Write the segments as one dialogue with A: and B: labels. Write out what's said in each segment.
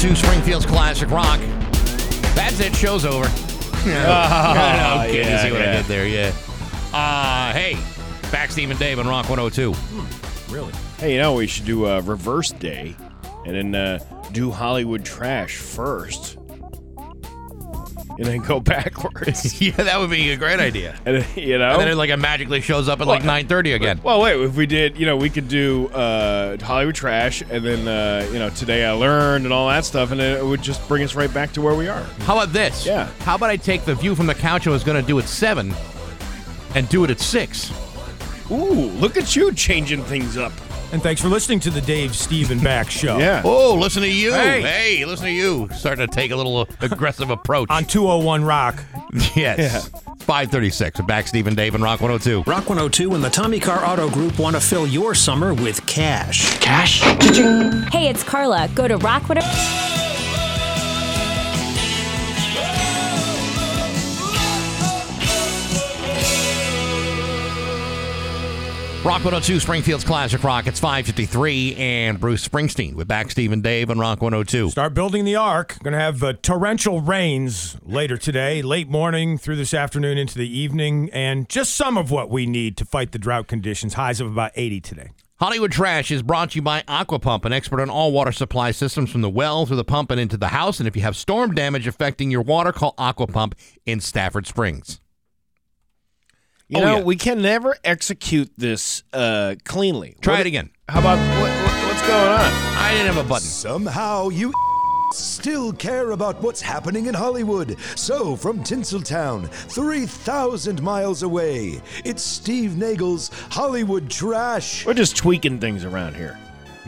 A: to oh Springfield's Classic Rock. That's it. Show's over. Yeah. okay.
B: yeah,
A: see what I
B: yeah.
A: did there? Yeah. Uh, hey, back Steve and Dave on Rock 102. Hmm, really?
B: Hey, you know, we should do a reverse day and then uh, do Hollywood trash first and then go backwards.
A: yeah, that would be a great idea.
B: and then, you know?
A: And then it like it magically shows up at like 9:30 again.
B: well, wait. If we did, you know, we could do uh, Hollywood trash, and then uh, you know, today I learned and all that stuff, and then it would just bring us right back to where we are.
A: How about this?
B: Yeah.
A: How about I take the view from the couch I was going to do at seven, and do it at six.
B: Ooh, look at you changing things up.
C: And thanks for listening to the Dave, Steve, and Back show.
B: Yeah.
A: Oh, listen to you. Hey,
C: Hey.
A: listen to you. Starting to take a little aggressive approach.
C: On 201 Rock.
A: yes. 536. Back Steve and Dave and Rock 102.
D: Rock 102 and the Tommy Car Auto Group want to fill your summer with cash.
E: Hey, it's Carla. Go to Rock Whatever.
A: Rock 102, Springfield's Classic Rock. It's 553 and Bruce Springsteen with back Steve and Dave and Rock 102.
C: Start building the ark. Going to have uh, torrential rains later today, late morning through this afternoon into the evening, and just some of what we need to fight the drought conditions. Highs of about 80 today.
A: Hollywood Trash is brought to you by Aquapump, an expert on all water supply systems from the well through the pump and into the house. And if you have storm damage affecting your water, call Aquapump in Stafford Springs.
B: You
A: Oh,
B: know,
A: yeah.
B: we can never execute this uh, cleanly.
A: Try
B: What-
A: it again.
B: How about what, what, what's going on?
A: I didn't have a button.
F: Somehow you still care about what's happening in Hollywood. So, from Tinseltown, 3,000 miles away, it's Steve Nagel's Hollywood Trash.
B: We're just tweaking things around here.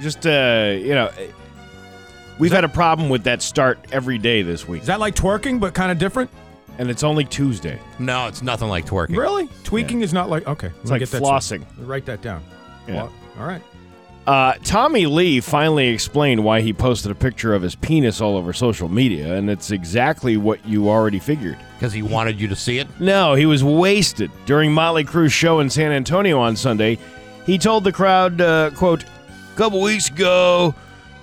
B: Just uh, you know, we've had a problem with that start every day this week,
C: Is that like twerking, but kind of different?
B: and it's only Tuesday.
A: No, it's nothing like twerking.
C: Really? Tweaking is not like, okay.
B: It's
C: let me
B: like
C: get that
B: flossing.
C: straight. Write that down.
B: Yeah.
C: All right.
B: Uh, Tommy Lee finally explained why he posted a picture of his penis all over social media, and it's exactly what you already figured.
A: Because he wanted you to see it.
B: No, he was wasted during Motley Crue's show in San Antonio on Sunday. He told the crowd, uh, "quote A couple weeks ago,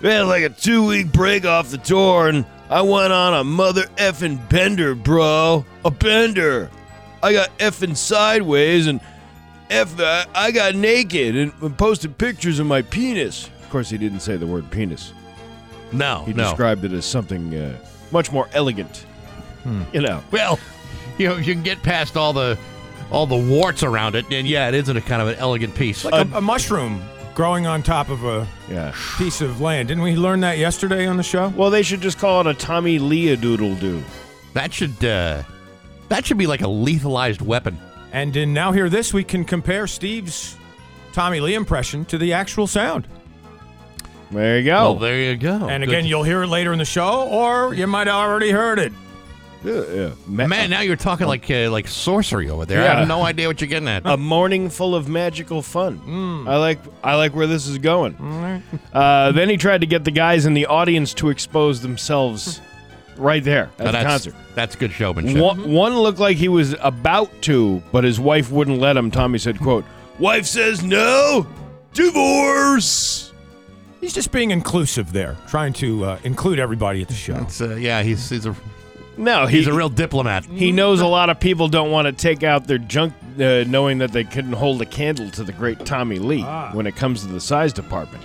B: we had like a two-week break off the tour, and I went on a mother effing bender, bro, a bender. I got effing sideways, and eff I I got naked and posted pictures of my penis. Of course, he didn't say the word penis.
A: No,
B: He
A: no.
B: described it as something uh, much more elegant. You know."
A: well, you know, you can get past all the all the warts around it, and yeah, it isn't a kind of an elegant piece.
B: Uh,
C: Like a, a mushroom growing on top of a
B: Yeah.
C: piece of land. Didn't we learn that yesterday on the show?
B: Well, they should just call it a Tommy Leadoodle do.
A: that should uh, that should be like a lethalized weapon.
C: And in Now Here This, we can compare Steve's Tommy Lee impression to the actual sound.
B: There you
A: Oh,
B: go.
A: there you go.
C: and
A: Good.
C: again, you'll hear it later in the show, or you might have already heard it.
B: Yeah, yeah. Ma-
A: man, now you're talking like uh, like sorcery over there. I
B: Yeah.
A: have no idea what you're getting at.
C: Oh,
B: a morning full of magical fun.
A: Mm.
B: I like I like where this is going. Uh, then he tried to get the guys in the audience to expose themselves right there at
A: Now
B: the
A: that's, Mm-hmm.
B: concert.
A: That's good showmanship.
B: One, one looked like he was about to, but his wife wouldn't let him. Tommy said, "Quote: Wife says no, divorce."
C: He's just being inclusive there, trying to uh, include everybody at the show.
A: It's, uh, yeah, he's he's a
B: No, he,
A: he's a real diplomat.
B: He knows a lot of people don't want to take out their junk uh, knowing that they couldn't hold a candle to the great Tommy Lee when it comes to the size department.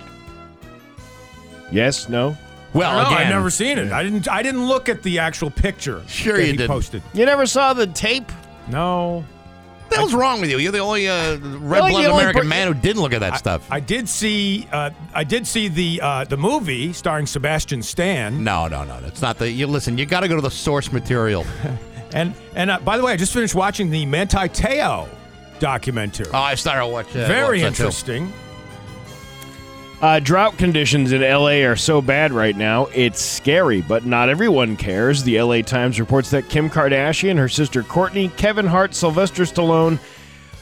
B: Yes, no?
A: Well,
C: No,
A: again,
C: I've never seen it. I didn't. I didn't look at the actual picture.
A: Sure
C: that
A: you
C: he
A: didn't.
C: Posted.
B: You never saw the tape?
C: No,
A: what the hell's wrong with you? You're the only uh,
B: Well,
A: red
B: you
A: blooded
B: only
A: American
B: br-
A: man who didn't look at that stuff.
C: I did see. Uh, I did see the uh, the movie starring Sebastian Stan.
A: no, no, no. It's not the. You listen. You got to go to the source material.
C: And and uh, by the way, I just finished watching the Manti Te'o documentary.
A: Oh, I started watching.
C: Very
A: watch that too.
C: interesting.
B: Uh, drought conditions in LA are so bad right now, it's scary, but not everyone cares. The LA Times reports that Kim Kardashian, her sister Courtney, Kevin Hart, Sylvester Stallone,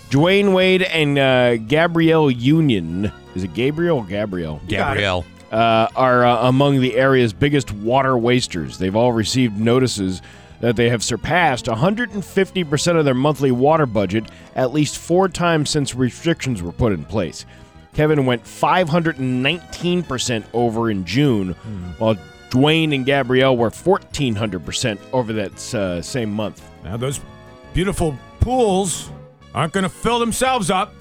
B: Dwayne Wade, and uh, Gabrielle Union. Is it Gabriel or Gabrielle?
C: got it.
A: Gabrielle.
B: uh, are uh, among the area's biggest water wasters. They've all received notices that they have surpassed 150% of their monthly water budget at least four times since restrictions were put in place. Kevin went 519% over in June, while Dwayne and Gabrielle were 1,400% over that uh, same month.
C: Now those beautiful pools aren't going to fill themselves up.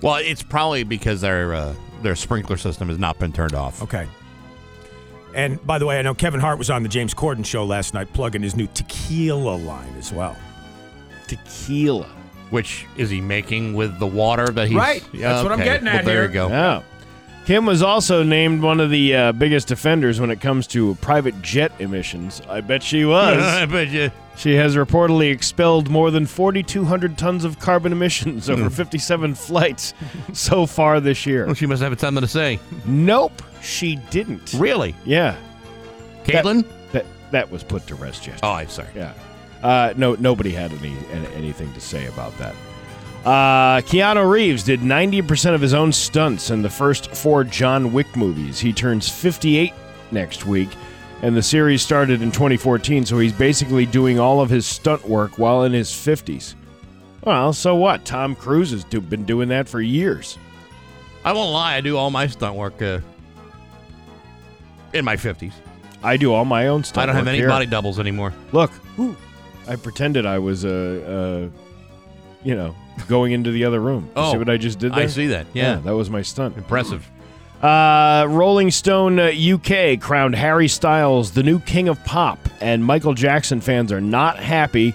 A: Well, it's probably because their uh, their sprinkler system has not been turned off.
C: Okay. And by the way, I know Kevin Hart was on the James Corden show last night plugging his new tequila line as well.
B: Tequila.
A: Which is he making with the water that he's
C: Right. That's what I'm
A: okay.
C: getting
A: Well,
C: at
A: There
C: here.
A: you go.
B: Oh. Kim was also named one of the uh, biggest offenders when it comes to private jet emissions. I bet she was.
A: but uh, you,
B: she has reportedly expelled more than 4,200 tons of carbon emissions over 57 flights so far this year.
A: she must have something to say.
B: Nope, she didn't.
A: Really,
B: Yeah,
A: Caitlin?
B: that that was put to rest yesterday.
A: oh, I'm sorry.
B: Yeah. Uh, no, nobody had any, an- anything to say about that. Uh, Keanu Reeves did 90% of his own stunts in the first four John Wick movies. He turns 58 next week, and the series started in 2014, so he's basically doing all of his stunt work while in his 50s. Well, so what? Tom Cruise has do, been doing that for years.
A: I won't lie. I do all my stunt work uh, in my fifties.
B: I do all my own stunt.
A: I don't have
B: work
A: any
B: here.
A: body doubles anymore.
B: Look, I pretended I was uh, uh, you know, going into the other room. You
A: Oh,
B: see what I just did there?
A: I see that.
B: Yeah,
A: Yeah,
B: that was my stunt.
A: impressive.
B: Uh, Rolling Stone uh, UK crowned Harry Styles the new king of pop, and Michael Jackson fans are not happy.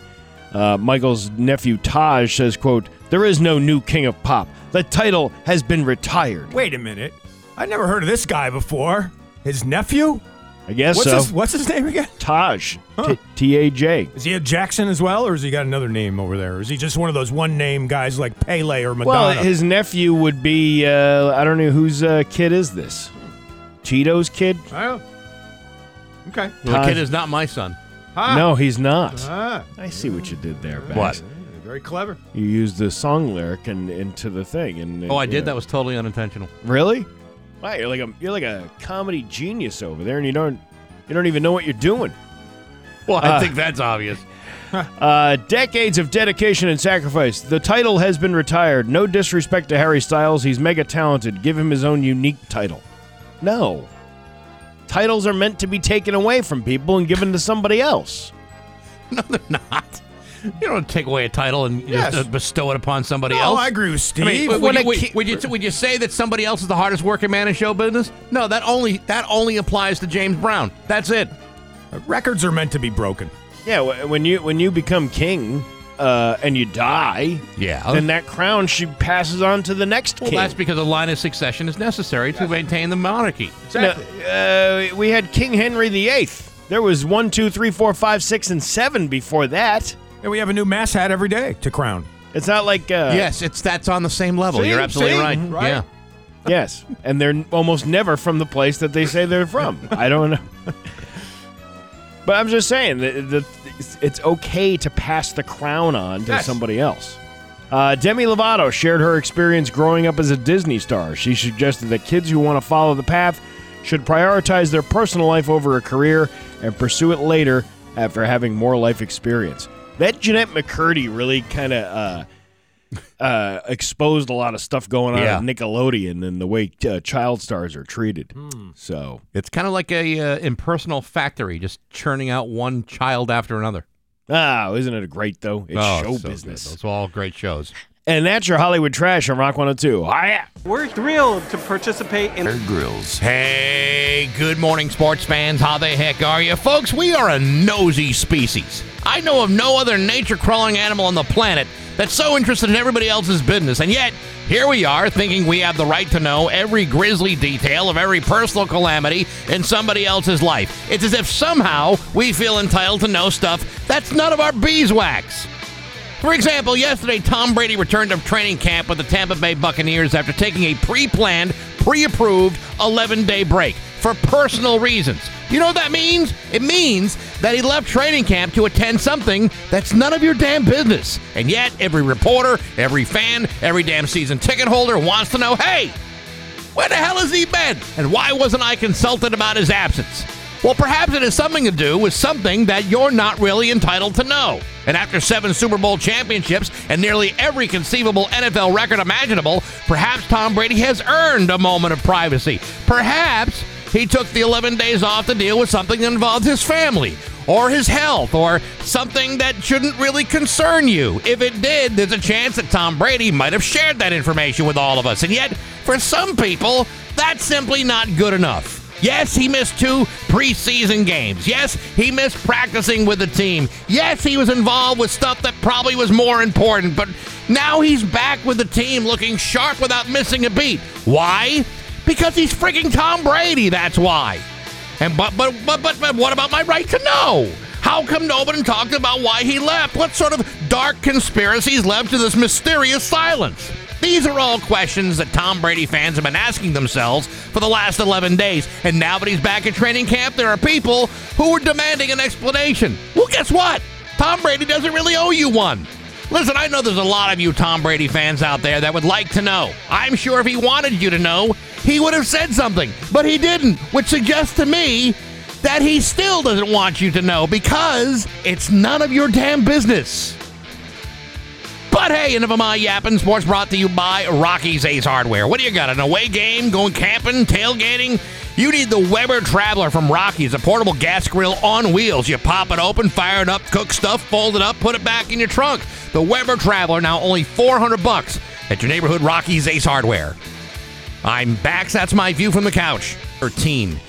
B: Uh, Michael's nephew Taj says, "quote There is no new king of pop. The title has been retired."
C: Wait a minute. I never heard of this guy before. His nephew?
B: I guess
C: What's
B: so.
C: his what's his name again?
B: Taj,
C: Huh.
B: T A J.
C: Is he a Jackson as well, or has he got another name over there? Or is he just one of those one name guys like Pele or
B: Well,
C: Madonna?
B: his nephew would be. Uh, I don't know whose uh, kid is this. Cheeto's kid?
C: Oh. Okay.
A: The
B: Taj-
A: kid is not my son.
B: No, he's not.
C: Ah,
B: I see what you did there, Bax.
A: What?
C: very clever.
B: You used the song lyric and into the thing. And
A: Oh, I
B: yeah.
A: did. That was totally unintentional.
B: really. Wow, you're like a you're like a comedy genius over there, and you don't you don't even know what you're doing.
A: Well, I
B: Uh,
A: think that's obvious.
B: Uh, decades of dedication and sacrifice. The title has been retired. No disrespect to Harry Styles. He's mega talented. Give him his own unique title. No. Titles are meant to be taken away from people and given to somebody else.
A: No, they're not. You don't take away a title and
C: Yes.
A: just uh, bestow it upon somebody
C: No,
A: else.
C: I agree with
A: I
C: Steve.
A: mean, would,
B: when
A: you,
B: a
A: would-
B: ki-
A: would you would you say that somebody else is the hardest working man in show business? No, that only that only applies to James Brown. That's it.
C: Records are meant to be broken.
B: Yeah, wh- when you when you become king uh, and you die,
A: Yeah.
B: then that crown she passes on to the next
A: well,
B: king.
A: that's because a line of succession is necessary to maintain the monarchy.
B: No, uh, we had King Henry VIII. There was one, two, three, four, five, six, and seven before that.
C: And we have a new mass hat every day to crown.
B: It's not like uh,
A: yes, it's that's on the same level.
B: See,
A: You're absolutely
B: see,
A: right.
C: right?
A: Yeah.
B: yes, and they're almost never from the place that they say they're from. I don't know, but I'm just saying that that it's- it's okay to pass the crown on to
C: Yes.
B: somebody else. Uh, Demi Lovato shared her experience growing up as a Disney star. She suggested that kids who want to follow the path should prioritize their personal life over a career and pursue it later after having more life experience. That Jeanette McCurdy really kind of uh, uh, exposed a lot of stuff going on
A: Yeah.
B: at Nickelodeon and the way uh, child stars are treated.
A: Hmm.
B: So
A: It's kind of like a uh, impersonal factory, just churning out one child after another.
B: ah, isn't it great though? It's
A: Oh,
B: show
A: so good.
B: business,
A: Those are all great shows.
B: and that's your Hollywood trash on Rock 102. Hiya.
G: We're thrilled to participate in
A: Hey, good morning, sports fans. How the heck are you? Folks, we are a nosy species. I know of no other nature crawling animal on the planet that's so interested in everybody else's business. And yet, here we are thinking we have the right to know every grisly detail of every personal calamity in somebody else's life. It's as if somehow we feel entitled to know stuff that's none of our beeswax. For example, yesterday Tom Brady returned to training camp with the Tampa Bay Buccaneers after taking a pre planned, pre approved 11 day break for personal reasons. You know what that means? It means that he left training camp to attend something that's none of your damn business. And yet, every reporter, every fan, every damn season ticket holder wants to know hey, where the hell has he been? And why wasn't I consulted about his absence? Well, perhaps it has something to do with something that you're not really entitled to know. And after seven Super Bowl championships and nearly every conceivable NFL record imaginable, perhaps Tom Brady has earned a moment of privacy. Perhaps he took the 11 days off to deal with something that involved his family or his health or something that shouldn't really concern you. If it did, there's a chance that Tom Brady might have shared that information with all of us. And yet, for some people, that's simply not good enough. Yes, he missed two preseason games. Yes, he missed practicing with the team. Yes, he was involved with stuff that probably was more important, but now he's back with the team looking sharp without missing a beat. Why? Because he's freaking Tom Brady, that's why. And but but but but, but what about my right to know? How come nobody talked about why he left? What sort of dark conspiracies led to this mysterious silence? These are all questions that Tom Brady fans have been asking themselves for the last 11 days. And now that he's back at training camp, there are people who are demanding an explanation. Well, guess what? Tom Brady doesn't really owe you one. Listen, I know there's a lot of you Tom Brady fans out there that would like to know. I'm sure if he wanted you to know, he would have said something, but he didn't, which suggests to me that he still doesn't want you to know because it's none of your damn business. But hey, enough of my yapping. Sports brought to you by Rocky's Ace Hardware. What do you got? An away game? Going camping? Tailgating? You need the Weber Traveler from Rocky's, a portable gas grill on wheels. You pop it open, fire it up, cook stuff, fold it up, put it back in your trunk. The Weber Traveler now only 400 bucks at your neighborhood Rocky's Ace Hardware. I'm Bax. That's my view from the couch. 13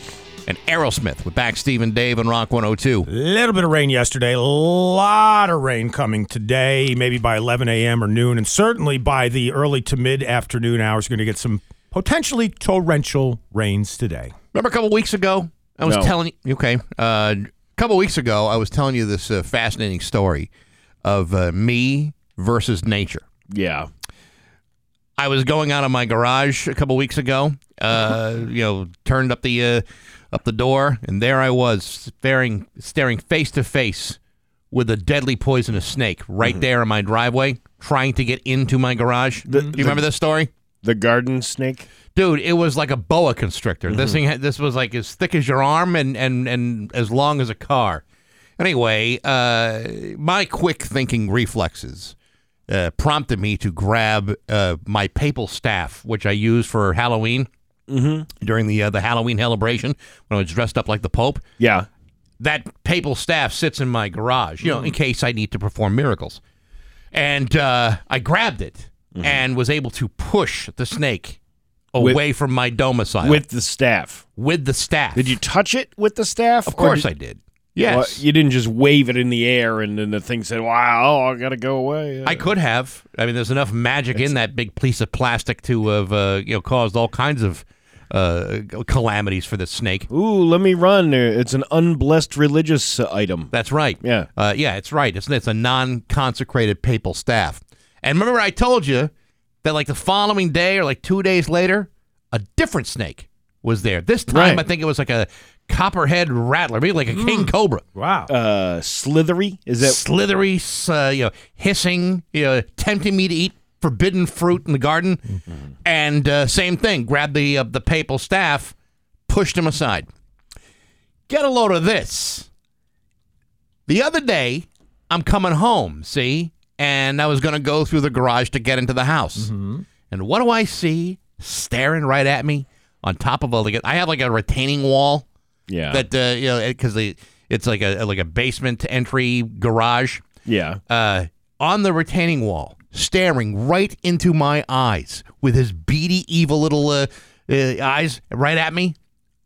A: and Aerosmith with Bax, Steven, Dave, and Rock 102.
C: Little bit of rain yesterday, a lot of rain coming today, maybe by 11 a.m. or noon, and certainly by the early to mid afternoon hours. Going to get some potentially torrential rains today.
A: Remember a couple weeks ago, I was
B: No.
A: telling you. Okay, uh, a couple weeks ago, I was telling you this uh, fascinating story of uh, me versus nature.
B: Yeah.
A: I was going out of my garage a couple weeks ago. Uh, you know, turned up the uh, up the door, and there I was staring staring face to face with a deadly poisonous snake right there in my driveway, trying to get into my garage. Do you remember this story?
B: The garden snake.
A: dude it was like a boa constrictor this thing had, this was like as thick as your arm and and and as long as a car anyway uh my quick thinking reflexes uh, prompted me to grab uh, my papal staff which i use for halloween during the uh, the halloween celebration when i was dressed up like the pope
B: Yeah.
A: that papal staff sits in my garage, you know,
B: Hmm.
A: in case I need to perform miracles. And uh, I grabbed it and was able to push the snake
B: Mm-hmm. With-
A: away from my domicile
B: With the staff.
A: with the staff.
B: Did you touch it with the staff?
A: Of course I did. Yes.
B: you didn't just wave it in the air and then the thing said, "Wow, I gotta go away."
A: I could have. I mean, there's enough magic in that big piece of plastic to have, uh, you know, caused all kinds of uh, calamities for this snake.
B: Ooh, let me run. Uh, It's an unblessed religious uh, item.
A: That's right.
B: Yeah.
A: Uh, yeah, it's right. It's, it's a non consecrated papal staff. And remember, I told you that like the following day or like two days later, a different snake was there. This time,
B: Right. Mm.
A: I think it was like a copperhead rattler, maybe like a king cobra.
C: Wow.
B: Uh, slithery is that?
A: Slithery, uh, you know, hissing, you know, tempting me to eat forbidden fruit in the garden. And uh, same thing, grabbed the, uh, the papal staff, pushed him aside. Get a load of this. The other day, I'm coming home, see? And I was going to go through the garage to get into the house. And what do I see staring right at me on top of a, like, I have like a retaining wall
B: Yeah.
A: that, uh, you know, because it's like a, like a basement entry garage
B: yeah.
A: uh, on the retaining wall, staring right into my eyes with his beady, evil little uh, uh, eyes right at me.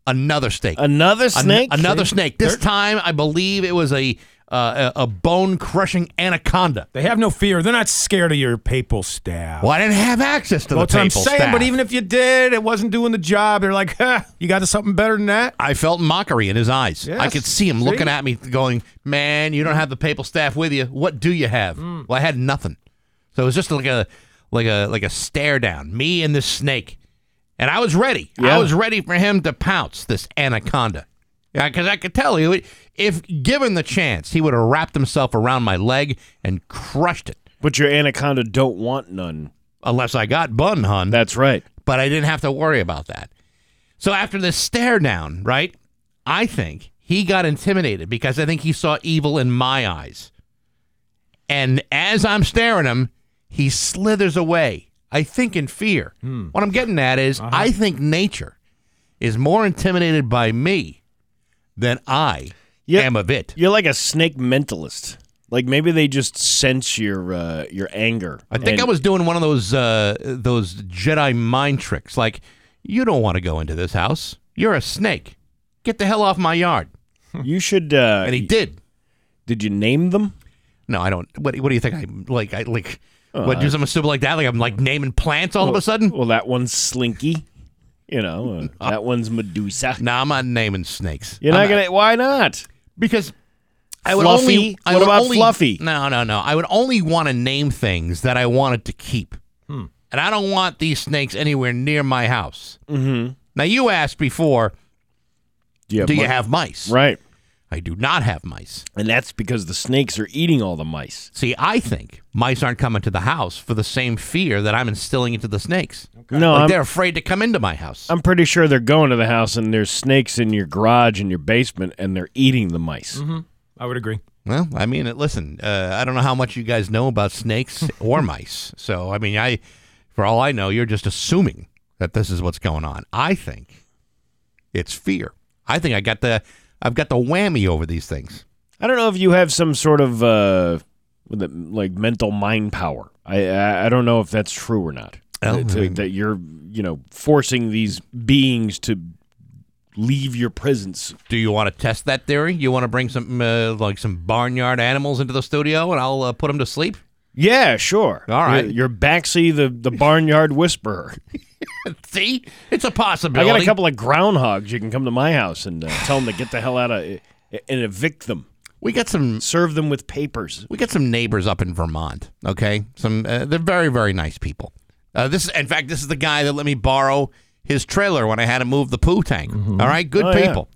A: Another snake.
B: Another
A: An-
B: snake.
A: another snake. This time, I believe it was a uh, a a bone-crushing anaconda.
C: they have no fear. They're not scared of your papal staff.
A: Well, I didn't have access to
C: Well, that's
A: the
C: what I'm
A: papal
C: saying.
A: staff.
C: But even if you did, it wasn't doing the job. They're like, huh, you got something better than that?
A: I felt mockery in his eyes. I
C: Yes,
A: could see him looking
C: see?
A: at me, going, "Man, you don't have the papal staff with you. What do you have?" Well, I had nothing, so it was just like a like a like a stare down. Me and this snake, and I was ready. I
B: Yeah.
A: was ready for him to pounce this anaconda, because I could tell you, if given the chance, he would have wrapped himself around my leg and crushed it.
B: But your anaconda don't want none.
A: Unless I got bun, hun
B: That's right.
A: but I didn't have to worry about that. So after this stare down, right? I think he got intimidated because I think he saw evil in my eyes. And as I'm staring him, he slithers away. I think in fear. What I'm getting at is I think nature is more intimidated by me than I
B: Yeah.
A: am of it.
B: You're like a snake mentalist. Like maybe they just sense your uh, your anger.
A: I think
B: And-
A: I was doing one of those uh, those Jedi mind tricks. Like, you don't want to go into this house. You're a snake. Get the hell off my yard.
B: You should. Uh,
A: And he did.
B: Did you name them?
A: No, I don't. What, what do you think? I like. I like. what do something stupid like that? Like I'm like naming plants all of a sudden.
B: Uh, Well, that one's Slinky. You know, uh, that one's Medusa.
A: No, I'm not naming snakes.
B: You're
A: I'm
B: not gonna. Why not?
A: because I would
B: Fluffy?
A: only. I
B: What
A: would
B: about
A: only-
B: Fluffy?
A: No, no, no. I would only want to name things that I wanted to keep,
B: Hmm.
A: and I don't want these snakes anywhere near my house. Mm-hmm. Now you asked before,
B: Do you have?
A: do you
B: mon-
A: have mice?
B: right?
A: I do not have mice.
B: And that's because the snakes are eating all the mice.
A: See, I think mice aren't coming to the house for the same fear that I'm instilling into the snakes.
B: No,
A: Like
B: I'm,
A: they're afraid to come into my house.
B: I'm pretty sure they're going to the house and there's snakes in your garage and your basement and they're eating the mice.
C: I would agree.
A: Well, I mean, it- listen, uh, I don't know how much you guys know about snakes or mice. So, I mean, I, for all I know, you're just assuming that this is what's going on. I think it's fear. I think I got the, I've got the whammy over these things.
B: I don't know if you have some sort of uh, with the, like mental mind power. I, I I don't know if that's true or not.
A: Well,
B: that,
A: I mean-
B: that you're you know forcing these beings to leave your presence.
A: Do you want to test that theory? You want to bring some, uh, like some barnyard animals into the studio and I'll uh, put them to sleep?
B: Yeah, sure.
A: All right.
B: You're, you're Baxi the the barnyard whisperer.
A: See, it's a
B: I
A: possibility.
B: got a couple of groundhogs. You can come to my house and uh, tell them to get the hell out of and evict them.
A: We got some
B: Serve them with papers.
A: we got some neighbors up in Vermont. Okay, some uh, they're very very nice people. Uh, this, in fact, this is the guy that let me borrow his trailer when I had to move the poo tank.
C: Mm-hmm.
A: All right, good
B: Oh, yeah.
A: people.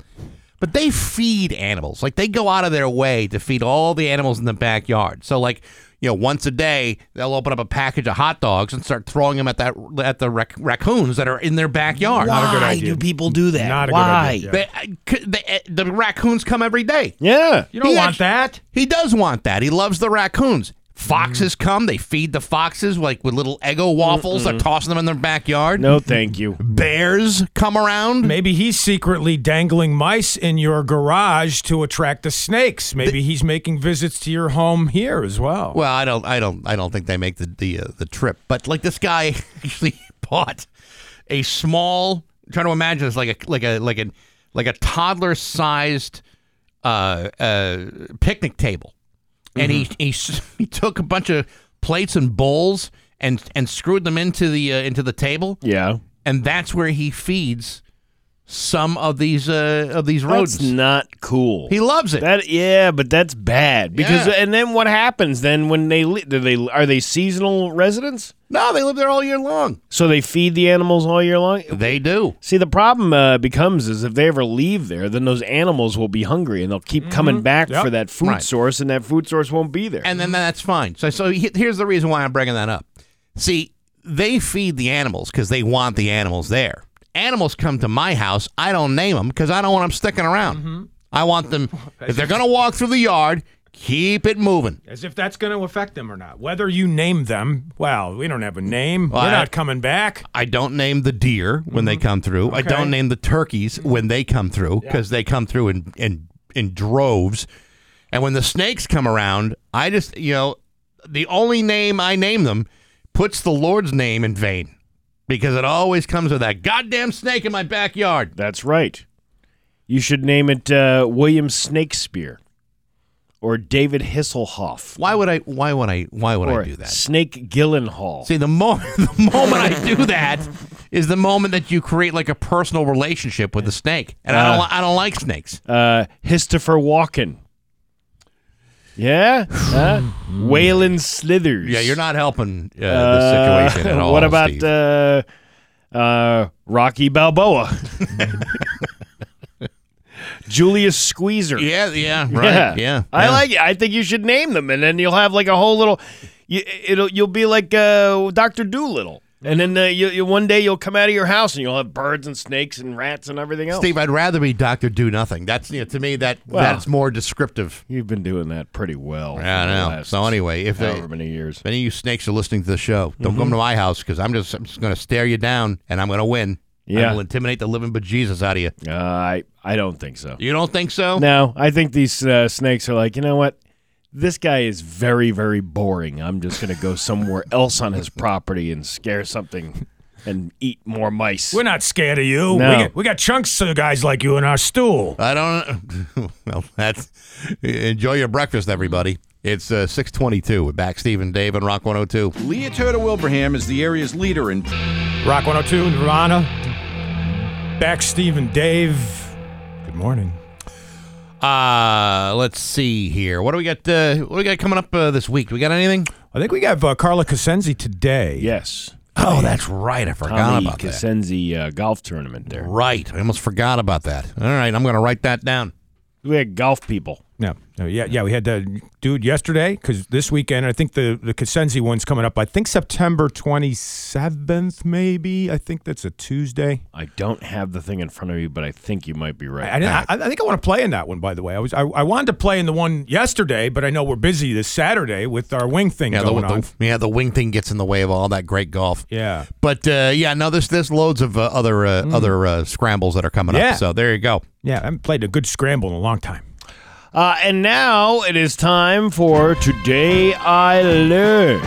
A: But they feed animals. Like they go out of their way to feed all the animals in the backyard. So like, you know, once a day they'll open up a package of hot dogs and start throwing them at that at the rac- raccoons that are in their backyard.
C: Not a good idea.
B: people do that?
C: Not a
B: Why?
C: good idea. yeah.
A: They, I- c- they- the raccoons come every day.
B: Yeah.
C: You don't
A: He act-
C: want that.
A: He does want that. He loves the raccoons. Foxes come. They feed the foxes like with little Eggo waffles. They're tossing them in their backyard.
B: No, thank you.
A: Bears come around.
C: Maybe he's secretly dangling mice in your garage to attract the snakes. Maybe he's making visits to your home here as well.
A: Well, I don't, I don't, I don't think they make the the, uh, the trip. But like this guy actually bought a small. I'm trying to imagine this like a like a like a like a toddler sized uh, uh, picnic table, and he he s- he took a bunch of plates and bowls and and screwed them into the uh, into the table.
B: Yeah.
A: and that's where he feeds some of these uh, of these rodents.
B: That's not cool.
A: he loves it.
B: that yeah, but that's bad because
A: Yeah.
B: and then what happens then when they li- do they are they seasonal residents?
A: no, they live there all year long.
B: So they feed the animals all year long.
A: They do.
B: See, the problem uh, becomes is if they ever leave there, then those animals will be hungry and they'll keep coming back
C: Yep.
B: for that food
A: Mm-hmm. Right.
B: source, and that food source won't be there.
A: And then that's fine. So so he- here's the reason why I'm bringing that up. See, they feed the animals cuz they want the animals there. Animals come to my house, I don't name them cuz I don't want them sticking around. I want them if they're going to walk through the yard, keep it moving.
C: As if that's going to affect them or not. Whether you name them, well, we don't have a name.
A: Well,
C: They're
A: I-
C: not coming back.
A: I don't name the deer when
B: Mm-hmm.
A: they come through. I don't name the turkeys when they come through because they come through in, in in droves. And when the snakes come around, I just you know the only name I name them puts the Lord's name in vain because it always comes with that goddamn snake in my backyard.
B: That's right. You should name it uh, William Snakespeare or David Hisselhoff
A: Why would I? Why would I? Why would
B: or
A: I do that?
B: Snake Gillenhall.
A: See, the, mo- the moment I do that is the moment that you create like a personal relationship with the snake, and I don't.
B: Uh.
A: li- I don't like snakes.
B: uh, Histopher Walken. Yeah? Huh? Waylon Slithers.
A: Hmm. Yeah, you're not helping uh,
B: Uh,
A: the situation at all.
B: What about
A: Steve.
B: uh, uh, Rocky Balboa? Julius Squeezer.
A: Yeah, yeah, right, yeah.
B: I
A: yeah.
B: like it. I think you should name them, and then you'll have like a whole little. You, it'll you'll be like uh, Doctor Doolittle, and then uh, you, you one day you'll come out of your house and you'll have birds and snakes and rats and everything else.
A: Steve. I'd rather be Doctor Do Nothing. That's you know, to me that
B: Well.
A: that's more descriptive.
B: You've been doing that pretty well. for
A: Yeah, I
B: the
A: know.
B: last
A: So anyway, if they-
B: however many Mm-hmm. years,
A: If any of you snakes are listening to the show, don't come to my house because I'm just I'm just going to stare you down and I'm going to win. I
B: Yeah.
A: will intimidate the living bejesus out of you.
B: Uh, I I don't think so.
A: You don't think so?
B: No, I think these uh, snakes are like, you know what? This guy is very, very boring. I'm just going to go somewhere else on his property and scare something and eat more mice.
C: We're not scared of you.
B: No.
C: We, got, we got chunks of guys like you in our stool.
A: I don't. Well, that's enjoy your breakfast, everybody. It's uh, six twenty-two with back Steve and Dave and Rock One Hundred Two.
H: Leotoda Wilbraham is the area's leader in
C: Rock 102, Nirvana. Back, Steve and Dave. Good morning.
A: Uh let's see here. What do we got? Uh, what do we got coming up uh, this week? We got anything?
C: I think we have uh, Carla Cosenzi today.
B: yes.
A: Oh, that's right. I forgot
B: Tommy
A: about that.
B: Kasenzi uh, golf tournament there.
A: Right. I almost forgot about that. All right, I'm going to write that down.
B: We had golf people.
C: No, no, yeah, yeah. We had that dude yesterday because this weekend. I think the the Cosenzi one's coming up. I think September twenty seventh, maybe. I think that's a Tuesday.
B: I don't have the thing in front of you, but I think you might be right.
C: I, I, didn't- I, I think I want to play in that one. By the way, I was I, I wanted to play in the one yesterday, but I know we're busy this Saturday with our wing thing
A: Yeah, the,
C: going on.
A: the, yeah, the wing thing gets in the way of all that great golf.
C: yeah,
A: But uh, yeah, no, there's there's loads of uh, other uh, other uh, scrambles that are coming
C: Yeah.
A: up. So there you go.
C: yeah. I haven't played a good scramble in a long time.
B: Uh, and now it is time for Today I Learned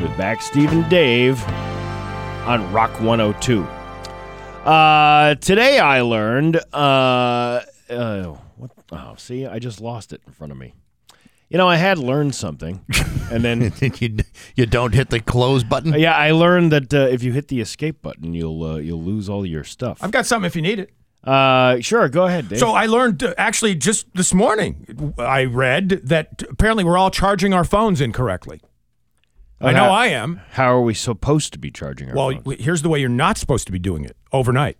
B: with back Stephen Dave on Rock 102. Uh, today I learned. Uh, uh, what? Oh, see, I just lost it in front of me. You know, I had learned something, and then
A: you you don't hit the close button.
B: yeah, I learned that uh, if you hit the escape button, you'll uh, you'll lose all your stuff.
C: I've got something if you need it.
B: Uh, sure, go ahead, Dave.
C: So I learned uh, actually just this morning. I read that apparently we're all charging our phones incorrectly. I know
B: Okay.
C: I am.
B: How are we supposed to be charging our
C: Well,
B: phones?
C: w- here's the way you're not supposed to be doing it overnight,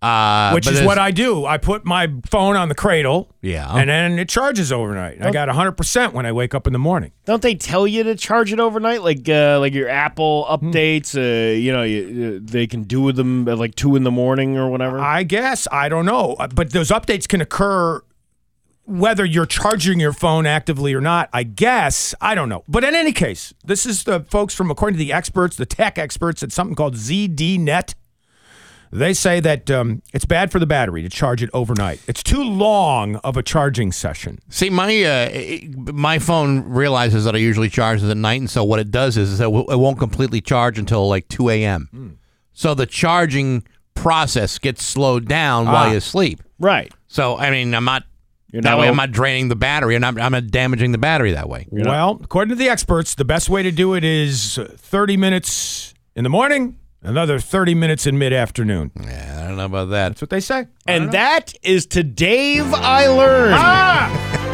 A: Uh,
C: which
A: but
C: is
A: there's-
C: what I do. I put my phone on the cradle,
A: Yeah. Oh.
C: and then it charges overnight. I got 100 percent when I wake up in the morning.
B: Don't they tell you to charge it overnight, like uh, like your Apple updates? Uh, you know, you, uh, they can do them at like two in the morning or whatever.
C: I guess I don't know, Uh, but those updates can occur whether you're charging your phone actively or not. I guess I don't know, but in any case, this is the folks from according to the experts, the tech experts at something called ZDNet. They say that um, it's bad for the battery to charge it overnight. It's too long of a charging session.
A: See, my uh, it- my phone realizes that I usually charge it at night, and so what it does is, is it, w- it won't completely charge until like two a.m.
C: Hmm.
A: So the charging process gets slowed down while
C: Ah.
A: you asleep.
B: right.
A: So I mean, I'm not
B: You're
A: that
B: not
A: way.
B: o-
A: I'm not draining the battery, and I'm, I'm not damaging the battery that way.
C: well, according to the experts, the best way to do it is uh, 30 minutes in the morning, another 30 minutes in mid afternoon. That's
A: Yeah, I don't know about that.
C: what they say.
B: And that is to Dave I learned.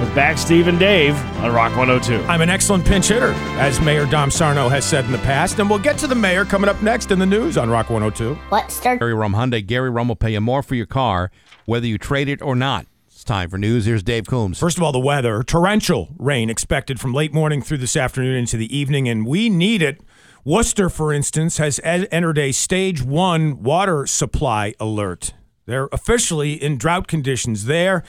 B: With back Steve and Dave on Rock 102.
C: I'm an excellent pinch hitter, as Mayor Dom Sarno has said in the past. And we'll get to the mayor coming up next in the news on Rock 102.
I: Let's start
A: Gary Rum Hyundai. Gary Rum will pay you more for your car, whether you trade it or not. It's time for news. Here's Dave Coombs.
C: First of all, the weather torrential rain expected from late morning through this afternoon into the evening, and we need it. Worcester, for instance, has e- entered a stage one water supply alert. They're officially in drought conditions there.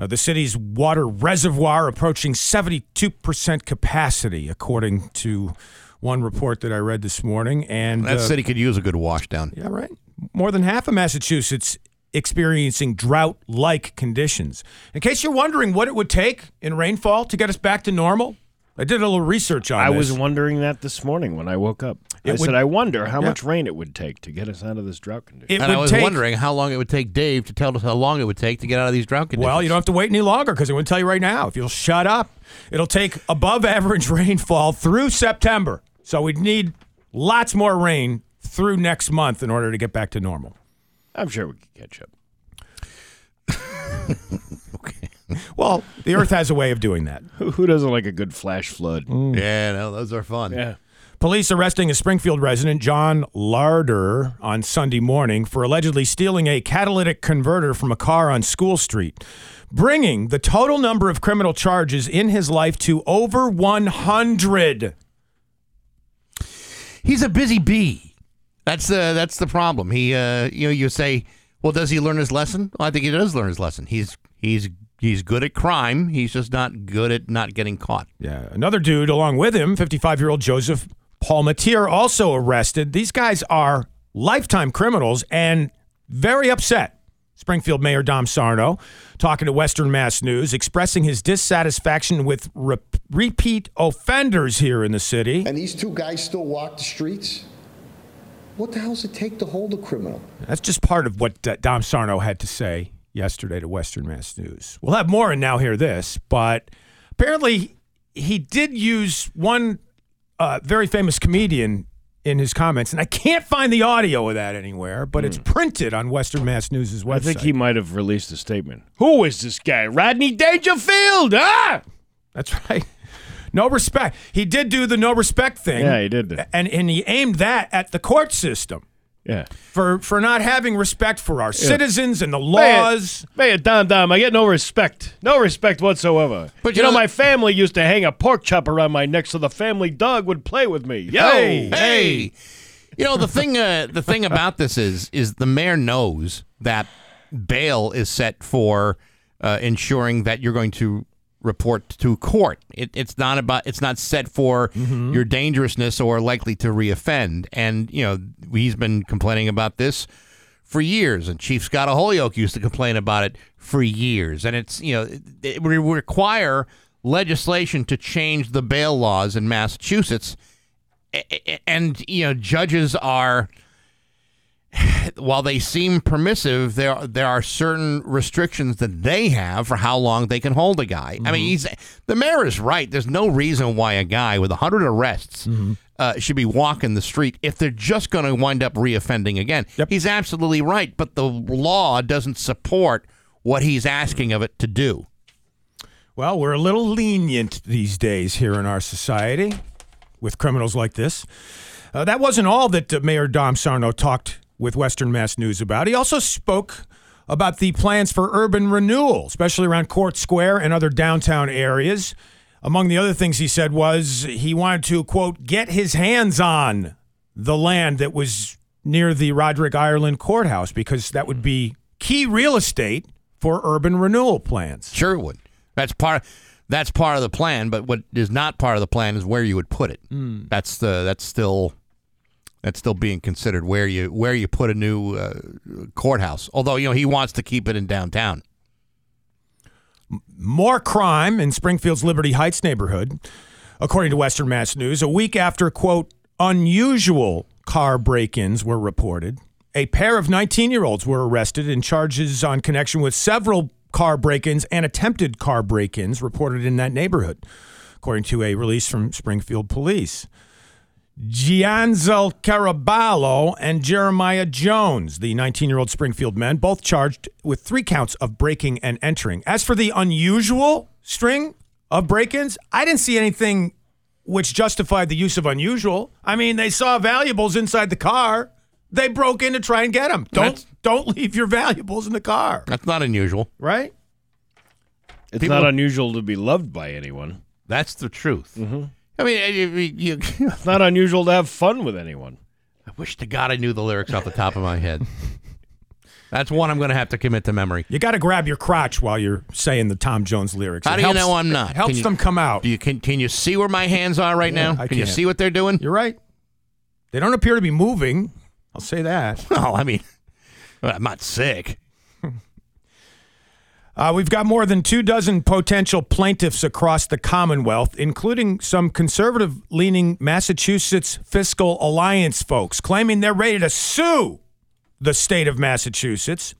C: Uh, the city's water reservoir approaching 72% capacity, according to one report that I read this morning. And
A: that
C: uh,
A: city could use a good wash down.
C: yeah, right. More than half of Massachusetts experiencing drought like conditions. In case you're wondering what it would take in rainfall to get us back to normal, I did a little research on
B: I
C: this.
B: was wondering that this morning when I woke up. I
C: It would-
B: said, I wonder how much rain it would take to get us out of this drought condition.
C: it
A: and I
C: would
A: was
C: take,
A: wondering how long it would take Dave to tell us how long it would take to get out of these drought conditions.
C: Well, you don't have to wait any longer because I'm going to tell you right now. If you'll shut up, it'll take above average rainfall through September. So we'd need lots more rain through next month in order to get back to normal.
B: I'm sure we could catch up.
C: Well, the earth has a way of doing that.
B: Who, who doesn't like a good flash flood?
A: Yeah, no, those are fun.
B: Yeah.
C: Police arresting a Springfield resident, John Larder, on Sunday morning for allegedly stealing a catalytic converter from a car on School Street, bringing the total number of criminal charges in his life to over 100.
A: He's a busy bee. That's the that's the problem. He, uh, you know, you say, well, does he learn his lesson? Well, I think he does learn his lesson. He's he's he's good at crime. He's just not good at not getting caught.
C: uh, Yeah, another dude along with him, 55 year old Joseph Paul Mateer also arrested. These guys are lifetime criminals and very upset. Springfield Mayor Dom Sarno talking to Western Mass News, expressing his dissatisfaction with re- repeat offenders here in the city.
I: And these two guys still walk the streets? What the hell does it take to hold a criminal?
C: That's just part of what uh, Dom Sarno had to say yesterday to Western Mass News. We'll have more and now hear this, but apparently he did use one uh, very famous comedian in his comments, and I can't find the audio of that anywhere, but it's printed on Western Mass News' website.
B: Hmm. I think he might have released a statement. Who is this guy? Rodney Dangerfield? Ah!
C: That's right. No respect. He did do the no respect thing.
B: Yeah, he did.
C: And, and he aimed that at the court system.
B: Yeah.
C: For, for not having respect for our citizens and the laws.
B: Man, man, Dom Dom, I get no respect. No respect whatsoever. But you, know, my family used to hang a pork chop around my neck so the family dog would play with me. Yo!
A: Hey, hey. You know the thing. Uh, the thing about this is, is the mayor knows that bail is set for uh, ensuring that you're going to report to court. It, it's not about. It's not set for your dangerousness or likely to reoffend. And you know he's been complaining about this for years, and Chief Scott of Holyoke used to complain about it for years. And it's you know it, it would require legislation to change the bail laws in Massachusetts and you know judges are while they seem permissive there there are certain restrictions that they have for how long they can hold a guy i mean he's the mayor is right there's no reason why a guy with 100 arrests uh, should be walking the street if they're just going to wind up reoffending again he's absolutely right but the law doesn't support what he's asking of it to do
C: Well, we're a little lenient these days here in our society with criminals like this. Uh, that wasn't all that uh, Mayor Dom Sarno talked with Western Mass News about. He also spoke about the plans for urban renewal, especially around Court Square and other downtown areas. Among the other things he said was he wanted to, quote, get his hands on the land that was near the Roderick Ireland courthouse because that would be key real estate for urban renewal plans.
A: Sure it would. That's part. That's part of the plan. But what is not part of the plan is where you would put it. That's the. That's still. That's still being considered where you where you put a new uh, courthouse. Although you know he wants to keep it in downtown.
C: More crime in Springfield's Liberty Heights neighborhood, according to Western Mass News. A week after, quote, unusual car break ins were reported, a pair of 19 year olds were arrested in charges on connection with several car break ins and attempted car break ins reported in that neighborhood, according to a release from Springfield Police. Gianzel Caraballo and Jeremiah Jones, the 19 year old Springfield men, both charged with three counts of breaking and entering. As for the unusual string of break ins, I didn't see anything which justified the use of unusual. I mean, they saw valuables inside the car. They broke in to try and get them. Don't
A: That's-
C: don't leave your valuables in the car,
A: That's not unusual.
C: right?
B: It's
A: People-
B: not unusual to be loved by anyone.
A: That's the truth. I mean, I- you- you-
B: It's not unusual to have fun with anyone.
A: I wish to God I knew the lyrics off the top of my head. That's one I'm going to have to commit to memory.
C: You got to grab your crotch while you're saying the Tom Jones lyrics.
A: How
C: It
A: do you
C: helps-
A: know I'm not?
C: It helps
A: Can you-
C: them come out.
A: Do you can, can you see where my hands are right now?
C: I
A: can you
C: can't.
A: see what they're doing?
C: You're right. They don't appear to be moving. I'll say that.
A: No, I mean, I'm not sick.
C: Uh, we've got more than two dozen potential plaintiffs across the Commonwealth, including some conservative leaning Massachusetts Fiscal Alliance folks, claiming they're ready to sue the state of Massachusetts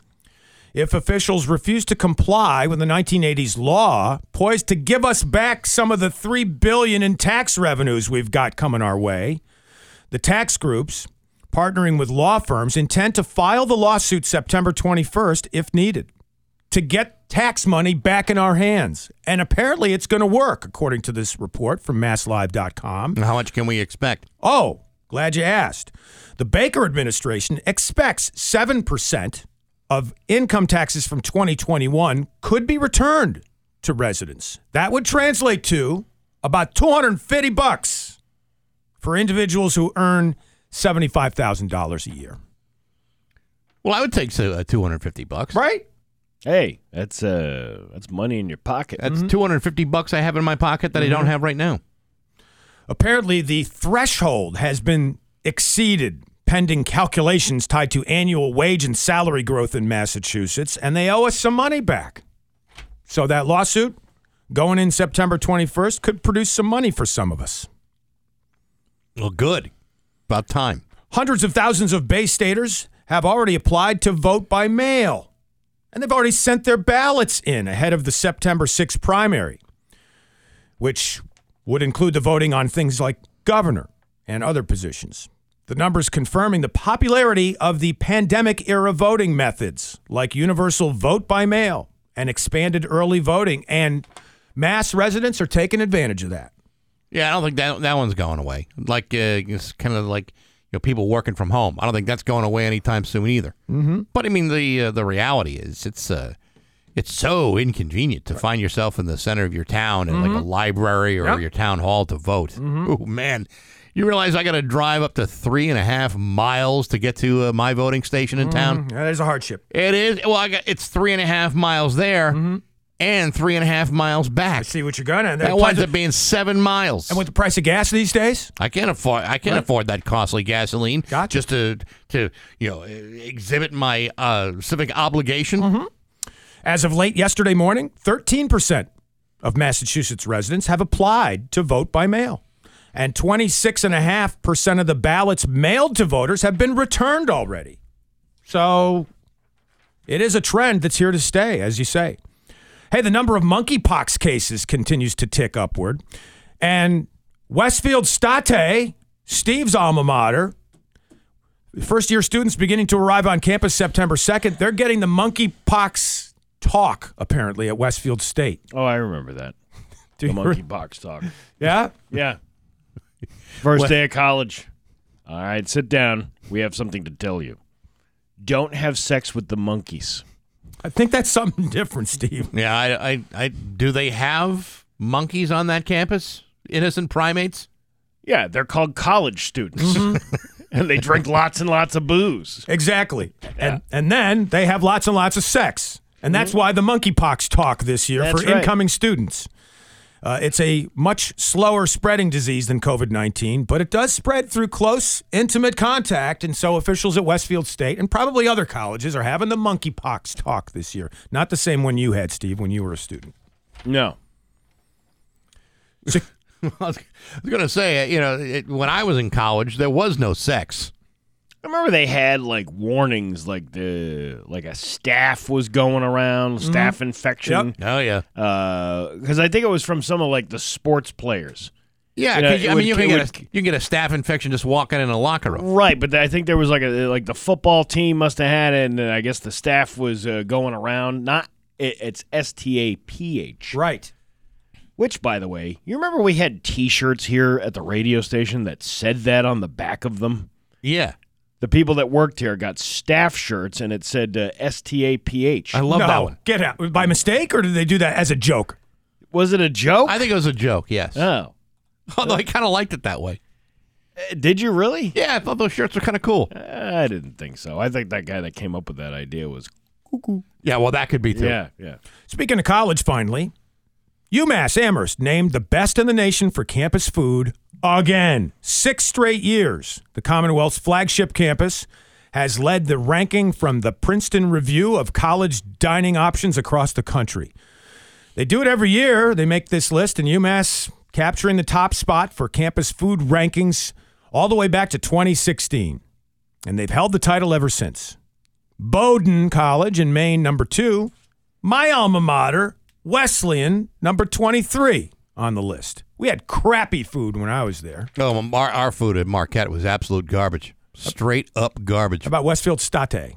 C: if officials refuse to comply with the 1980s law poised to give us back some of the 3 billion in tax revenues we've got coming our way. The tax groups partnering with law firms intend to file the lawsuit September 21st if needed to get tax money back in our hands. And apparently it's going to work, according to this report from masslive.com.
A: How much can we expect?
C: Oh, glad you asked. The Baker administration expects 7% of income taxes from 2021 could be returned to residents. That would translate to about 250 bucks for individuals who earn $75,000 a year.
A: Well, I would take uh, 250 bucks.
C: Right?
B: Hey, that's uh, that's money in your pocket.
A: Mm-hmm. That's 250 bucks I have in my pocket that I don't have right now.
C: Apparently, the threshold has been exceeded pending calculations tied to annual wage and salary growth in Massachusetts, and they owe us some money back. So that lawsuit going in September 21st could produce some money for some of us.
A: Well, good. About time.
C: Hundreds of thousands of Bay Staters have already applied to vote by mail, and they've already sent their ballots in ahead of the September 6th primary, which would include the voting on things like governor and other positions. The numbers confirming the popularity of the pandemic era voting methods like universal vote by mail and expanded early voting, and mass residents are taking advantage of that.
A: Yeah, I don't think that that one's going away. Like uh, it's kind of like you know people working from home. I don't think that's going away anytime soon either. Mm-hmm. But I mean the uh, the reality is it's uh, it's so inconvenient to find yourself in the center of your town in like a library or your town hall to vote. Oh man, you realize I got to drive up to three and a half miles to get to uh, my voting station in town.
C: Yeah, That is a hardship.
A: It is well, I got it's three and a half miles there and three and a half miles back.
C: See what you're gonna. And
A: That
C: with
A: winds
C: the-
A: up being seven miles.
C: and with the price of gas these days,
A: I can't afford. I can't afford that costly gasoline.
C: Gotcha.
A: Just to to you know exhibit my uh, civic obligation.
C: as of late yesterday morning, 13% of Massachusetts residents have applied to vote by mail. And 26.5% of the ballots mailed to voters have been returned already. So it is a trend that's here to stay, as you say. Hey, the number of monkeypox cases continues to tick upward. And Westfield State, Steve's alma mater, first year students beginning to arrive on campus September 2nd, they're getting the monkeypox talk, apparently, at Westfield State.
B: Oh, I remember that.
C: Do
B: The
C: you-
B: monkey box talk.
C: Yeah?
B: Yeah. First day of college. All right, sit down. We have something to tell you. Don't have sex with the monkeys.
C: I think that's something different, Steve.
A: Yeah, I, I I do they have monkeys on that campus? Innocent primates.
B: Yeah, they're called college students. and they drink lots and lots of booze.
C: Exactly. And and then they have lots and lots of sex. And that's why the monkeypox talk this year
B: That's
C: for
B: right.
C: incoming students. Uh, it's a much slower spreading disease than COVID 19, but it does spread through close, intimate contact. And so officials at Westfield State and probably other colleges are having the monkeypox talk this year. Not the same one you had, Steve, when you were a student.
B: No.
A: I was going to say, you know, it, when I was in college, there was no sex.
B: I remember they had like warnings like the like a staff was going around, staff infection.
A: Oh yeah,
B: Uh 'cause cuz I think it was from some of like the sports players.
A: yeah.
B: You know,
A: 'cause,
B: it
A: I
B: would-
A: mean, you can
B: it
A: get a, you can get a staph infection just walking in a locker room.
B: Right, but I think there was like a like the football team must have had it, and then I guess the staff was uh, going around. Not it, it's S T A P H.
C: Right.
B: Which, by the way, you remember we had T-shirts here at the radio station that said that on the back of them.
A: Yeah,
B: The people that worked here got staff shirts, and it said uh, S T A P H.
A: I love
C: no,
A: that one.
C: Get out. By mistake, or did they do that as a joke?
B: Was it a joke?
A: I think it was a joke. Yes,
B: oh,
A: although I kind of liked it that way.
B: Uh, did you really?
A: Yeah, I thought those shirts were kind of cool.
B: I didn't think so. I think that guy that came up with that idea was
A: Yeah, well, that could be too.
B: yeah, yeah.
C: Speaking of college, finally, UMass Amherst named the best in the nation for campus food again. Six straight years. The Commonwealth's flagship campus has led the ranking from the Princeton Review of college dining options across the country. They do it every year. They make this list, and UMass capturing the top spot for campus food rankings all the way back to 2016. And they've held the title ever since. Bowdoin College in Maine, number two. My alma mater, Wesleyan, number 23 on the list. We had crappy food when I was there.
A: Oh, um, our, our food at Marquette was absolute garbage. Straight up garbage.
C: How about Westfield State?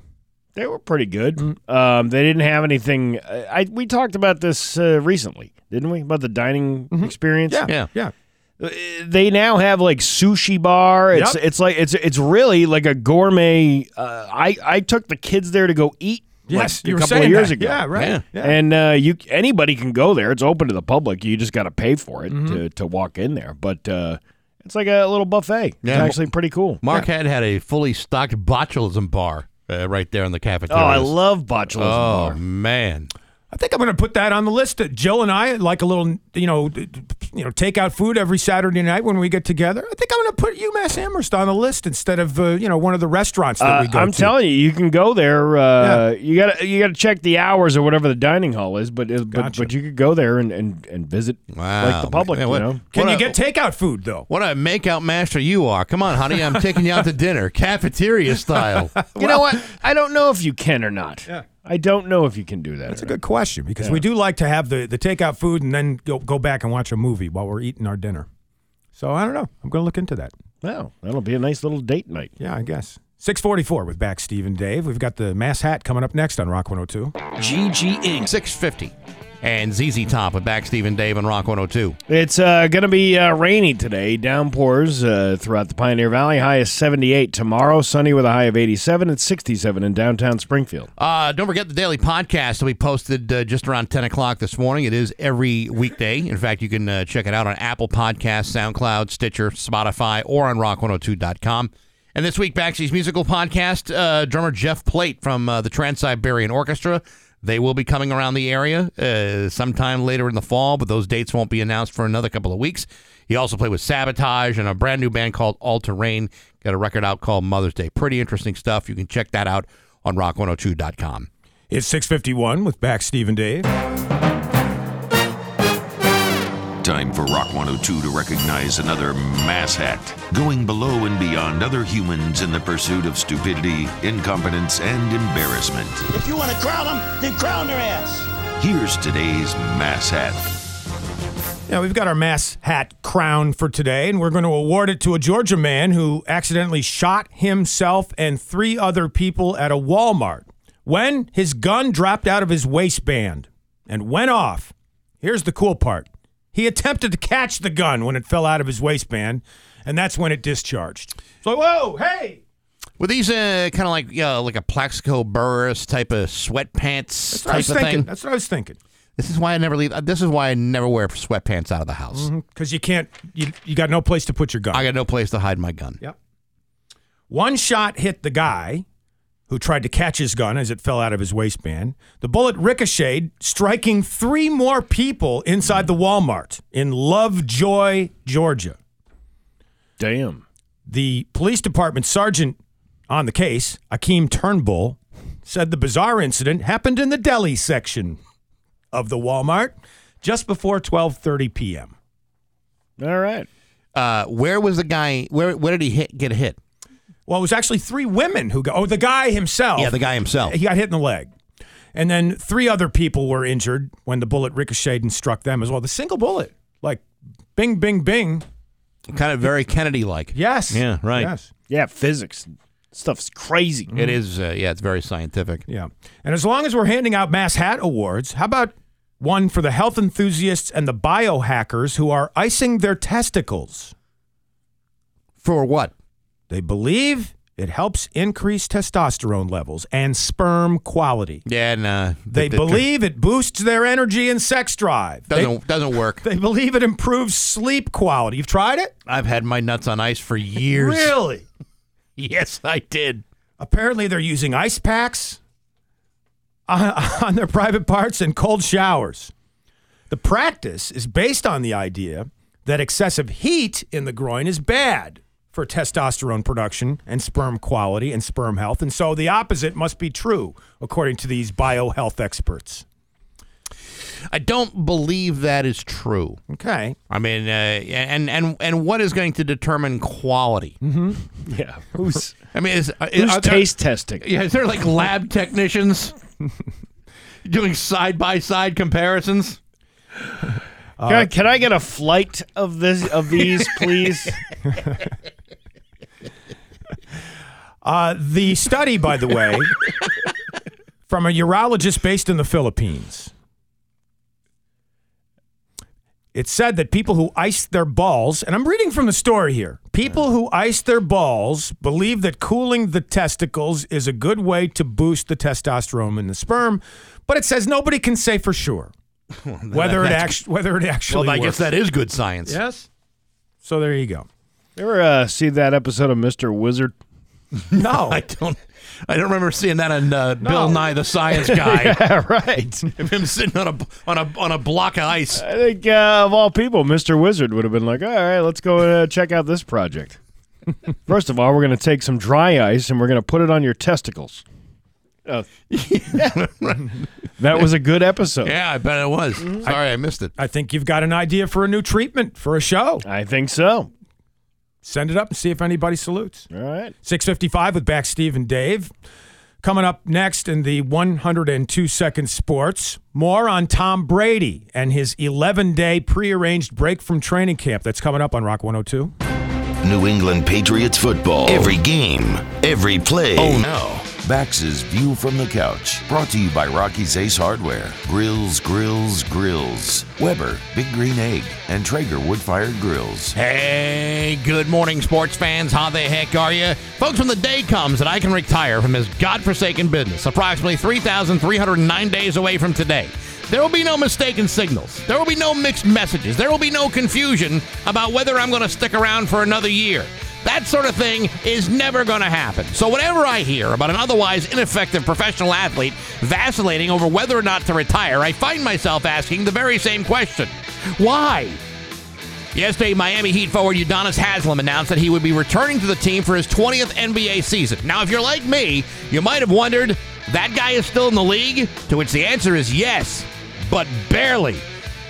B: They were pretty good.
C: Mm.
B: Um, they didn't have anything. I, I we talked about this uh, recently, didn't we? About the dining experience.
A: Yeah.
C: Mm-hmm. Yeah.
B: Uh, They now have like sushi bar. It's
C: Yep.
B: it's like it's it's really like a gourmet. Uh, I I took the kids there to go eat. like,
C: Yes,
B: a
C: you were
B: couple of
C: saying
B: years
C: that.
B: ago.
C: Yeah, right.
A: Yeah.
C: Yeah.
B: And uh, you anybody can go there. It's open to the public. You just got to pay for it
C: Mm-hmm.
B: to, to walk in there. But uh, it's like a little buffet.
A: Yeah.
B: It's actually pretty cool.
A: Marquette had a fully stocked botulism bar uh, right there in the
B: Oh,
A: cafeteria.
B: I love botulism.
A: Oh
B: bar.
A: man,
C: I think I'm going to put that on the list. that Jill and I like a little, you know, d- d- you know, take out food every Saturday night when we get together. I think I'm going to put UMass Amherst on the list instead of uh, you know one of the restaurants that
B: Uh,
C: we go
B: I'm
C: to.
B: telling you, you can go there. Uh,
C: Yeah.
B: You gotta you gotta check the hours or whatever the dining hall is, but it, but,
C: Gotcha.
B: but you could go there and, and, and visit like
A: Wow.
B: the public.
A: Yeah,
B: you
A: what-
B: know,
C: Can
A: What
C: you
A: a-
C: get takeout food though?
A: What a makeout master you are. Come on, honey. I'm taking you out to dinner, cafeteria style.
B: you know what? I don't know if you can or not. Yeah. I don't know if you can do that.
C: That's
B: or
C: a
B: not.
C: good question because we do like to have the, the takeout food and then go, go back and watch a movie while we're eating our dinner. So I don't know. I'm going to look into that.
B: Wow, that'll be a nice little date night.
C: Yeah, I guess. 644 with back Steve and Dave. We've got the Mass Hat coming up next on Rock 102.
D: GG Inc.
A: 650. And ZZ Top with back Steve and Dave and Rock 102.
B: It's uh, going to be uh, rainy today. Downpours uh, throughout the Pioneer Valley. High is 78 tomorrow. Sunny with a high of 87. It's 67 in downtown Springfield.
A: Uh, don't forget the daily podcast that we posted uh, just around 10 o'clock this morning. It is every weekday. In fact, you can uh, check it out on Apple Podcasts, SoundCloud, Stitcher, Spotify, or on rock102.com. And this week, Baxi's musical podcast, uh, drummer Jeff Plate from uh, the Trans Siberian Orchestra. They will be coming around the area uh, sometime later in the fall, but those dates won't be announced for another couple of weeks. He also played with Sabotage and a brand new band called All Terrain. Got a record out called Mother's Day. Pretty interesting stuff. You can check that out on rock102.com.
C: It's 651 with back Steve and Dave.
J: Time for Rock 102 to recognize another mass hat, going below and beyond other humans in the pursuit of stupidity, incompetence, and embarrassment.
K: If you want to crown them, then crown their ass.
J: Here's today's mass hat.
C: Now, we've got our Mass Hat crown for today, and we're going to award it to a Georgia man who accidentally shot himself and three other people at a Walmart when his gun dropped out of his waistband and went off. Here's the cool part he attempted to catch the gun when it fell out of his waistband, and that's when it discharged. So, whoa, hey!
A: Were these uh, kind of like uh, like a Plaxico Burris type of sweatpants
C: That's what I
A: type
C: was
A: of
C: thinking.
A: thing?
C: That's what I was thinking.
A: This is why I never leave. uh, This is why I never wear sweatpants out of the house.
C: Because you can't, you, you got no place to put your gun.
A: I got no place to hide my gun.
C: Yep. One shot hit the guy who tried to catch his gun as it fell out of his waistband. The bullet ricocheted, striking three more people inside the Walmart in Lovejoy, Georgia.
B: Damn.
C: The police department sergeant on the case, Akeem Turnbull, said the bizarre incident happened in the deli section of the Walmart just before 12:30 p.m.
B: All right.
A: Uh, where was the guy? Where where did he hit, get hit?
C: Well, it was actually three women who got. Oh, the guy himself.
A: Yeah, the guy himself.
C: He got hit in the leg. And then three other people were injured when the bullet ricocheted and struck them as well. The single bullet, like bing, bing, bing.
A: Kind of very Kennedy like.
C: Yes.
A: Yeah, right.
C: Yes.
B: Yeah, physics. Stuff's crazy.
A: It is. Uh, yeah, it's very scientific.
C: Yeah. And as long as we're handing out Mass Hat Awards, how about one for the health enthusiasts and the biohackers who are icing their testicles?
A: For what?
C: They believe it helps increase testosterone levels and sperm quality.
A: Yeah, and uh,
C: They
A: the- the-
C: believe it boosts their energy and sex drive. They-
A: doesn't doesn't work.
C: They believe it improves sleep quality. You've tried it?
A: I've had my nuts on ice for years.
C: Really?
A: Yes, I did.
C: Apparently, they're using ice packs on, on their private parts and cold showers. The practice is based on the idea that excessive heat in the groin is bad for testosterone production and sperm quality and sperm health. And so the opposite must be true, according to these biohealth experts.
A: I don't believe that is true.
C: Okay.
A: I mean, uh, and and and what is going to determine quality?
C: Mm-hmm.
B: Yeah. Who's,
A: I mean, is, uh,
B: who's
A: are there-
B: taste testing?
A: Yeah, is there like lab technicians doing side by side comparisons?
B: Can, I, can I get a flight of this of these, please?
C: Uh, the study, by the way, from a urologist based in the Philippines. It said that people who ice their balls, and I'm reading from the story here. People who ice their balls believe that cooling the testicles is a good way to boost the testosterone in the sperm, but it says nobody can say for sure whether it
A: that's-
C: actually whether it actually
A: Well, I guess
C: works.
A: that is good science.
C: yes. So there you go.
B: you ever uh, see that episode of Mr. Wizard?
C: No,
A: I don't. I don't remember seeing that on uh, Bill Nye the Science Guy.
B: Yeah, right.
A: Of him sitting on a on a on a block of ice.
B: I think uh, of all people, Mr. Wizard would have been like, all right, let's go uh, check out this project. First of all, we're going to take some dry ice and we're going to put it on your testicles. Oh. that was a good episode.
A: Yeah, I bet it was.
J: Mm-hmm.
A: Sorry, I, missed it.
C: I think you've got an idea for a new treatment for a show.
B: I think so.
C: Send it up and see if anybody salutes.
B: All right.
C: 655 with back Steve and Dave. Coming up next in the 102 second sports, more on Tom Brady and his 11 day prearranged break from training camp. That's coming up on Rock 102.
J: New England Patriots football. Every game, every play. Oh no. Bax's View from the Couch. Brought to you by Rocky's Ace Hardware. Grills, grills, grills. Weber, Big Green Egg, and Traeger Wood Fired Grills.
A: Hey, good morning, sports fans. How the heck are you? Folks, when the day comes that I can retire from this godforsaken business, approximately 3,309 days away from today, there will be no mistaken signals. There will be no mixed messages. There will be no confusion about whether I'm going to stick around for another year. That sort of thing is never going to happen. So, whenever I hear about an otherwise ineffective professional athlete vacillating over whether or not to retire, I find myself asking the very same question Why? Yesterday, Miami Heat forward Udonis Haslam announced that he would be returning to the team for his 20th NBA season. Now, if you're like me, you might have wondered, that guy is still in the league? To which the answer is yes, but barely.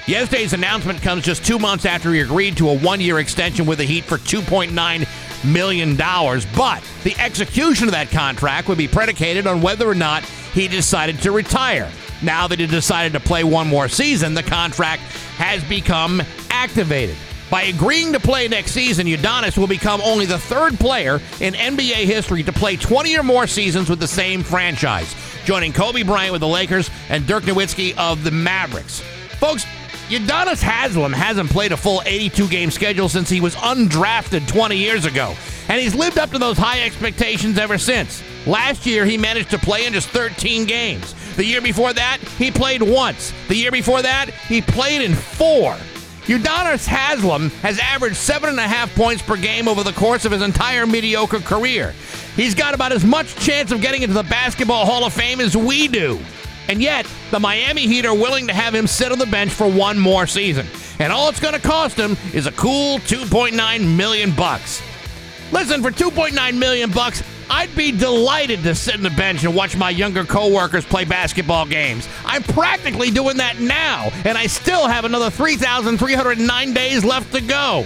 A: Yesterday's announcement comes just two months after he agreed to a one year extension with the Heat for $2.9 million. But the execution of that contract would be predicated on whether or not he decided to retire. Now that he decided to play one more season, the contract has become activated. By agreeing to play next season, Udonis will become only the third player in NBA history to play 20 or more seasons with the same franchise, joining Kobe Bryant with the Lakers and Dirk Nowitzki of the Mavericks. Folks, Udonis Haslam hasn't played a full 82 game schedule since he was undrafted 20 years ago, and he's lived up to those high expectations ever since. Last year, he managed to play in just 13 games. The year before that, he played once. The year before that, he played in four. Udonis Haslam has averaged seven and a half points per game over the course of his entire mediocre career. He's got about as much chance of getting into the Basketball Hall of Fame as we do. And yet, the Miami Heat are willing to have him sit on the bench for one more season. And all it's going to cost him is a cool 2.9 million bucks. Listen, for 2.9 million bucks, I'd be delighted to sit on the bench and watch my younger coworkers play basketball games. I'm practically doing that now, and I still have another 3,309 days left to go.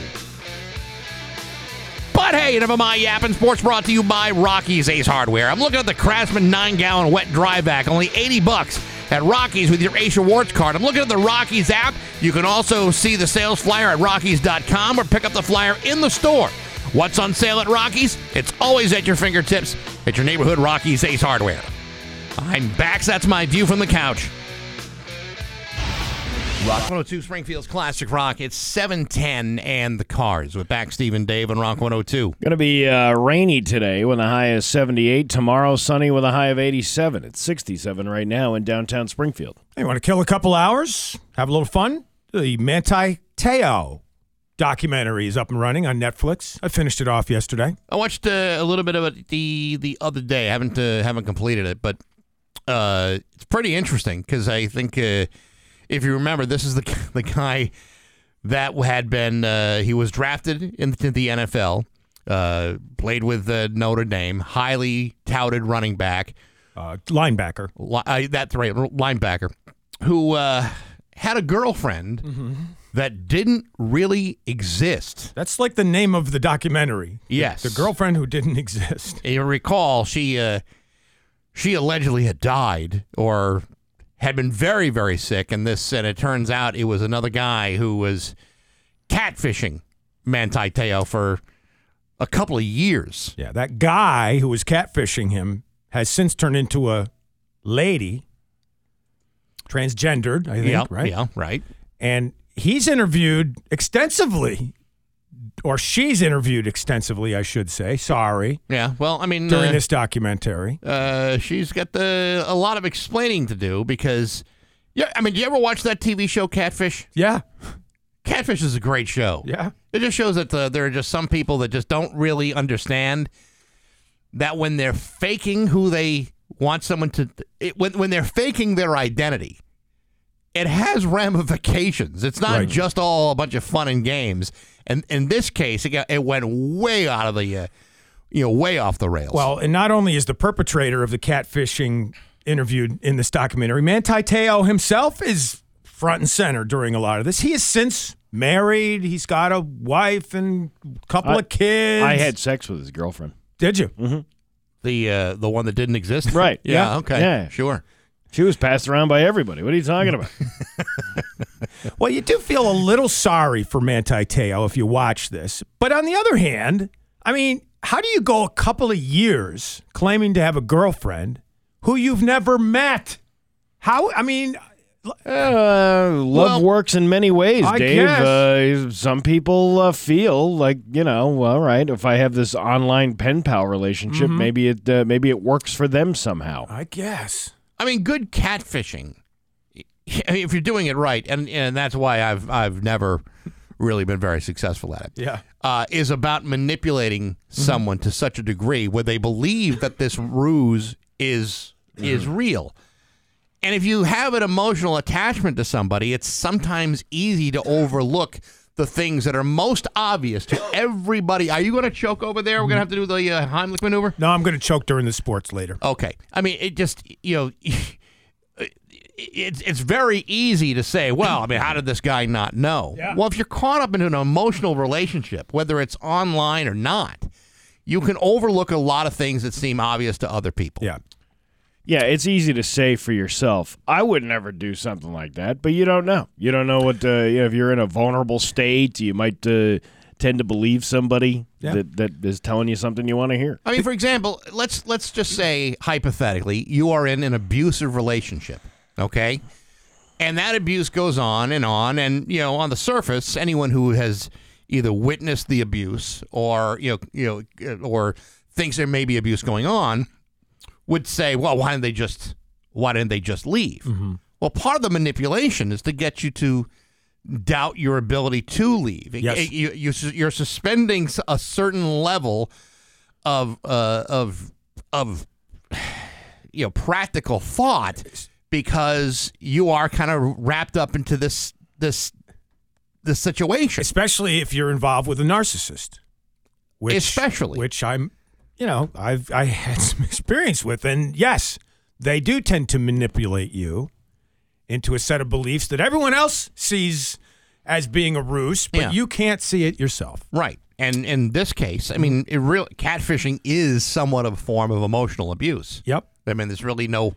A: But hey, never mind yapping. Sports brought to you by Rockies Ace Hardware. I'm looking at the Craftsman 9 gallon wet dry vac, only 80 bucks at Rockies with your Ace Awards card. I'm looking at the Rockies app. You can also see the sales flyer at Rockies.com or pick up the flyer in the store. What's on sale at Rockies? It's always at your fingertips at your neighborhood Rockies Ace Hardware. I'm Bax. That's my view from the couch. Rock 102 Springfield's Classic Rock. It's 710 and the cars with back Stephen Dave and Rock 102.
B: Going to be uh, rainy today with a high of 78. Tomorrow, sunny with a high of 87. It's 67 right now in downtown Springfield.
C: Hey, want to kill a couple hours? Have a little fun? The Manti Teo documentary is up and running on Netflix. I finished it off yesterday.
A: I watched uh, a little bit of it the the other day. I haven't uh, haven't completed it, but uh, it's pretty interesting because I think uh, if you remember, this is the the guy that had been uh, he was drafted into the NFL, uh, played with uh, Notre Dame, highly touted running back.
C: Uh, linebacker.
A: li- uh, that's right, linebacker, who uh, had a girlfriend that didn't really exist.
C: That's like the name of the documentary. The-
A: Yes.
C: The, girlfriend who didn't exist.
A: You recall she uh, she allegedly had died or had been very very sick, and this and it turns out it was another guy who was catfishing Manti Teo for a couple of years.
C: Yeah, that guy who was catfishing him has since turned into a lady, transgendered, I think,
A: yeah,
C: right?
A: yeah, right.
C: And he's interviewed extensively, or she's interviewed extensively, I should say. Sorry.
A: Yeah. Well, I mean,
C: During
A: uh,
C: this documentary.
A: uh, she's got the a lot of explaining to do because, yeah. I mean, do you ever watch that TV show Catfish?
C: Yeah.
A: Catfish is a great show.
C: Yeah.
A: It just shows that uh, there are just some people that just don't really understand that when they're faking who they want someone to, it, when, when they're faking their identity, it has ramifications. It's not just all a bunch of fun and games. And in this case, it, got, it went way out of the, uh, you know, way off the rails.
C: Well, and not only is the perpetrator of the catfishing interviewed in this documentary, Manti Te'o himself is front and center during a lot of this. He is since married. He's got a wife and a couple
B: I-
C: of kids.
B: I had Mm-hmm. sex with his girlfriend.
C: Did you?
A: the uh, the one that didn't exist.
B: Right.
A: Yeah. Okay.
B: Yeah.
A: Sure.
B: She was passed around by everybody. What are you talking about?
C: Well, you do feel a little sorry for Manti Te'o if you watch this. But on the other hand, I mean, how do you go a couple of years claiming to have a girlfriend who you've never met? How, I mean,
B: Uh, love
C: Well,
B: works in many ways,
C: I
B: Dave.
C: guess.
B: Uh, some people uh, feel like you know, all right, if I have this online pen pal relationship,
C: Mm-hmm.
A: Mhm.
B: maybe it uh, maybe it works for them somehow.
C: I guess.
A: I mean, good catfishing. I mean, if you're doing it right, and and that's why I've I've never really been very successful at it.
C: Yeah.
A: Uh, is about manipulating someone to such a degree where they believe that this ruse is is real. And if you have an emotional attachment to somebody, it's sometimes easy to overlook the things that are most obvious to everybody. Are you going to choke over there? We're going to have to do the uh, Heimlich maneuver.
C: No, I'm going to choke during the sports later.
A: Okay. I mean, it just you know, it's it's very easy to say, well, I mean, how did this guy not know? Well, if you're caught up in an emotional relationship, whether it's online or not, you can overlook a lot of things that seem obvious to other people.
C: Yeah.
B: Yeah, it's easy to say for yourself. I would never do something like that, but you don't know. You don't know what uh, you know, if you're in a vulnerable state. You might uh, tend to believe somebody
A: Yeah. Mm-hmm.
B: that that is telling you something you want to hear.
A: I mean, for example, let's let's just say hypothetically, you are in an abusive relationship, okay? And that abuse goes on and on and you know, on the surface, anyone who has either witnessed the abuse or, you know, you know, uh, or thinks there may be abuse going on would say, "Well, why didn't they just why didn't they just leave?" Well, part of the manipulation is to get you to doubt your ability to leave. It-
C: Yes.
A: it- you, you, sus- you're suspending s- a certain level of uh, of of you know practical thought because you are kind of wrapped up into this this this situation.
C: Especially if you're involved with a narcissist. Which, Especially. Which I'm, you know, I've I had some experience with. And yes, they do tend to manipulate you into a set of beliefs that everyone else sees as being a ruse, but
A: Yeah.
C: you can't see it yourself.
A: Right. And in this case, I mean, it real catfishing is somewhat of a form of emotional abuse.
C: Yep.
A: I mean, there's really no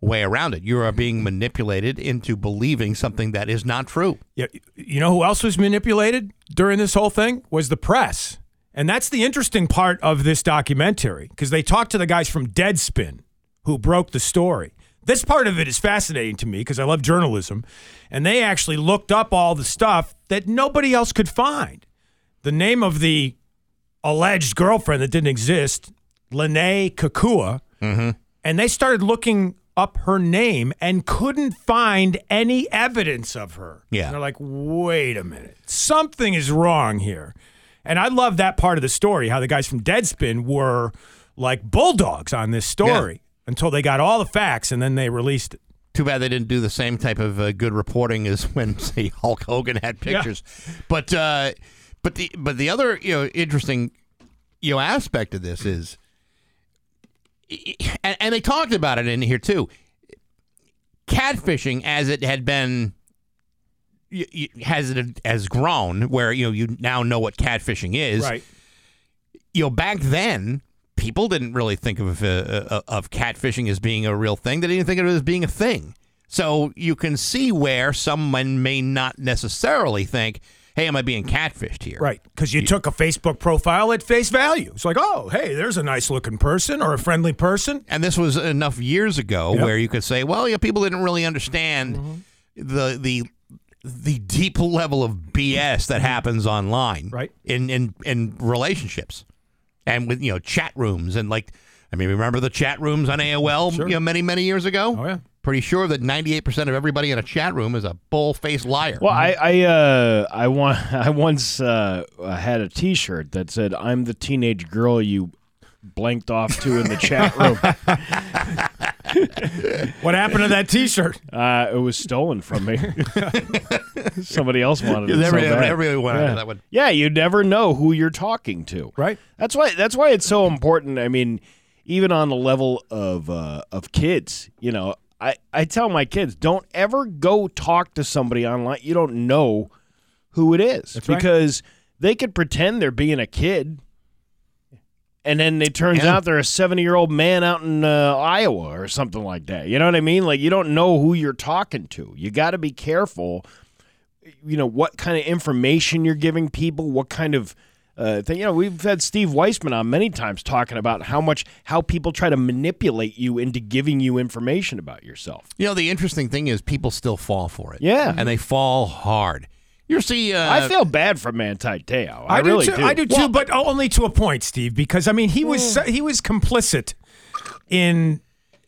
A: way around it. You are being manipulated into believing something that is not true.
C: Yeah, you know who else was manipulated during this whole thing was the press, and that's the interesting part of this documentary because they talked to the guys from Deadspin who broke the story. This part of it is fascinating to me because I love journalism, and they actually looked up all the stuff that nobody else could find. The name of the alleged girlfriend that didn't exist, Lene Kakua, and they started looking up her name and couldn't find any evidence of her.
A: Yeah.
C: And they're like, wait a minute, something is wrong here. And I love that part of the story, how the guys from Deadspin were like bulldogs on this story until they got all the facts and then they released it.
A: Too bad they didn't do the same type of uh, good reporting as when, say, Hulk Hogan had
C: Yeah.
A: pictures. But uh, but the but the other you know interesting you know aspect of this is, and, and they talked about it in here too. Catfishing, as it had been, y- y- has it has grown where you know you now know what catfishing is.
C: Right.
A: you know, back then, people didn't really think of uh, uh, of catfishing as being a real thing. They didn't think of it as being a thing. So you can see where someone may not necessarily think, "Hey, am I being catfished here?"
C: Right. Because you took a Facebook profile at face value. It's like, oh, hey, there's a nice looking person or a friendly person.
A: And this was enough years ago
C: Yep. Mm-hmm.
A: where you could say, "Well, yeah, people didn't really understand the the." The deep level of BS that happens online,
C: Mm-hmm. Right.
A: In in in relationships, and with you know chat rooms and like, I mean, remember the chat rooms on AOL, you know, many many years ago.
C: Oh yeah.
A: pretty sure that 98% of everybody in a chat room is a bull-faced liar.
B: Well, I I uh, I want I once uh, had a T-shirt that said "I'm the teenage girl you blanked off to in the chat room.
C: What happened to that T-shirt?
B: Uh, it was stolen from me. Somebody else wanted it.
A: Yeah,
B: so
A: every-
B: bad.
A: every- everyone
B: yeah.
A: wanted that one.
B: Yeah, you never know who you're talking to.
C: Right.
B: That's why. That's why it's so important. I mean, even on the level of uh, of kids, you know, I I tell my kids don't ever go talk to somebody online. You don't know who it is
C: right.
B: because they could pretend they're being a kid. And then it turns
A: Yeah.
B: out they're a 70 year old man out in uh, Iowa or something like that. You know what I mean? Like, you don't know who you're talking to. You got to be careful, you know, what kind of information you're giving people, what kind of. Uh, thing. You know, we've had Steve Weisman on many times talking about how much how people try to manipulate you into giving you information about yourself.
A: You know, the interesting thing is people still fall for it.
B: Yeah.
A: And they fall hard. You see, uh,
B: I feel bad for Manti Te'o. I,
C: do
B: really
C: too. I do too,
B: Well,
C: but only to a point, Steve, because I mean he was
A: Hmm.
C: he was complicit in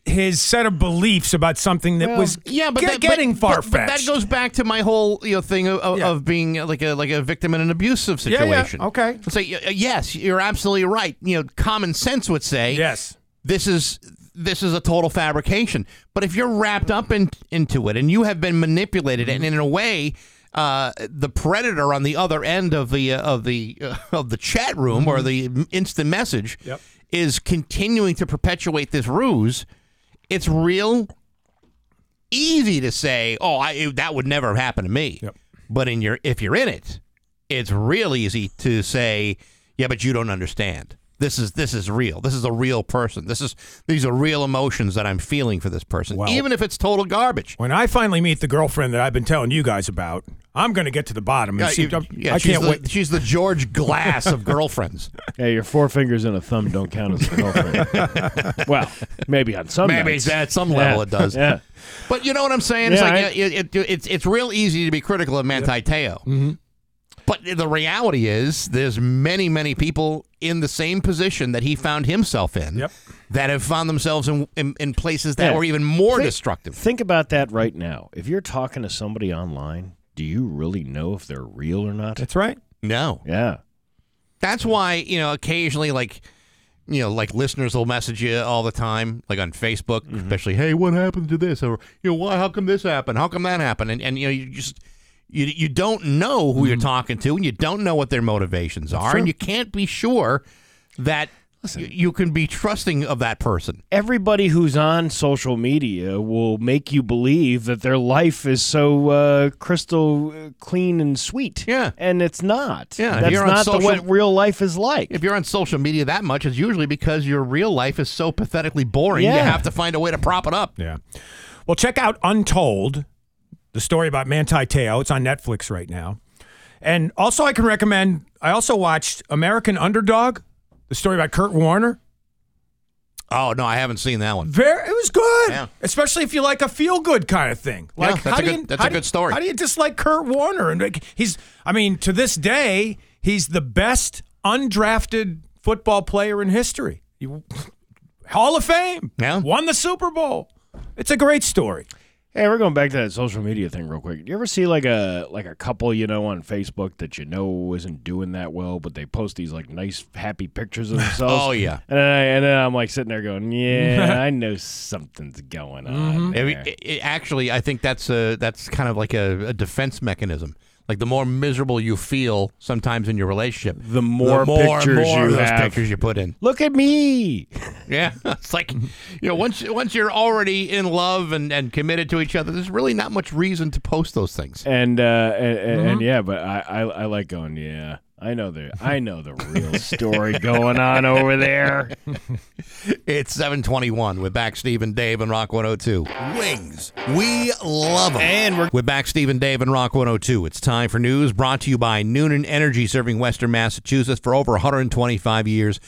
C: his set of beliefs about something that was
A: yeah, but
C: ge-
A: that, but-
C: getting
A: but-
C: far
A: but
C: fetched.
A: That goes back to my whole you know thing of, of,
C: Yeah.
A: of being uh, like a like a victim in an abusive
C: Yeah, yeah,
A: situation.
C: okay.
A: So y- uh, yes, you're absolutely right. You know, common sense would say
C: Yes.
A: this is this is a total fabrication. But if you're wrapped up in, into it and you have been manipulated,
C: Mm-hmm.
A: and in a way, uh, the predator on the other end of the uh, of the uh, of the chat room or the m- instant message
C: Mm-hmm. Yep.
A: is continuing to perpetuate this ruse. It's real easy to say, "Oh, I, it- that would never have happened to me."
C: Yep.
A: But in your if you're in it, it's real easy to say, "Yeah, but you don't understand. This is this is real. This is a real person. This is these are real emotions that I'm feeling for this person,
C: Well-
A: even if it's total garbage."
C: When I finally meet the girlfriend that I've been telling you guys about, I'm going to get to the bottom. And
A: Yeah,
C: see,
A: you-
C: I'm-
A: yeah,
C: I
A: she's
C: can't
A: the,
C: wait.
A: She's the George Glass of girlfriends.
B: Yeah, your four fingers and a thumb don't count as a girlfriend. well, maybe on some
A: Maybe
B: nights.
A: at some level
B: Yeah,
A: it does.
B: Yeah.
A: But you know what I'm saying? It's
B: Yeah,
A: like
B: I-
A: yeah, it, it- it's it's real easy to be critical of Manti Te'o.
B: Mm-hmm.
A: But the reality is, there's many many people in the same position that he found himself in
C: Yep.
A: that have found themselves in in, in places that
B: Yeah.
A: were even more
B: Think-
A: destructive.
B: Think about that right now. If you're talking to somebody online, do you really know if they're real or not?
C: That's right.
A: No,
B: Yeah.
A: that's why you know occasionally like. You know, like listeners will message you all the time, like on Facebook, especially, "Hey, what happened to this?" or "You know, why? How come this happened? How come that happened?" And and you know, you just you you don't know who you're talking to, and you don't know what their motivations are, and you can't be sure that y- you can be trusting of that person.
B: Everybody who's on social media will make you believe that their life is so uh, crystal uh, clean and sweet.
A: Yeah.
B: And it's not.
A: Yeah, if
B: That's
A: you're on
B: not the,
A: social-
B: what real life is like.
A: If you're on social media that much, it's usually because your real life is so pathetically boring. You
B: Yeah.
A: have to find a way to prop it up.
C: Yeah. Well, check out Untold, the story about Manti Te'o. It's on Netflix right now. And also, I can recommend. I also watched American Underdog, the story about Kurt Warner.
A: Oh no, I haven't seen that one.
C: Very, it was good,
A: Yeah.
C: especially if you like a feel good kind of thing.
A: Yeah,
C: Like,
A: that's
C: how
A: a
C: do
A: good-
C: you,
A: that's
C: how
A: a
C: do
A: good
C: you-
A: story.
C: How do you dislike Kurt Warner? And like, he's, I mean, to this day, he's the best undrafted football player in history. You- Hall of Fame.
A: Yeah.
C: won the Super Bowl. It's a great story.
B: Hey, we're going back to that social media thing real quick. Do you ever see like a like a couple you know on Facebook that you know isn't doing that well, but they post these like nice happy pictures of themselves?
A: Oh, yeah.
B: and then, I, and then I'm like sitting there going, yeah, I know something's going on.
A: I mean,
B: there."
A: it, it- actually, I think that's a that's kind of like a, a defense mechanism. Like the more miserable you feel sometimes in your relationship,
B: The more pictures
A: more of
B: you
A: those
B: have.
A: pictures you put in.
B: Look at me.
A: Yeah, it's like you know once once you're already in love and, and committed to each other, there's really not much reason to post those things.
B: And uh, and, and,
C: Mm-hmm.
B: and yeah, but I, I I like going. Yeah, I know the I know the real story going on over there.
A: It's 721. We're back, Steve and Dave and Rock 102. Wings. We love them. And we're, we're back, Steve and Dave and Rock 102. It's time for news brought to you by Noonan Energy, serving Western Massachusetts for over 125 years.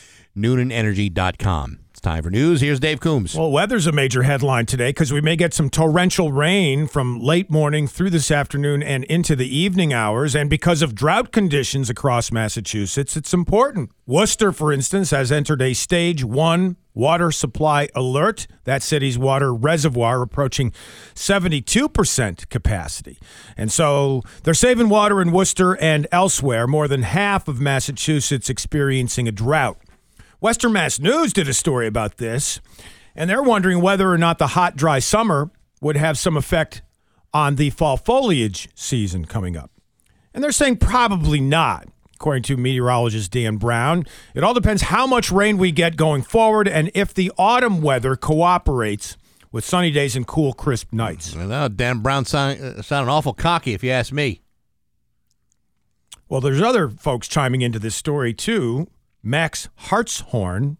A: NoonanEnergy.com. It's time for news. Here's Dave Coombs.
C: Well, weather's a major headline today because we may get some torrential rain from late morning through this afternoon and into the evening hours. And because of drought conditions across Massachusetts, it's important. Worcester, for instance, has entered a stage one water supply alert. That city's water reservoir approaching 72% capacity. And so they're saving water in Worcester and elsewhere, more than half of Massachusetts experiencing a drought. Western Mass News did a story about this, and they're wondering whether or not the hot, dry summer would have some effect on the fall foliage season coming up. And they're saying probably not, according to meteorologist Dan Brown. It all depends how much rain we get going forward and if the autumn weather cooperates with sunny days and cool, crisp nights.
A: Well, Dan Brown sound, uh, sounded awful cocky, if you ask me.
C: Well, there's other folks chiming into this story too. Max Hartshorn,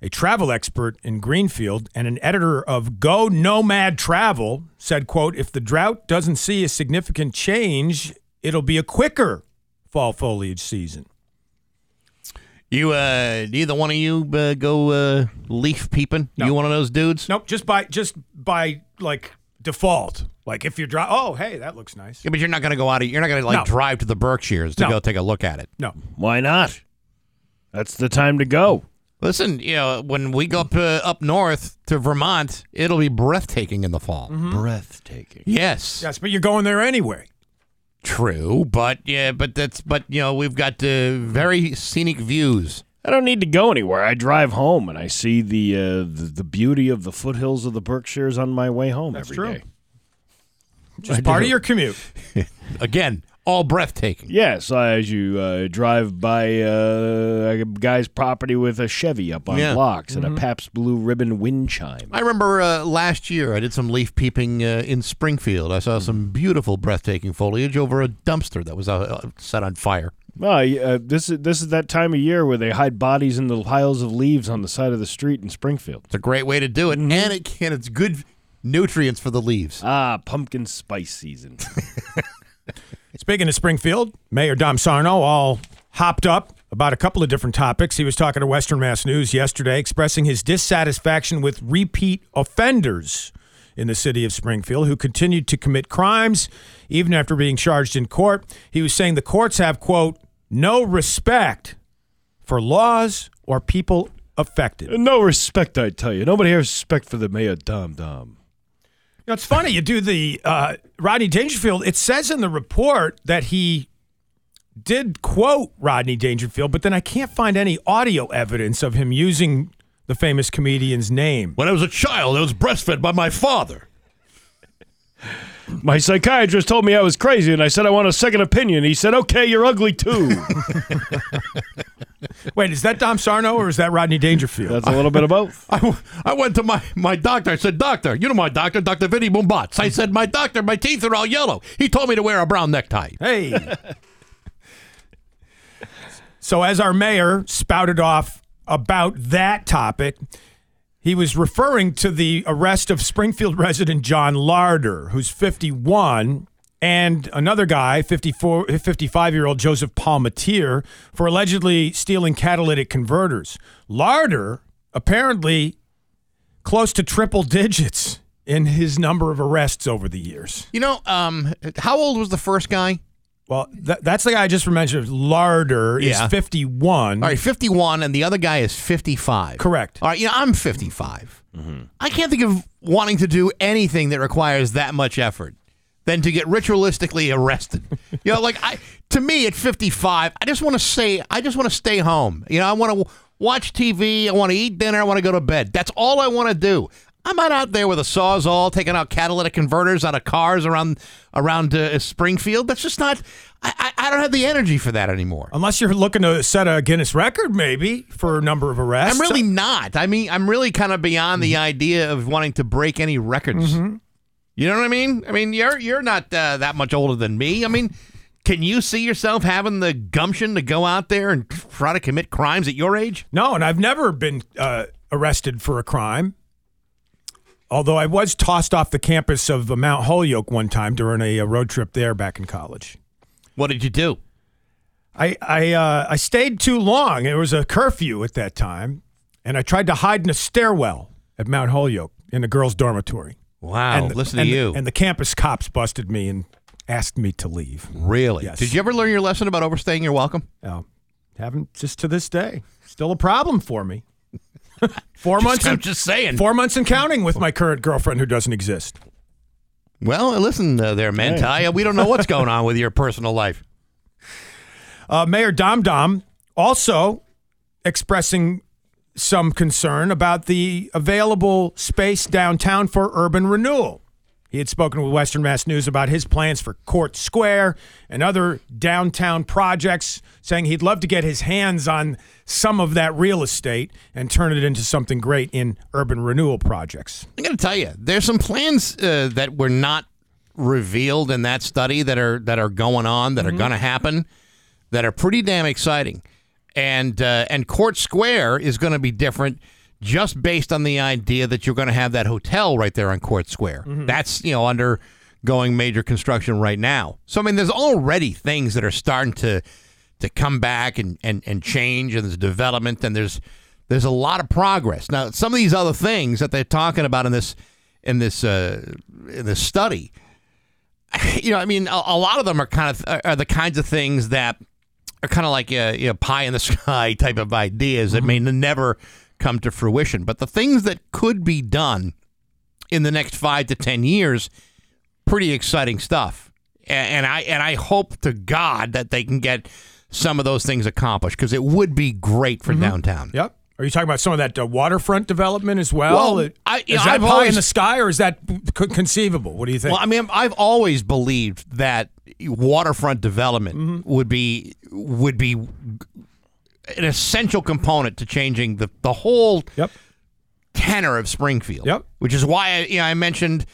C: a travel expert in Greenfield and an editor of Go Nomad Travel, said, quote, if the drought doesn't see a significant change, it'll be a quicker fall foliage season.
A: You, uh, do either one of you uh, go uh, leaf peeping? You one of those dudes?
C: Nope, just by just by like default. Like if you're dry, oh hey, that looks nice.
A: Yeah, but you're not going to go out. Of, you're not going to like
C: No.
A: drive to the Berkshires to
C: No.
A: go take a look at it.
C: No.
B: Why not? That's the time to go.
A: Listen, you know, when we go up uh, up north to Vermont, it'll be breathtaking in the fall.
B: Breathtaking.
A: Yes,
C: Yes, but you're going there anyway.
A: true, but yeah, but that's but you know we've got uh, very scenic views.
B: I don't need to go anywhere. I drive home and I see the uh, the, the beauty of the foothills of the Berkshires on my way home
C: That's
B: every
C: true.
B: day.
C: Just
B: I
C: part
B: do.
C: of your commute.
A: Again, all breathtaking.
B: Yeah, so as you uh, drive by uh, a guy's property with a Chevy up on
A: Yeah.
B: blocks
C: Mm-hmm.
B: and a Pabst Blue Ribbon wind chime.
A: I remember uh, last year I did some leaf peeping uh, in Springfield. I saw some beautiful, breathtaking foliage over a dumpster that was uh, set on fire.
B: Well, I- uh, this is this is that time of year where they hide bodies in the piles of leaves on the side of the street in Springfield.
A: It's a great way to do it, and it can. It's good nutrients for the leaves.
B: Ah, pumpkin spice season.
C: Speaking of Springfield, Mayor Dom Sarno all hopped up about a couple of different topics. He was talking to Western Mass News yesterday, expressing his dissatisfaction with repeat offenders in the city of Springfield who continued to commit crimes even after being charged in court. He was saying the courts have, quote, no respect for laws or people affected. You
B: no respect, I tell you. Nobody has respect for the mayor, Dom Dom.
C: know, it's funny, you do the uh, Rodney Dangerfield, it says in the report that he did quote Rodney Dangerfield, but then I can't find any audio evidence of him using the famous comedian's name.
A: When I was a child, I was breastfed by my father.
B: My psychiatrist told me I was crazy, and I said I want a second opinion. He said, "Okay, you're ugly too."
C: Wait, is that Dom Sarno or is that Rodney Dangerfield?
B: That's a little bit of both.
A: I, w- I went to my, my doctor. I said, Doctor, you know my doctor, Dr. Vinny Bumbatz. I said, My doctor, my teeth are all yellow. He told me to wear a brown necktie.
C: Hey. so, as our mayor spouted off about that topic, he was referring to the arrest of Springfield resident John Larder, who's 51, and another guy, 54, 55 year old Joseph Palmatier, for allegedly stealing catalytic converters. Larder apparently close to triple digits in his number of arrests over the years.
A: You know, um, how old was the first guy?
C: Well, th- that's the guy I just mentioned. Larder
A: Yeah.
C: is 51.
A: All right, 51, and the other guy is 55.
C: Correct.
A: All right, you know, I'm 55. I can't think of wanting to do anything that requires that much effort than to get ritualistically arrested. you know, like I to me at 55, I just want to say I just want to stay home. You know, I want to w- watch TV, I want to eat dinner, I want to go to bed. That's all I want to do. I'm not out there with a sawzall taking out catalytic converters out of cars around around uh, Springfield. That's just not. I, I I don't have the energy for that anymore.
C: Unless you're looking to set a Guinness record, maybe, for a number of arrests.
A: I'm really not. I mean, I'm really kind of beyond the idea of wanting to break any records. You know what I mean? I mean, you're you're not uh, that much older than me. I mean, can you see yourself having the gumption to go out there and try to commit crimes at your age?
C: No, and I've never been uh, arrested for a crime. Although I was tossed off the campus of uh, Mount Holyoke one time during a, uh road trip there back in college.
A: What did you do?
C: I I, uh, I stayed too long. It was a curfew at that time, and I tried to hide in a stairwell at Mount Holyoke in the girls' dormitory.
A: Wow,
C: the-
A: listen to
C: and the-
A: you.
C: and the campus cops busted me and asked me to leave.
A: really?
C: Yes.
A: Did you ever learn your lesson about overstaying your welcome?
C: Now, haven't just to this day. Still a problem for me. four months.
A: I'm
C: and-
A: just saying.
C: Four months and counting with my current girlfriend who doesn't exist.
A: Well, listen uh, there, Manti. We don't know what's going on with your personal life.
C: Uh, Mayor Dom Dom also expressing some concern about the available space downtown for urban renewal. He had spoken with Western Mass News about his plans for Court Square and other downtown projects, saying he'd love to get his hands on some of that real estate and turn it into something great in urban renewal projects.
A: I got to tell you, there's some plans uh, that were not revealed in that study that are that are going on that are going to happen that are pretty damn exciting. And uh, and Court Square is going to be different just based on the idea that you're going to have that hotel right there on Court Square. That's you know undergoing major construction right now. So I mean, there's already things that are starting to to come back and, and, and change and there's development and there's there's a lot of progress. Now some of these other things that they're talking about in this in this uh, in this study, you know, I mean, a, a lot of them are kind of uh, are the kinds of things that are kind of like uh you know, pie in the sky type of ideas that may n- never come to fruition. But the things that could be done in the next five to ten years, pretty exciting stuff. A- And, I and I hope to God that they can get some of those things accomplished because it would be great for downtown.
C: Yep. Are you talking about some of that uh, waterfront development as well?
A: Well, I-
C: is
A: you know,
C: that
A: I've
C: pie in
A: always-
C: the sky or is that c- conceivable? What do you think?
A: Well, I mean, I've always believed that waterfront development
C: Mm-hmm.
A: would be would be an essential component to changing the the whole tenor of Springfield. Yep. Which is why I, you know, I mentioned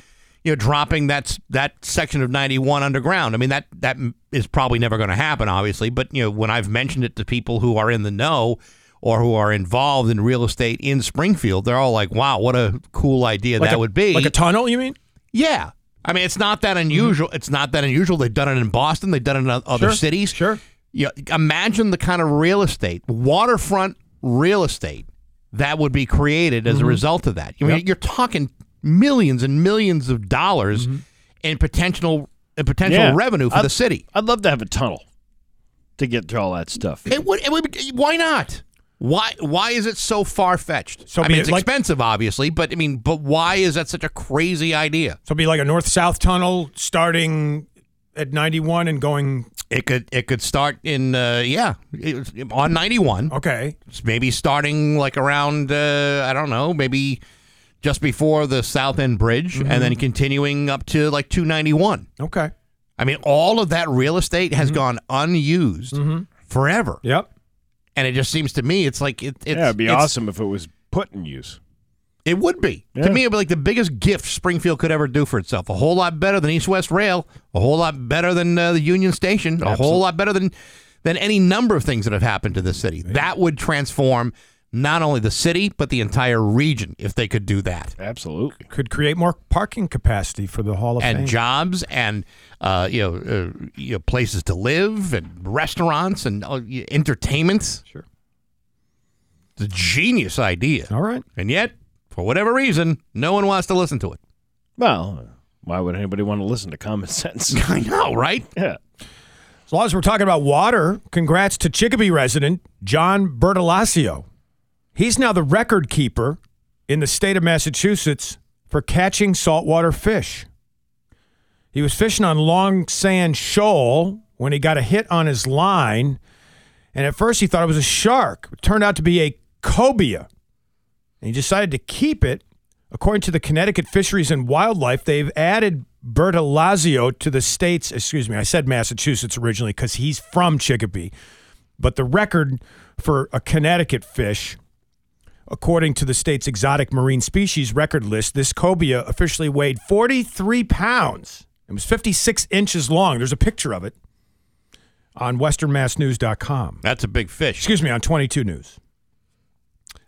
A: you know dropping that s- that section of 91 underground. I mean that that m- is probably never going to happen obviously, but you know when I've mentioned it to people who are in the know or who are involved in real estate in Springfield, they're all like, "Wow, what a cool idea
C: Like
A: that
C: a-
A: would be."
C: like a tunnel, you mean?
A: Yeah. I mean, it's not that unusual. It's not that unusual. They've done it in Boston. They've done it in o- other
C: Mm-hmm. Sure,
A: cities. Sure. Yeah. Imagine the kind of real estate, waterfront real estate that would be created as a result of that. I mean,
C: Mm-hmm. Yep.
A: you're talking millions and millions of dollars
C: Mm-hmm.
A: in potential in potential
B: Yeah.
A: revenue for
B: I'd-
A: the city.
B: I'd love to have a tunnel to get to all that stuff.
A: It would. It would. be- Why not? Why? Why is it so far fetched?
C: So
A: I mean,
C: be-
A: it's
C: like-
A: expensive, obviously, but I mean, but why is that such a crazy idea?
C: So it'd be like a north south tunnel starting at 91 and going.
A: It could it could start in uh, yeah it- on ninety one.
C: Okay,
A: maybe starting like around uh, I don't know maybe just before the South End Bridge, and
B: Mm-hmm.
A: then continuing up to like two ninety one.
C: Okay,
A: I mean all of that real estate
B: Mm-hmm.
A: has gone unused forever.
C: Yep,
A: and it just seems to me it's like it, it's
B: yeah, it'd be
A: it's-
B: awesome if it was put in use.
A: It would be. To me, it'd be like the biggest gift Springfield could ever do for itself. A whole lot better than East West Rail, a whole lot better than uh, the Union Station, a whole lot better than than any number of things that have happened to the city. That would transform not only the city but the entire region if they could do that.
B: Absolutely.
C: could create more parking capacity for the Hall of
A: And
C: Fame.
A: jobs and uh, you know uh, you know places to live and restaurants and uh, y- entertainment. Sure. It's a genius idea.
C: All right.
A: And yet, for whatever reason, no one wants to listen to it.
B: Well, uh, why would anybody want to listen to common sense?
A: I know, right?
B: Yeah.
C: as long as we're talking about water, congrats to Chicopee resident John Bertolacio. He's now the record keeper in the state of Massachusetts for catching saltwater fish. He was fishing on Long Sand Shoal when he got a hit on his line, and at first he thought it was a shark. It turned out to be a cobia, and he decided to keep it. According to the Connecticut Fisheries and Wildlife, they've added Bertolazio to the state's, excuse me, I said Massachusetts originally because he's from Chicopee, but the record for a Connecticut fish, according to the state's exotic marine species record list, this cobia officially weighed 43 pounds. It was 56 inches long. There's a picture of it on westernmassnews.com.
A: That's a big fish.
C: Excuse me, on 22 News.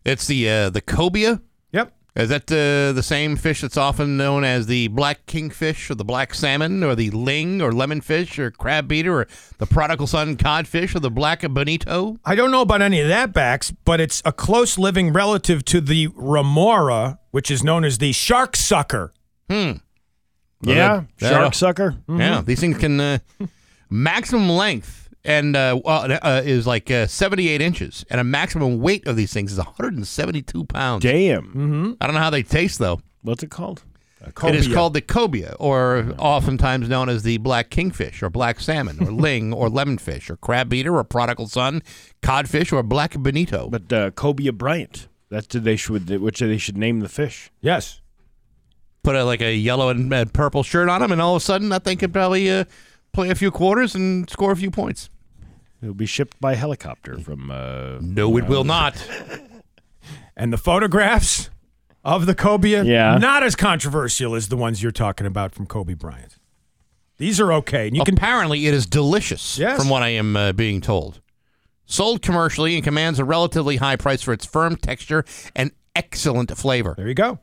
A: It's the uh, the cobia.
C: Yep.
A: Is that uh, the same fish that's often known as the black kingfish or the black salmon or the ling or lemonfish or crab beater or the prodigal son codfish or the black bonito?
C: I don't know about any of that, Bax, but it's a close living relative to the remora, which is known as the shark sucker.
A: Hmm.
B: Yeah. Hmm.
A: That-
B: Shark sucker.
A: Yeah, these things can uh, maximum length and uh, uh, uh, is like uh, 78 inches, and a maximum weight of these things is 172 pounds.
B: Damn.
A: I don't know how they taste though.
B: What's it called? A
A: It is called the Mm-hmm. Uh, cobia, or oftentimes known as the black kingfish, or black salmon, or ling, or lemonfish, or crab eater, or prodigal son, codfish, or black bonito.
B: But uh, Kobe Bryant. That's what they should which they should name the fish.
C: Yes.
A: Put a, like a yellow and uh, purple shirt on him, and all of a sudden, I think could probably uh, play a few quarters and score a few points.
B: It'll be shipped by helicopter from. Uh,
A: no, it will not.
C: and the photographs of the cobia,
B: Yeah.
C: not as controversial as the ones you're talking about from Kobe Bryant. These are okay. And you can
A: Apparently, it is delicious,
C: Yes.
A: from what I am uh, being told. Sold commercially and commands a relatively high price for its firm texture and excellent flavor.
C: There you go.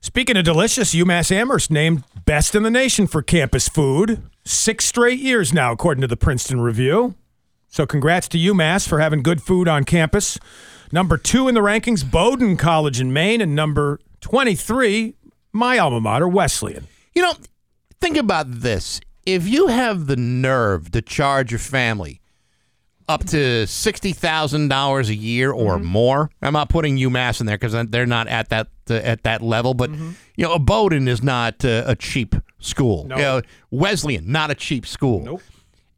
C: Speaking of delicious, UMass Amherst named best in the nation for campus food six straight years now, according to the Princeton Review. So, congrats to UMass for having good food on campus. Number two in the rankings, Bowdoin College in Maine, and number 23, my alma mater, Wesleyan.
A: You know, think about this. If you have the nerve to charge your family up to $60,000 a year or
C: Mm-hmm.
A: more, I'm not putting UMass in there because they're not at that uh, at that level, but
C: Mm-hmm.
A: you know, a Bowdoin is not uh, a cheap school.
C: No.
A: You know, Wesleyan, not a cheap school. Nope.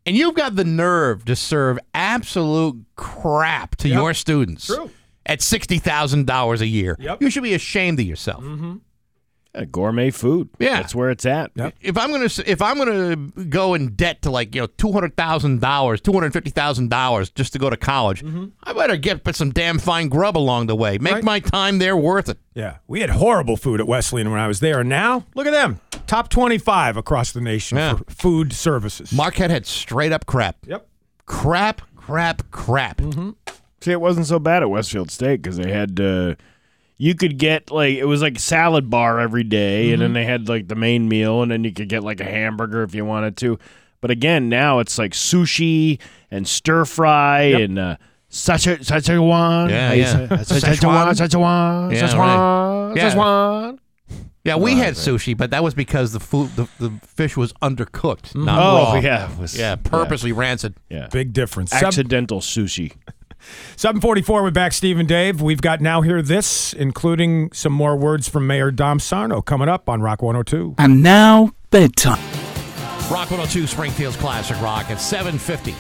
A: And you've got the nerve to serve absolute crap to your students
C: True.
A: at $60,000 a year.
C: Yep.
A: You should be ashamed of yourself.
B: Yeah, gourmet food.
A: Yeah.
B: That's where it's at.
A: if I'm gonna if I'm gonna go in debt to like you know two hundred thousand dollars, two hundred fifty thousand dollars just to go to college,
B: Mm-hmm.
A: I better get but some damn fine grub along the way. Make my time there worth it.
C: Yeah, we had horrible food at Wesleyan when I was there. And now, look at them top 25 across the nation
A: Yeah.
C: for food services.
A: Marquette had straight up crap,
C: Yep.
A: crap, crap, crap.
B: Mm-hmm. See, it wasn't so bad at Westfield State because they had. Uh, you could get like it was like salad bar every day, and
A: Mm-hmm.
B: then they had like the main meal, and then you could get like a hamburger if you wanted to. But again, now it's like sushi and stir fry and uh, Sacha- Sachewan.
A: Yeah,
B: I-
A: yeah.
B: Sachewan, Sachewan,
A: Yeah,
B: Sachewan,
A: right. Yeah.
B: Sachewan.
A: Yeah, we had sushi, but that was because the food the, the fish was undercooked, not
B: Oh,
A: raw.
B: yeah, it was-
A: yeah, purposely rancid.
B: Yeah.
C: Big difference. Sub-
B: Accidental sushi.
C: 744 with back Steve and Dave. We've got now here this, including some more words from Mayor Dom Sarno coming up on Rock 102.
L: And now, bedtime.
A: Rock 102 Springfield's Classic Rock at seven fifty,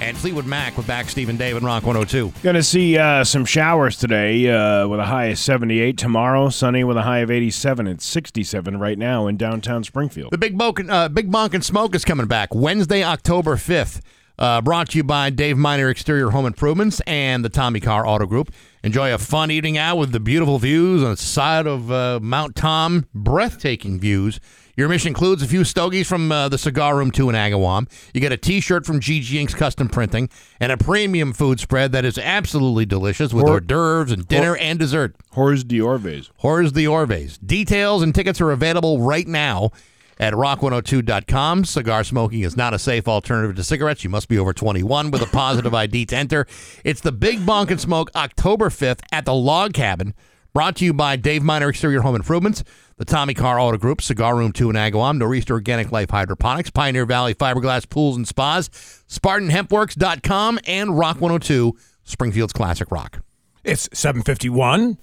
A: and Fleetwood Mac with back Stephen Dave and Rock 102.
B: Gonna see uh, some showers today uh, with a high of 78. Tomorrow, sunny with a high of 87. It's 67 right now in downtown Springfield.
A: The Big Bonk, uh, Big Bonk and Smoke is coming back Wednesday, October 5th. Uh, brought to you by Dave Miner Exterior Home Improvements and the Tommy Car Auto Group. Enjoy a fun evening out with the beautiful views on the side of uh, Mount Tom, breathtaking views. Your mission includes a few stogies from uh, the Cigar Room 2 in Agawam. You get a t shirt from GG Inc.'s custom printing and a premium food spread that is absolutely delicious with
B: Hor-
A: hors d'oeuvres and dinner
B: hor-
A: and dessert.
B: Hors d'Orves.
A: Horrors of the Orves. Details and tickets are available right now at rock102.com. Cigar smoking is not a safe alternative to cigarettes. You must be over 21 with a positive ID to enter. It's the Big Bonk and Smoke October 5th at the Log Cabin. Brought to you by Dave Miner Exterior Home Improvements, the Tommy Car Auto Group, Cigar Room 2 in Agawam, Nor'easter Organic Life Hydroponics, Pioneer Valley Fiberglass Pools and Spas, SpartanHempWorks.com, and Rock 102, Springfield's Classic Rock.
C: It's 751.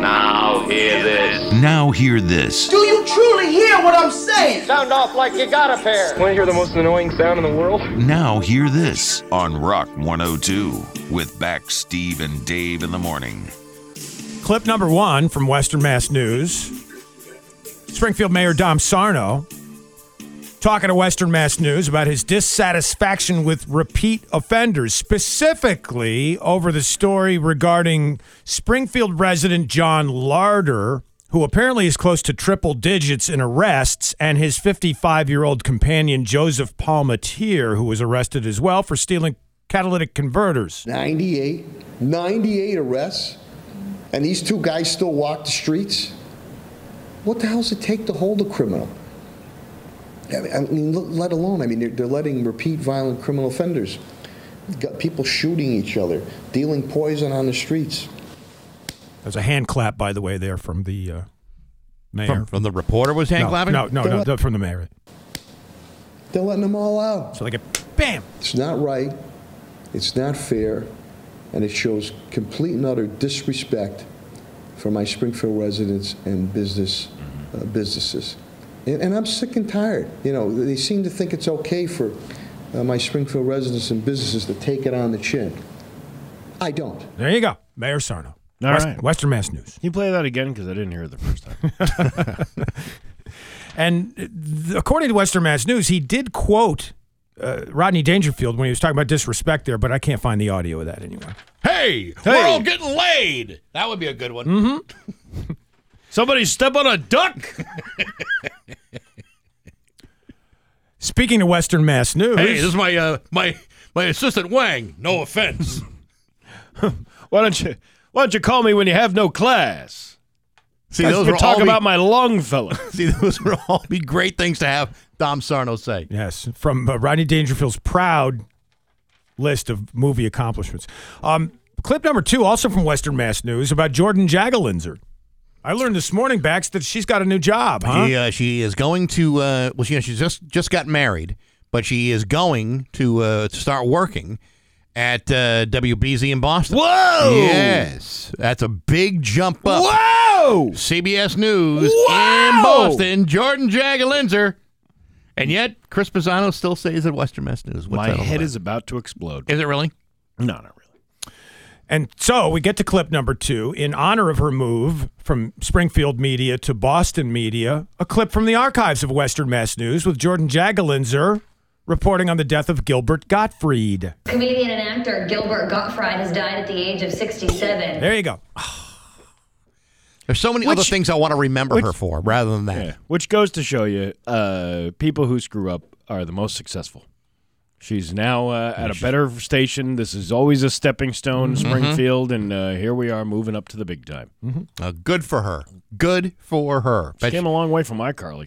J: Now hear this. Now hear this.
K: Do you truly hear what I'm saying? Sound off like you got a pair.
G: Want to hear the most annoying sound in the world?
J: Now hear this on Rock 102 with back Steve and Dave in the morning.
C: Clip number one from Western Mass News. Springfield Mayor Dom Sarno talking to Western Mass News about his dissatisfaction with repeat offenders, specifically over the story regarding Springfield resident John Larder, who apparently is close to triple digits in arrests, and his 55 year old companion Joseph Palmatier, who was arrested as well for stealing catalytic converters.
I: 98, 98 arrests, and these two guys still walk the streets? What the hell does it take to hold a criminal? I mean- I mean, l- let alone, I mean, they're, they're letting repeat violent criminal offenders, got people shooting each other, dealing poison on the streets.
C: There's a hand clap, by the way, there from the uh, mayor.
A: From, from the reporter was hand
C: no,
A: clapping?
C: No, no, no, from the mayor.
I: They're letting them all out.
C: So like a bam.
I: It's not right, it's not fair, and it shows complete and utter disrespect for my Springfield residents and business, uh, businesses. And, and I'm sick and tired. You know, they seem to think it's okay for uh, my Springfield residents and businesses to take it on the chin. I don't.
C: There you go. Mayor Sarno.
B: All
C: West-
B: right.
C: Western Mass News.
B: Can you play that again? Because I didn't hear it the first time.
C: And th- according to Western Mass News, he did quote uh, Rodney Dangerfield when he was talking about disrespect there, but I can't find the audio of that anywhere.
A: Hey, we're all getting laid. That would be a good one. Mm-hmm.
B: Somebody step on a duck.
C: Speaking of Western Mass News,
A: Hey, this is my uh, my my assistant Wang. No offense.
B: why don't you Why don't you call me when you have no class?
A: See,
B: Guys,
A: those
B: been
A: were all
B: talking
A: be-
B: about my Longfellow.
A: See, those would all be great things to have Dom Sarno say.
C: Yes, from uh, Rodney Dangerfield's proud list of movie accomplishments. Um, clip number two, also from Western Mass News, about Jordan Jagalinzer. I learned this morning, Bax, that she's got a new job. Huh?
A: She, uh, she is going to uh, well, she she just just got married, but she is going to uh, to start working at uh, WBZ in Boston.
B: Whoa!
A: Yes, that's a big jump up.
B: Whoa!
A: CBS News
B: Wow!
A: in Boston. Jordan Jagalinzer, and yet Chris Pisano still stays at Western Mass News. What's
B: my
A: that all
B: head
A: about?
B: is about to explode.
A: Is it really?
B: No, not really.
C: And so we get to clip number two in honor of her move from Springfield media to Boston media. A clip from the archives of Western Mass News with Jordan Jagalinzer reporting on the death of Gilbert Gottfried.
M: Comedian and actor Gilbert Gottfried has died at the age of 67.
C: There you go.
A: There's so many other
B: Which-
A: things I want to remember
B: which-
A: her for rather than that.
B: Yeah. Which goes to show you, uh, people who screw up are the most successful. She's Mm-hmm. now uh, at a better station. This is always a stepping stone, Springfield, and uh, here we are moving up to the big time.
A: Uh, good for her. Good for her.
B: She
A: Bet
B: came a long way from iCarly.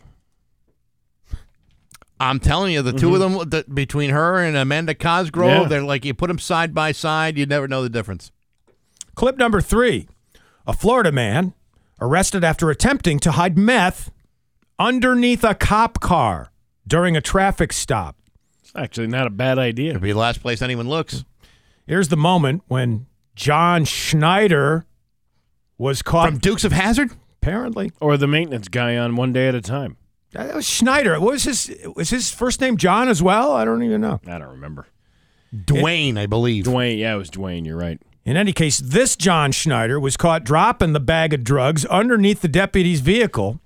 A: I'm telling you, the two of them, the, between her and Amanda Cosgrove,
B: Yeah.
A: they're like you put them side by side, you never know the difference.
C: Clip number three a Florida man arrested after attempting to hide meth underneath a cop car during a traffic stop.
B: It's actually not a bad idea.
A: It'd be the last place anyone looks.
C: Here's the moment when John Schneider was caught.
A: From Dukes of Hazard,
C: apparently.
B: Or the maintenance guy on one day at a time.
C: That was Schneider. What was his was his first name John as well? I don't even know.
B: I don't remember.
A: Dwayne, I believe.
B: Dwayne, yeah, it was Dwayne. You're right.
C: In any case, this John Schneider was caught dropping the bag of drugs underneath the deputy's vehicle.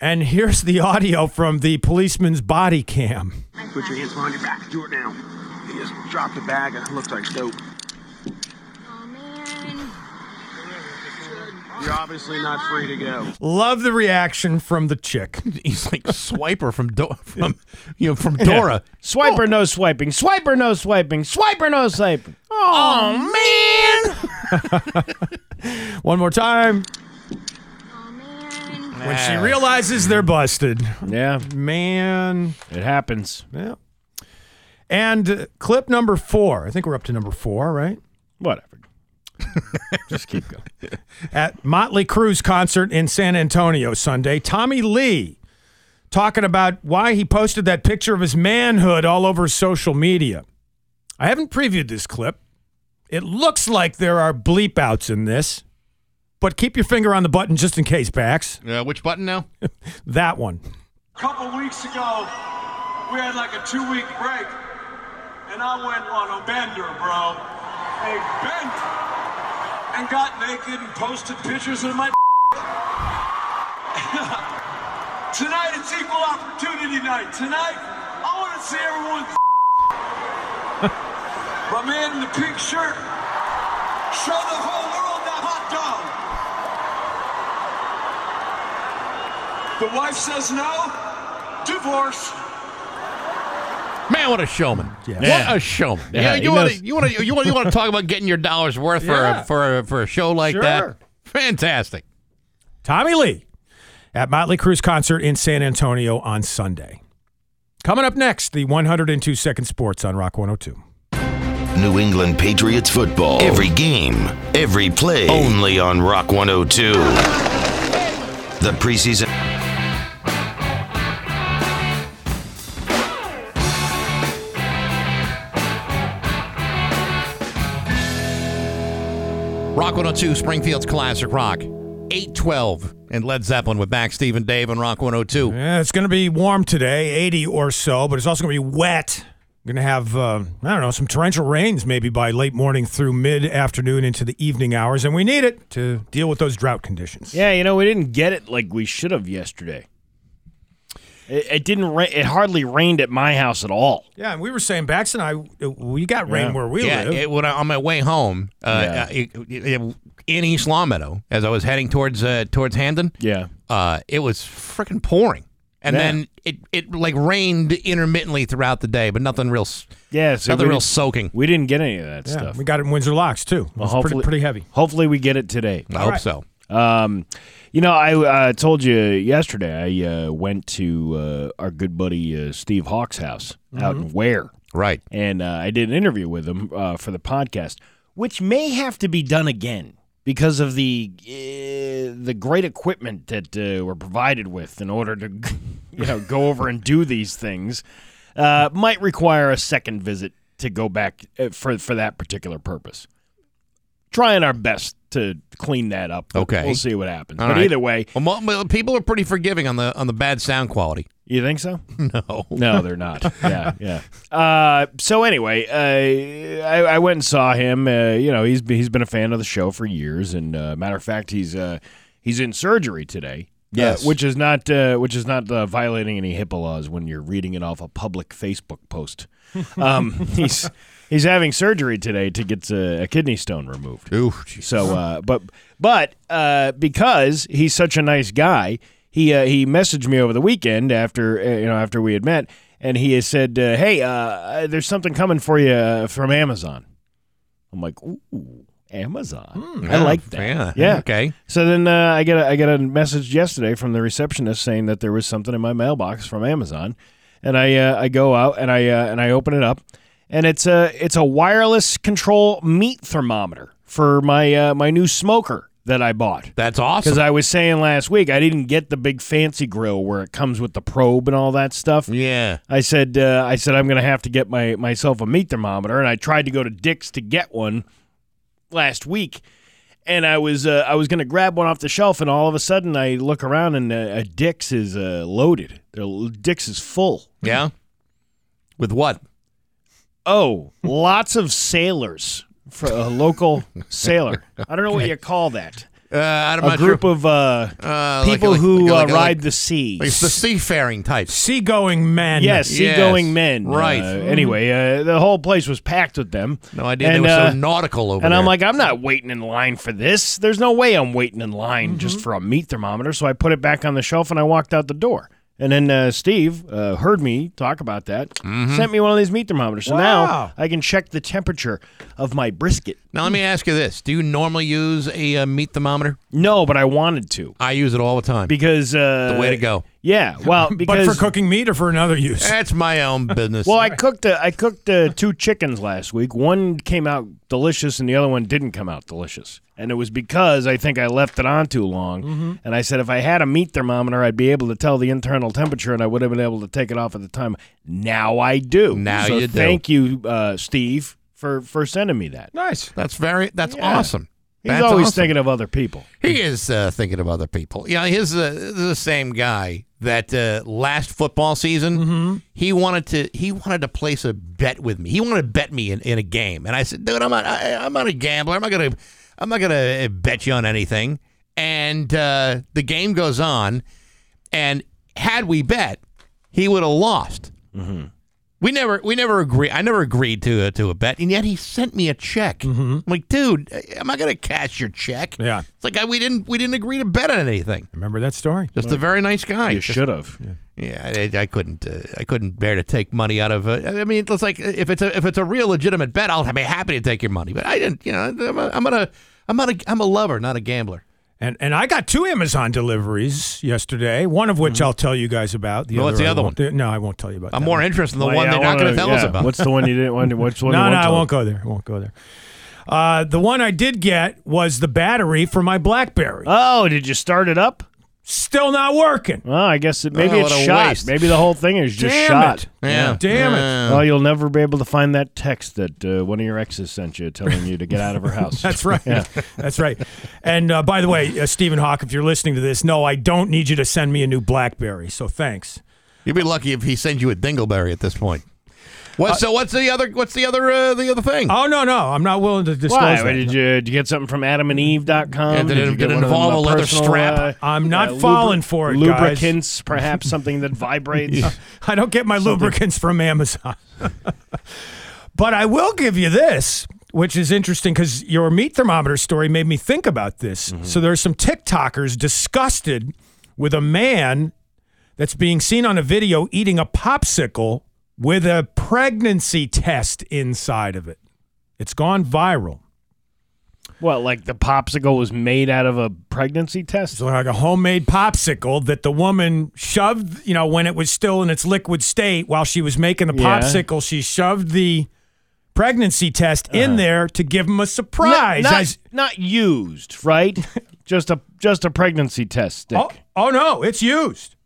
C: And here's the audio from the policeman's body cam.
N: Put your hands behind your back. Do it now. He just dropped the bag and it looked like dope. You're obviously not free to go.
C: Love the reaction from the chick.
A: He's like Swiper from Do- from you know from
B: Yeah.
A: Dora.
B: Swipe or no swiping. Swipe or no swiping. Swipe or no swiping.
A: Oh, man!
C: One more time. When she realizes they're busted.
B: Yeah,
C: Man.
B: it happens.
C: Yeah. And uh, clip number four. I think we're up to number four, right?
B: Whatever. Just keep going.
C: at Motley Crue's concert in San Antonio Sunday. Tommy Lee talking about why he posted that picture of his manhood all over social media. I haven't previewed this clip. It looks like there are bleep outs in this, but keep your finger on the button just in case, Bax.
A: Uh, which button now?
C: That one.
N: A couple weeks ago, we had like a two week break, and I went on a bender, bro. A bent and got naked and posted pictures of my. Tonight it's equal opportunity night. Tonight, I want to see everyone's. my man in the pink shirt, show the whole world that hot dog. The wife says no, divorce.
A: Man, what a showman!
B: Yeah.
A: What a showman! Yeah,
B: Yeah, he
A: you want to
B: knows-
A: you want to you want you want to talk about getting your dollars worth for
C: Yeah.
A: a, for a, for a show like
C: Sure.
A: that? Fantastic.
C: Tommy Lee at Motley Crue's concert in San Antonio on Sunday. Coming up next, the 102 Second Sports on Rock 102.
J: New England Patriots football. Every game, every play. Only on Rock 102. The preseason.
A: Rock 102, Springfield's classic rock. 812 and Led Zeppelin with back Steve and Dave on Rock 102.
C: Yeah, it's going to be warm today, 80 or so, but it's also going to be wet. Going to have, uh, I don't know, some torrential rains maybe by late morning through mid afternoon into the evening hours, and we need it to deal with those drought conditions.
B: Yeah, you know, we didn't get it like we should have yesterday. It, it didn't. Ra- it hardly rained at my house at all.
C: Yeah, and we were saying, Bax and I, uh, we got rain where we
A: yeah,
C: live.
A: it- when I, on my way home, uh, uh, it- it- in East Long Meadow, as I was heading towards uh, towards Hamden,
B: yeah,
A: uh, it was freaking pouring, and
B: Yeah.
A: then it, it like rained intermittently throughout the day, but nothing real. s-
B: Yeah, so
A: nothing
B: we
A: real
B: didn't-
A: soaking.
B: We didn't get any of that
C: Yeah,
B: stuff.
C: We got it in Windsor Locks too. It was pretty,
B: hopefully-
C: pretty heavy.
B: Hopefully, we get it today.
A: I hope so.
B: Um, you know, I uh, told you yesterday I uh, went to uh, our good buddy uh, Steve Hawk's house out
C: Mm-hmm.
B: in Ware.
A: Right.
B: And uh, I did an interview with him uh, for the podcast, which may have to be done again because of the uh, the great equipment that uh, we're provided with in order to you know go over and do these things. Uh, might require a second visit to go back uh, for for that particular purpose trying our best to clean that up. but
A: Okay.
B: We'll see what happens.
A: All
B: but
A: right.
B: either way,
A: Well, mo- well, people are pretty forgiving on the on the bad sound quality.
B: you think so?
A: No,
B: No, they're not. yeah, yeah. Uh, so anyway, uh, I, I went and saw him. Uh, you know, he's he's been a fan of the show for years, and uh, matter of fact, he's uh, he's in surgery today. uh,
O: Yes.
B: which is not uh, which is not uh, violating any HIPAA laws when you're reading it off a public Facebook post. Um, he's he's having surgery today to get uh, a kidney stone removed.
A: Ooh,
B: so uh, but but uh, because he's such a nice guy, he uh, he messaged me over the weekend after uh, you know after we had met, and he has said, uh, "Hey, uh, there's something coming for you uh, from Amazon." I'm like, "Ooh, Amazon! I
A: Hmm, yeah,
B: like that."
A: yeah, okay.
B: So then uh, I get a, I get a message yesterday from the receptionist saying that there was something in my mailbox from Amazon, and I uh, I go out and I uh, and I open it up, and it's a it's a wireless control meat thermometer for my uh, my new smoker that I bought.
A: That's awesome.
B: Because I was saying last week I didn't get the big fancy grill where it comes with the probe and all that stuff.
A: Yeah.
B: I said uh, I said I'm gonna have to get my myself a meat thermometer, and I tried to go to Dick's to get one last week, and I was uh, I was gonna grab one off the shelf, and all of a sudden I look around and uh, a Dick's is uh, loaded. Their Dick's is full.
A: Yeah. With what?
B: Oh, lots of sailors for a local sailor. I don't know what
A: Okay.
B: you call that.
A: Uh, I'm
B: a
A: not
B: group
A: sure.
B: of uh,
A: Uh, like-
B: people
A: like-
B: who
A: like- like-
B: uh, ride
A: like-
B: the sea.
A: It's the seafaring type.
C: Seagoing men.
B: Yes, seagoing
A: Yes,
B: men.
A: right.
B: Uh, anyway, uh, the whole place was packed with them. uh,
A: No idea they were so nautical over
B: And I'm
A: there.
B: like, I'm not waiting in line for this. There's no way I'm waiting in line
A: Mm-hmm.
B: just for a meat thermometer. So I put it back on the shelf and I walked out the door. And then uh, Steve uh, heard me talk about that, sent me one of these meat thermometers. So
A: Mm-hmm. Wow.
B: now I can check the temperature of my brisket.
A: Now let me ask you this: Do you normally use a uh, meat thermometer?
B: No, but I wanted to.
A: I use it all the time
B: because uh,
A: the way to go.
B: Yeah, well, because
C: but for cooking meat or for another use?
A: That's my own business.
B: Well, I cooked uh, I cooked uh, two chickens last week. One came out delicious, and the other one didn't come out delicious. And it was because I think I left it on too long.
A: Mm-hmm.
B: And I said if I had a meat thermometer, I'd be able to tell the internal temperature, and I would have been able to take it off at the time. Now I do.
A: Now
B: So
A: you do.
B: Thank you, uh, Steve, for for sending me that.
C: Nice.
A: That's very. That's
B: Yeah.
A: awesome.
B: He's
A: That's
B: always
A: awesome.
B: thinking of other people.
A: He is uh, thinking of other people. Yeah, he's uh, this is the same guy that uh, last football season he wanted to he wanted to place a bet with me. He wanted to bet me in, in a game, and I said, "Dude, I'm not I, I'm not a gambler. I'm not gonna I'm not gonna uh, bet you on anything." And uh, the game goes on, and had we bet, he would have lost.
B: Mm-hmm.
A: We never, we never agree. I never agreed to a, to a bet, and yet he sent me a check.
B: Mm-hmm.
A: I'm like, dude, am I gonna cash your check?
C: Yeah.
A: it's like I, we didn't, we didn't agree to bet on anything.
C: Remember that story?
A: Just a very nice guy.
B: You
A: Just-
B: should have.
A: Yeah, I, I couldn't, uh, I couldn't bear to take money out of. Uh, I mean, it's like if it's a if it's a real legitimate bet, I'll be happy to take your money. But I didn't, you know, I'm a, I'm gonna, I'm not a, I'm a lover, not a gambler.
C: And and I got two Amazon deliveries yesterday. One of which I'll tell you guys about. The
A: Mm-hmm. Well, what's the
C: I
A: other
C: won't- No, I won't tell you about.
A: I'm
C: that
A: more
C: one.
A: interested in the
B: Well,
A: one
B: yeah,
A: they're
B: I
A: not
B: wanna-
A: gonna tell us
B: yeah.
A: about.
B: What's the one you didn't want? What's the one?
C: no,
B: you
C: no, I
B: tell
C: won't
B: us?
C: go there. I won't go there. Uh, the one I did get was the battery for my BlackBerry.
B: Oh, did you start it up?
C: Still not working.
B: Well, I guess it, maybe
C: Oh,
B: it's
C: what a
B: shot.
C: waste.
B: Maybe the whole thing is just
C: Damn
B: shot.
C: it. Yeah. Damn it.
A: Um,
B: Oh, you'll never be able to find that text that uh, one of your exes sent you telling you to get out of her house.
C: That's right.
B: Yeah.
C: That's right. And uh, by the way, uh, Stephen Hawk, if you're listening to this, no, I don't need you to send me a new BlackBerry. So thanks.
A: You'd be lucky if he sends you a dingleberry at this point. What, so what's the other? What's the other? Uh, the other thing?
C: Oh no, no, I'm not willing to disclose
B: Why?
C: that.
B: What, Did you, did you get something from AdamandEve.com?
A: Yeah, did it-
B: you
A: did
B: get
A: it
B: one of
A: involve
B: them,
A: a leather
B: personal,
A: strap?
B: uh,
C: I'm not
B: lubri-
C: falling for it, guys.
B: Lubricants, perhaps something that vibrates.
C: I don't get my lubricants from Amazon. but I will give you this, which is interesting because your meat thermometer story made me think about this. So there are some TikTokers disgusted with a man that's being seen on a video eating a popsicle with a pregnancy test inside of it. It's gone viral.
B: What, like the popsicle was made out of a pregnancy test?
C: It's like a homemade popsicle that the woman shoved, you know, when it was still in its liquid state while she was making the
B: Yeah.
C: popsicle, she shoved the pregnancy test in there to give him a surprise.
B: Uh-huh. Not,
C: as-
B: not, not used, right? just a just a pregnancy test stick.
C: oh, oh, no, it's used.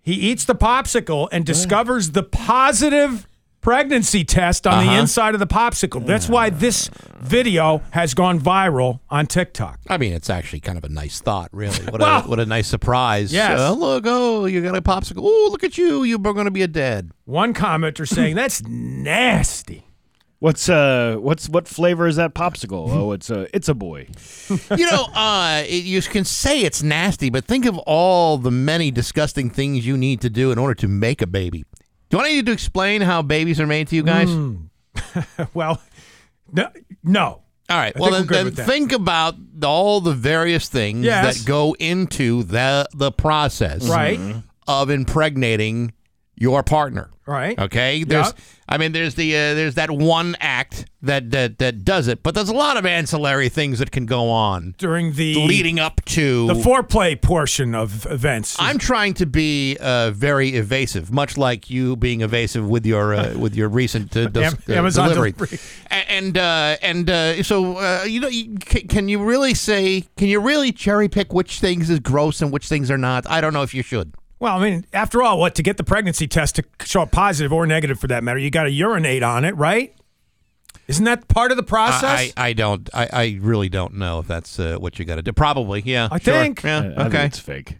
C: He eats the popsicle and discovers the positive pregnancy test on the
A: Uh-huh.
C: inside of the popsicle. That's why this video has gone viral on TikTok.
A: I mean, it's actually kind of a nice thought, really. What,
C: Well-
A: a, what a nice surprise.
C: Yes.
A: Uh, look, oh, you got a popsicle. Oh, look at you. You're going to be a dad.
C: One commenter saying that's nasty.
B: What's uh what's what flavor is that popsicle? Oh, it's a it's a boy.
A: you know, uh, it, you can say it's nasty, but think of all the many disgusting things you need to do in order to make a baby. Do I need to explain how babies are made to you guys?
C: well, no. no.
A: All right.
C: I
A: well, then,
C: think we're good
A: then
C: with that.
A: think about all the various things
C: Yes.
A: that go into the the process
B: Mm-hmm.
C: Right.
A: of impregnating your partner.
C: Right.
A: Okay. There's,
C: Yep.
A: I mean, there's the uh, there's that one act that, that that does it, but there's a lot of ancillary things that can go on
C: During the
A: leading up to
C: the foreplay portion of events.
A: I'm trying to be uh, very evasive, much like you being evasive with your uh, with your recent uh, dis-
C: Am-
A: uh,
C: Amazon
A: delivery.
C: delivery.
A: A- And uh, and uh, so uh, you know, you, can, can you really say? Can you really cherry pick which things is gross and which things are not? I don't know if you should.
C: well, I mean, after all, what to get the pregnancy test to show a positive or negative for that matter, you got to urinate on it, right? Isn't that part of the process?
A: I, I, I don't. I, I really don't know if that's uh, what you got to do. Probably, yeah.
C: I
A: sure.
C: think.
A: Yeah.
B: I think
A: okay.
B: it's fake.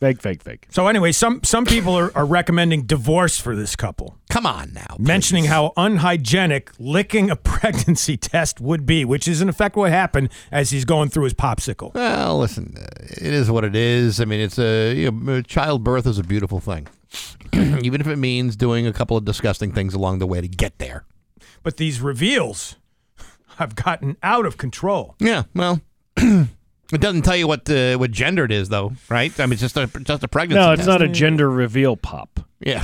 B: Fake, fake, fake.
C: so anyway, some some people are, are recommending divorce for this couple,
A: Come on now.
C: mentioning how unhygienic licking a pregnancy test would be, which is in effect what happened as he's going through his popsicle.
A: Well, listen, uh, it is what it is. I mean, it's a you know, m- childbirth is a beautiful thing, even if it means doing a couple of disgusting things along the way to get there.
C: But these reveals have gotten out of control.
A: Yeah, well, it doesn't tell you what uh, what gender it is, though, right? I mean, it's just a just a pregnancy.
B: No, it's
A: test.
B: not a gender reveal pop.
A: Yeah,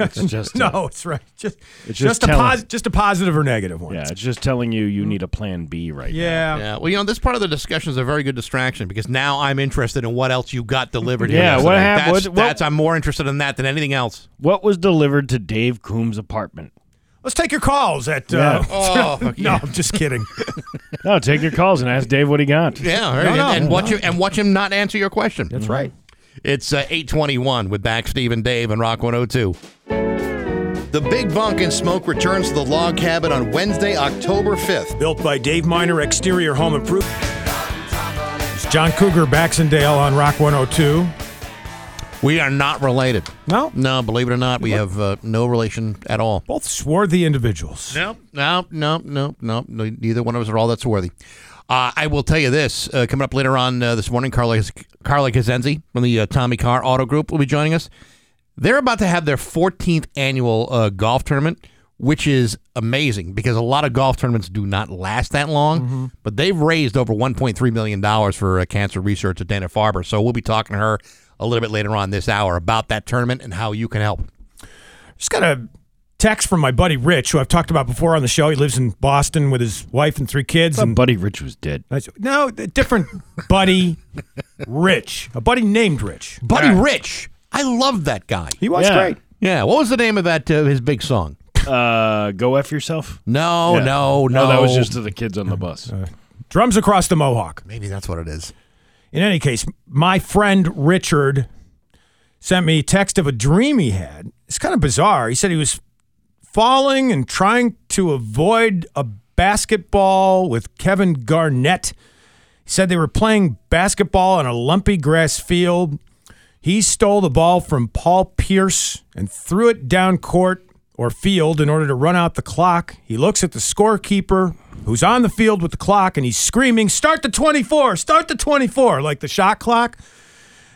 B: It's just a-
C: No, it's right. Just
B: It's
C: just,
B: just
C: a
B: telling-
C: pos- just a positive or negative one.
B: Yeah, it's just telling you you need a plan B right now.
C: Yeah.
A: yeah. Well, you know, this part of the discussion is a very good distraction because now I'm interested in what else you got delivered. here
B: Yeah, what
A: yesterday.
B: hap-
A: That's,
B: what- what-
A: that's I'm more interested in that than anything else.
B: What was delivered to Dave Coombs' apartment?
C: Let's take your calls at. Uh,
B: Yeah.
A: Oh,
C: no,
A: yeah.
C: I'm just kidding.
B: No, take your calls and ask Dave what he got.
A: Yeah, all right.
C: No, no,
A: and, and
C: no.
A: watch him and watch him not answer your question. That's right. It's uh, 821 with back Steve and Dave and Rock 102. The Big Bunk and Smoke returns to the log cabin on Wednesday, October 5th.
C: Built by Dave Miner Exterior Home Improvement. It's John Cougar Baxendale on Rock 102.
A: We are not related.
C: No,
A: No, believe it or not, we have uh, no relation at all.
C: both swarthy individuals.
A: Nope. No, no, no, no, no. Neither one of us are all that's worthy. Uh, I will tell you this. Uh, coming up later on uh, this morning, Carla, Carla Kazenzi from the uh, Tommy Carr Auto Group will be joining us. They're about to have their 14th annual uh, golf tournament, which is amazing because a lot of golf tournaments do not last that long. But they've raised over $1.3 million for uh, cancer research at Dana Farber. So we'll be talking to her a little bit later on this hour about that tournament and how you can help.
C: Just got a text from my buddy Rich, who I've talked about before on the show. He lives in Boston with his wife and three kids. And
B: Buddy Rich was dead.
C: I said, no, a different buddy Rich, a buddy named Rich.
A: Buddy Rich. I love that guy.
C: He was
B: Yeah.
C: great.
A: Yeah, what was the name of that uh, his big song?
B: Uh, go F yourself?
A: No,
B: Yeah.
A: Oh,
B: Oh,
A: no, no.
B: that was just to the kids on the bus.
C: Drums across the Mohawk.
A: maybe that's what it is.
C: In any case, my friend Richard sent me a text of a dream he had. It's kind of bizarre. He said he was falling and trying to avoid a basketball with Kevin Garnett. He said they were playing basketball on a lumpy grass field. He stole the ball from Paul Pierce and threw it down court or field in order to run out the clock. He looks at the scorekeeper who's on the field with the clock and he's screaming, Start the 24, start the 24, like the shot clock.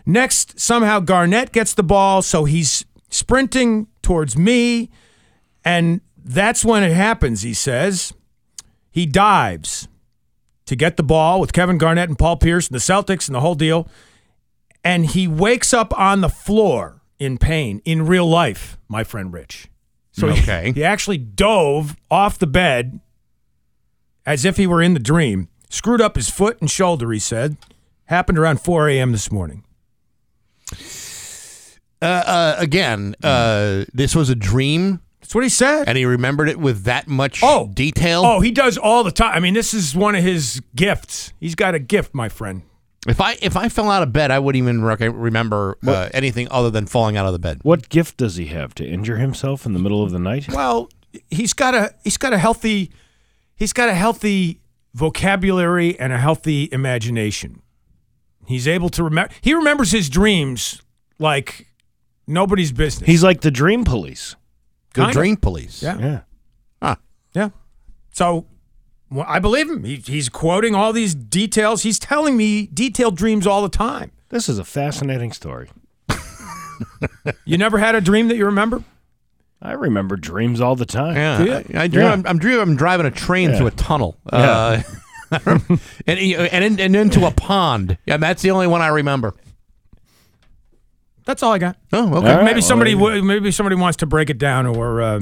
C: Next, somehow Garnett gets the ball, so he's sprinting towards me, and that's when it happens, he says. He dives to get the ball with Kevin Garnett and Paul Pierce and the Celtics and the whole deal, and he wakes up on the floor in pain in real life, my friend Rich. So he-
A: Okay.
C: he, actually dove off the bed as if he were in the dream, screwed up his foot and shoulder, he said. Happened around 4 a.m. this morning.
A: Uh, uh, again, uh, this was a dream.
C: That's what he said.
A: And he remembered it with that much detail.
C: Oh, he does all the time. I mean, this is one of his gifts. He's got a gift, my friend.
A: If I if I fell out of bed, I wouldn't even rec- remember uh, anything other than falling out of the bed.
B: What gift does he have to injure himself in the middle of the night?
C: Well, he's got a he's got a healthy he's got a healthy vocabulary and a healthy imagination. He's able to remember. He remembers his dreams like nobody's business.
B: He's like the dream police.
A: The dream police.
C: Yeah.
B: Yeah.
A: Huh.
C: Yeah. So well, I believe him. He, he's quoting all these details. He's telling me detailed dreams all the time.
B: This is a fascinating story.
C: You never had a dream that you remember?
B: I remember dreams all the time.
A: Yeah, I, I drew, I'm, I'm drew. I'm driving a train
B: Yeah.
A: through a tunnel, uh, and and in- and into a pond. Yeah, that's the only one I remember.
C: That's all I got.
A: Oh, okay.
C: maybe somebody w- maybe somebody wants to break it down or uh,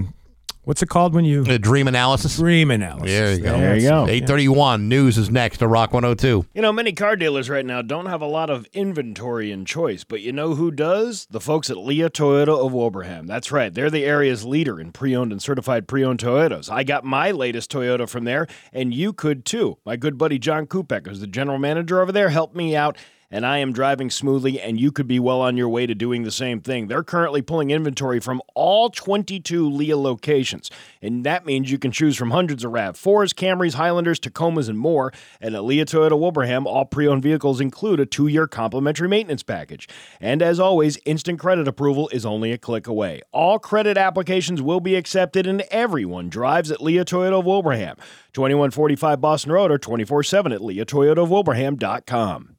C: what's it called when you
A: A dream analysis.
C: dream analysis.
A: There you go.
B: There you go.
A: Eight thirty-one news is next to Rock 102.
B: You know, many car dealers right now don't have a lot of inventory and choice, but you know who does? The folks at Leah Toyota of Wilbraham. That's right. They're the area's leader in pre owned and certified pre owned Toyotas. I got my latest Toyota from there, and you could too. My good buddy John Kupek, who's the general manager over there, helped me out. And I am driving smoothly, and you could be well on your way to doing the same thing. They're currently pulling inventory from all 22 Leah locations. And that means you can choose from hundreds of RAV4s, Camrys, Highlanders, Tacomas, and more. And at Leah Toyota Wilbraham, all pre owned vehicles include a two year complimentary maintenance package. And as always, instant credit approval is only a click away. All credit applications will be accepted, and everyone drives at Leah Toyota of Wilbraham, 2145 Boston Road, or 24 7 at E leahtoyotaofwilbraham.com.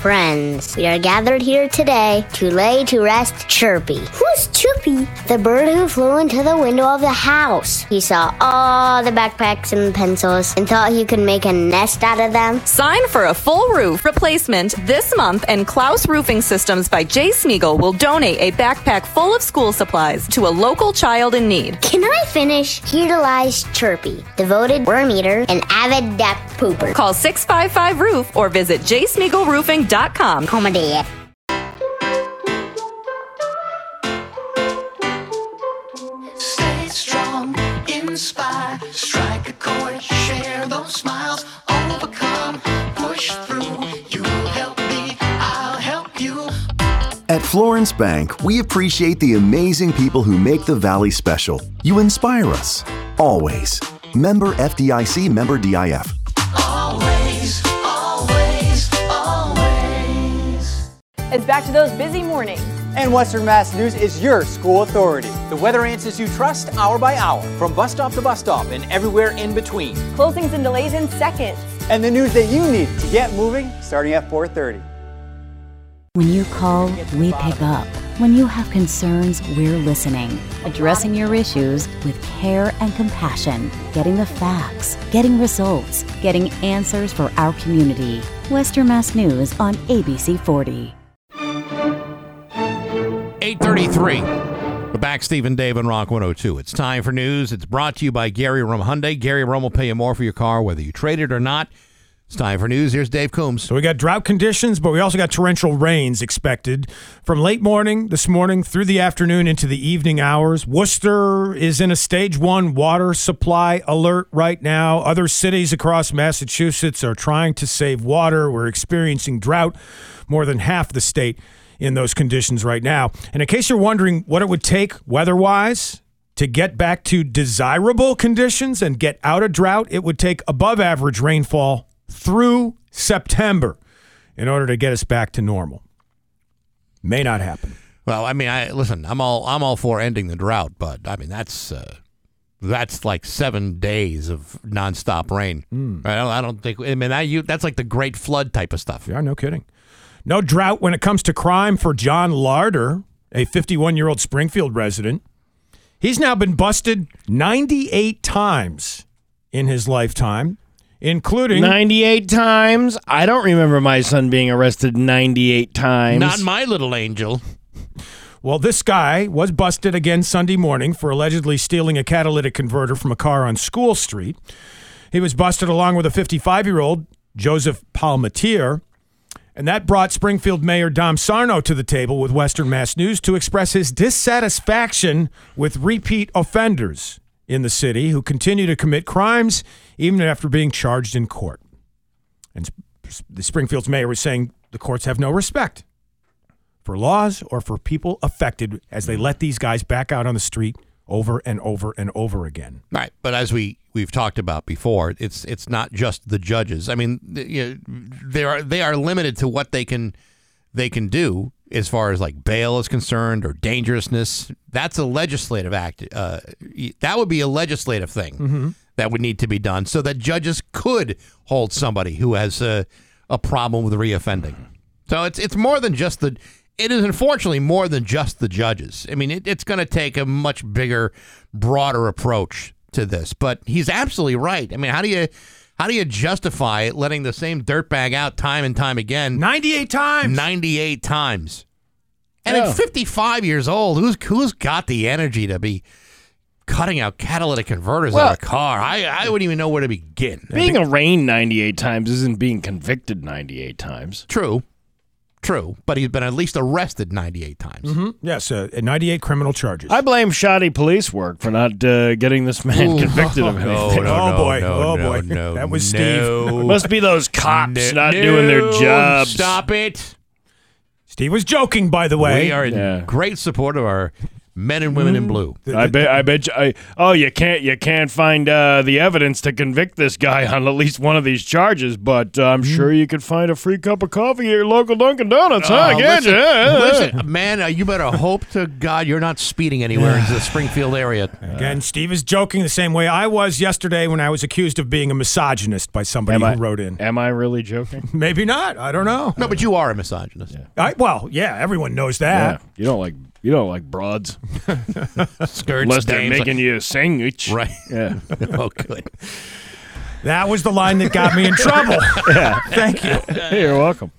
I: Friends, we are gathered here today to lay to rest Chirpy. Who's Chirpy? The bird who flew into the window of the house. He saw all the backpacks and pencils and thought he could make a nest out of them.
E: Sign for a full roof replacement this month, and Klaus Roofing Systems by Jay Sneagle will donate a backpack full of school supplies to a local child in need.
I: Can I finish? Here lies Chirpy, devoted worm eater and avid duck pooper.
E: Call 655 Roof or visit jsneagleroofing.com. Call my dad.
J: Stay strong, inspire, strike a chord, share those smiles, overcome, push through. You help me, I'll help you.
P: At Florence Bank, we appreciate the amazing people who make the Valley special. You inspire us. Always. Member FDIC, member DIF.
J: Always, always, always.
Q: It's back to those busy mornings.
G: And Western Mass News is your school authority. The weather answers you trust hour by hour, from bus stop to bus stop and everywhere in between.
Q: Closings and delays in seconds.
G: And the news that you need to get moving starting at 4:30.
N: When you call, we pick up. When you have concerns, we're listening, addressing your issues with care and compassion, getting the facts, getting results, getting answers for our community. Western Mass News on ABC 40.
A: 833. We're back, Stephen Dave and Rock 102. It's time for news. It's brought to you by Gary Rum Hyundai. Gary Rum will pay you more for your car, whether you trade it or not. It's time for news. Here's Dave Coombs.
C: So we got drought conditions, but we also got torrential rains expected from late morning this morning through the afternoon into the evening hours. Worcester is in a stage one water supply alert right now. Other cities across Massachusetts are trying to save water. We're experiencing drought more than half the state in those conditions right now. And in case you're wondering what it would take weather wise, to get back to desirable conditions and get out of drought, it would take above average rainfall through September in order to get us back to normal. May not happen.
A: Well, I mean, I listen. I'm all I'm all for ending the drought, but I mean that's uh, that's like seven days of nonstop rain.
B: Hmm.
A: I, don't, I don't think. I mean, I, you, that's like the Great Flood type of stuff.
C: Yeah, no kidding. No drought when it comes to crime for John Larder, a 51 year old Springfield resident. He's now been busted 98 times in his lifetime, including
B: 98 times. I don't remember my son being arrested 98 times.
A: Not my little angel.
C: Well, this guy was busted again Sunday morning for allegedly stealing a catalytic converter from a car on School Street. He was busted along with a 55 year old, Joseph Palmatier. And that brought Springfield Mayor Dom Sarno to the table with Western Mass News to express his dissatisfaction with repeat offenders in the city who continue to commit crimes even after being charged in court. And Sp- the Springfield's mayor was saying the courts have no respect for laws or for people affected as
B: Mm.
C: they let these guys back out on the street over and over and over again.
A: Right, but as we we've talked about before, it's it's not just the judges. I mean, th- you know, they are they are limited to what they can they can do as far as like bail is concerned or dangerousness. That's a legislative act. Uh, y- that would be a legislative thing
E: Mhm.
A: that would need to be done so that judges could hold somebody who has a, a problem with reoffending. So it's it's more than just the. It is unfortunately more than just the judges. I mean, it, it's going to take a much bigger, broader approach to this. But he's absolutely right. I mean, how do you how do you justify letting the same dirtbag out time and time again?
C: Ninety eight times.
A: Ninety eight times. And
B: Yeah.
A: at 55 years old, who's who's got the energy to be cutting out catalytic converters
B: Well-
A: on a car? I, I wouldn't even know where to begin.
B: Being arraigned 98 times isn't being convicted 98 times.
A: True. True. But he's been at least arrested 98 times.
C: Yes, uh, 98 criminal charges.
B: I blame shoddy police work for not uh, getting this man
C: Ooh.
B: convicted of
C: No,
B: anything.
C: no, Oh, no, boy. no, Oh, no, boy. no, That was Steve. no.
B: Must be those cops
A: No,
B: not doing their
A: no,
B: jobs.
A: Stop it.
C: Steve was joking, by the way.
A: We are in
B: Yeah.
A: great support of our men and women in blue.
B: I bet. I bet. You, I, oh, you can't. You can't find uh, the evidence to convict this guy on at least one of these charges. But uh, I'm
A: Hmm.
B: sure you could find a free cup of coffee at your local Dunkin' Donuts. huh?
A: Oh,
B: I get
A: listen,
B: you. Yeah, yeah.
A: listen, man, uh, you better hope to God you're not speeding anywhere into the Springfield area.
C: Again, Steve is joking the same way I was yesterday when I was accused of being a misogynist by somebody who wrote in.
B: Am I really joking?
C: Maybe not. I don't know.
A: No, but you are a misogynist.
C: I, well, yeah, everyone knows that.
B: Yeah. You don't like. You don't like broads.
A: Skirts,
B: Unless they're
A: dames,
B: making
A: like-
B: you a sandwich.
A: Right.
B: Yeah.
A: oh, good.
C: That was the line that got me in trouble.
B: Yeah.
C: Thank you.
B: You're welcome.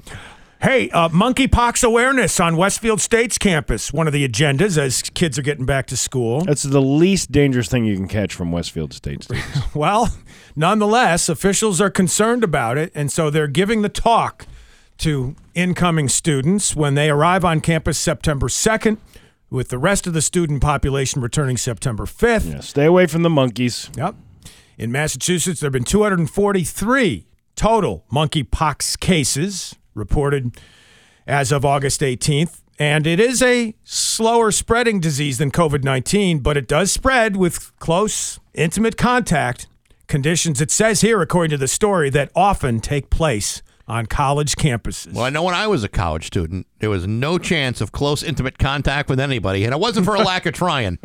C: Hey, uh, monkeypox awareness on Westfield State's campus. One of the agendas as kids are getting back to school.
B: That's the least dangerous thing you can catch from Westfield State students.
C: Well, nonetheless, officials are concerned about it, and so they're giving the talk to incoming students when they arrive on campus September 2nd, with the rest of the student population returning September 5th.
B: Yeah, stay away from the monkeys.
C: Yep. In Massachusetts, there have been 243 total monkeypox cases reported as of August 18th. And it is a slower spreading disease than COVID 19, but it does spread with close, intimate contact conditions. It says here, according to the story, that often take place on college campuses.
A: Well, I know when I was a college student, there was no chance of close, intimate contact with anybody, and it wasn't for a lack of trying.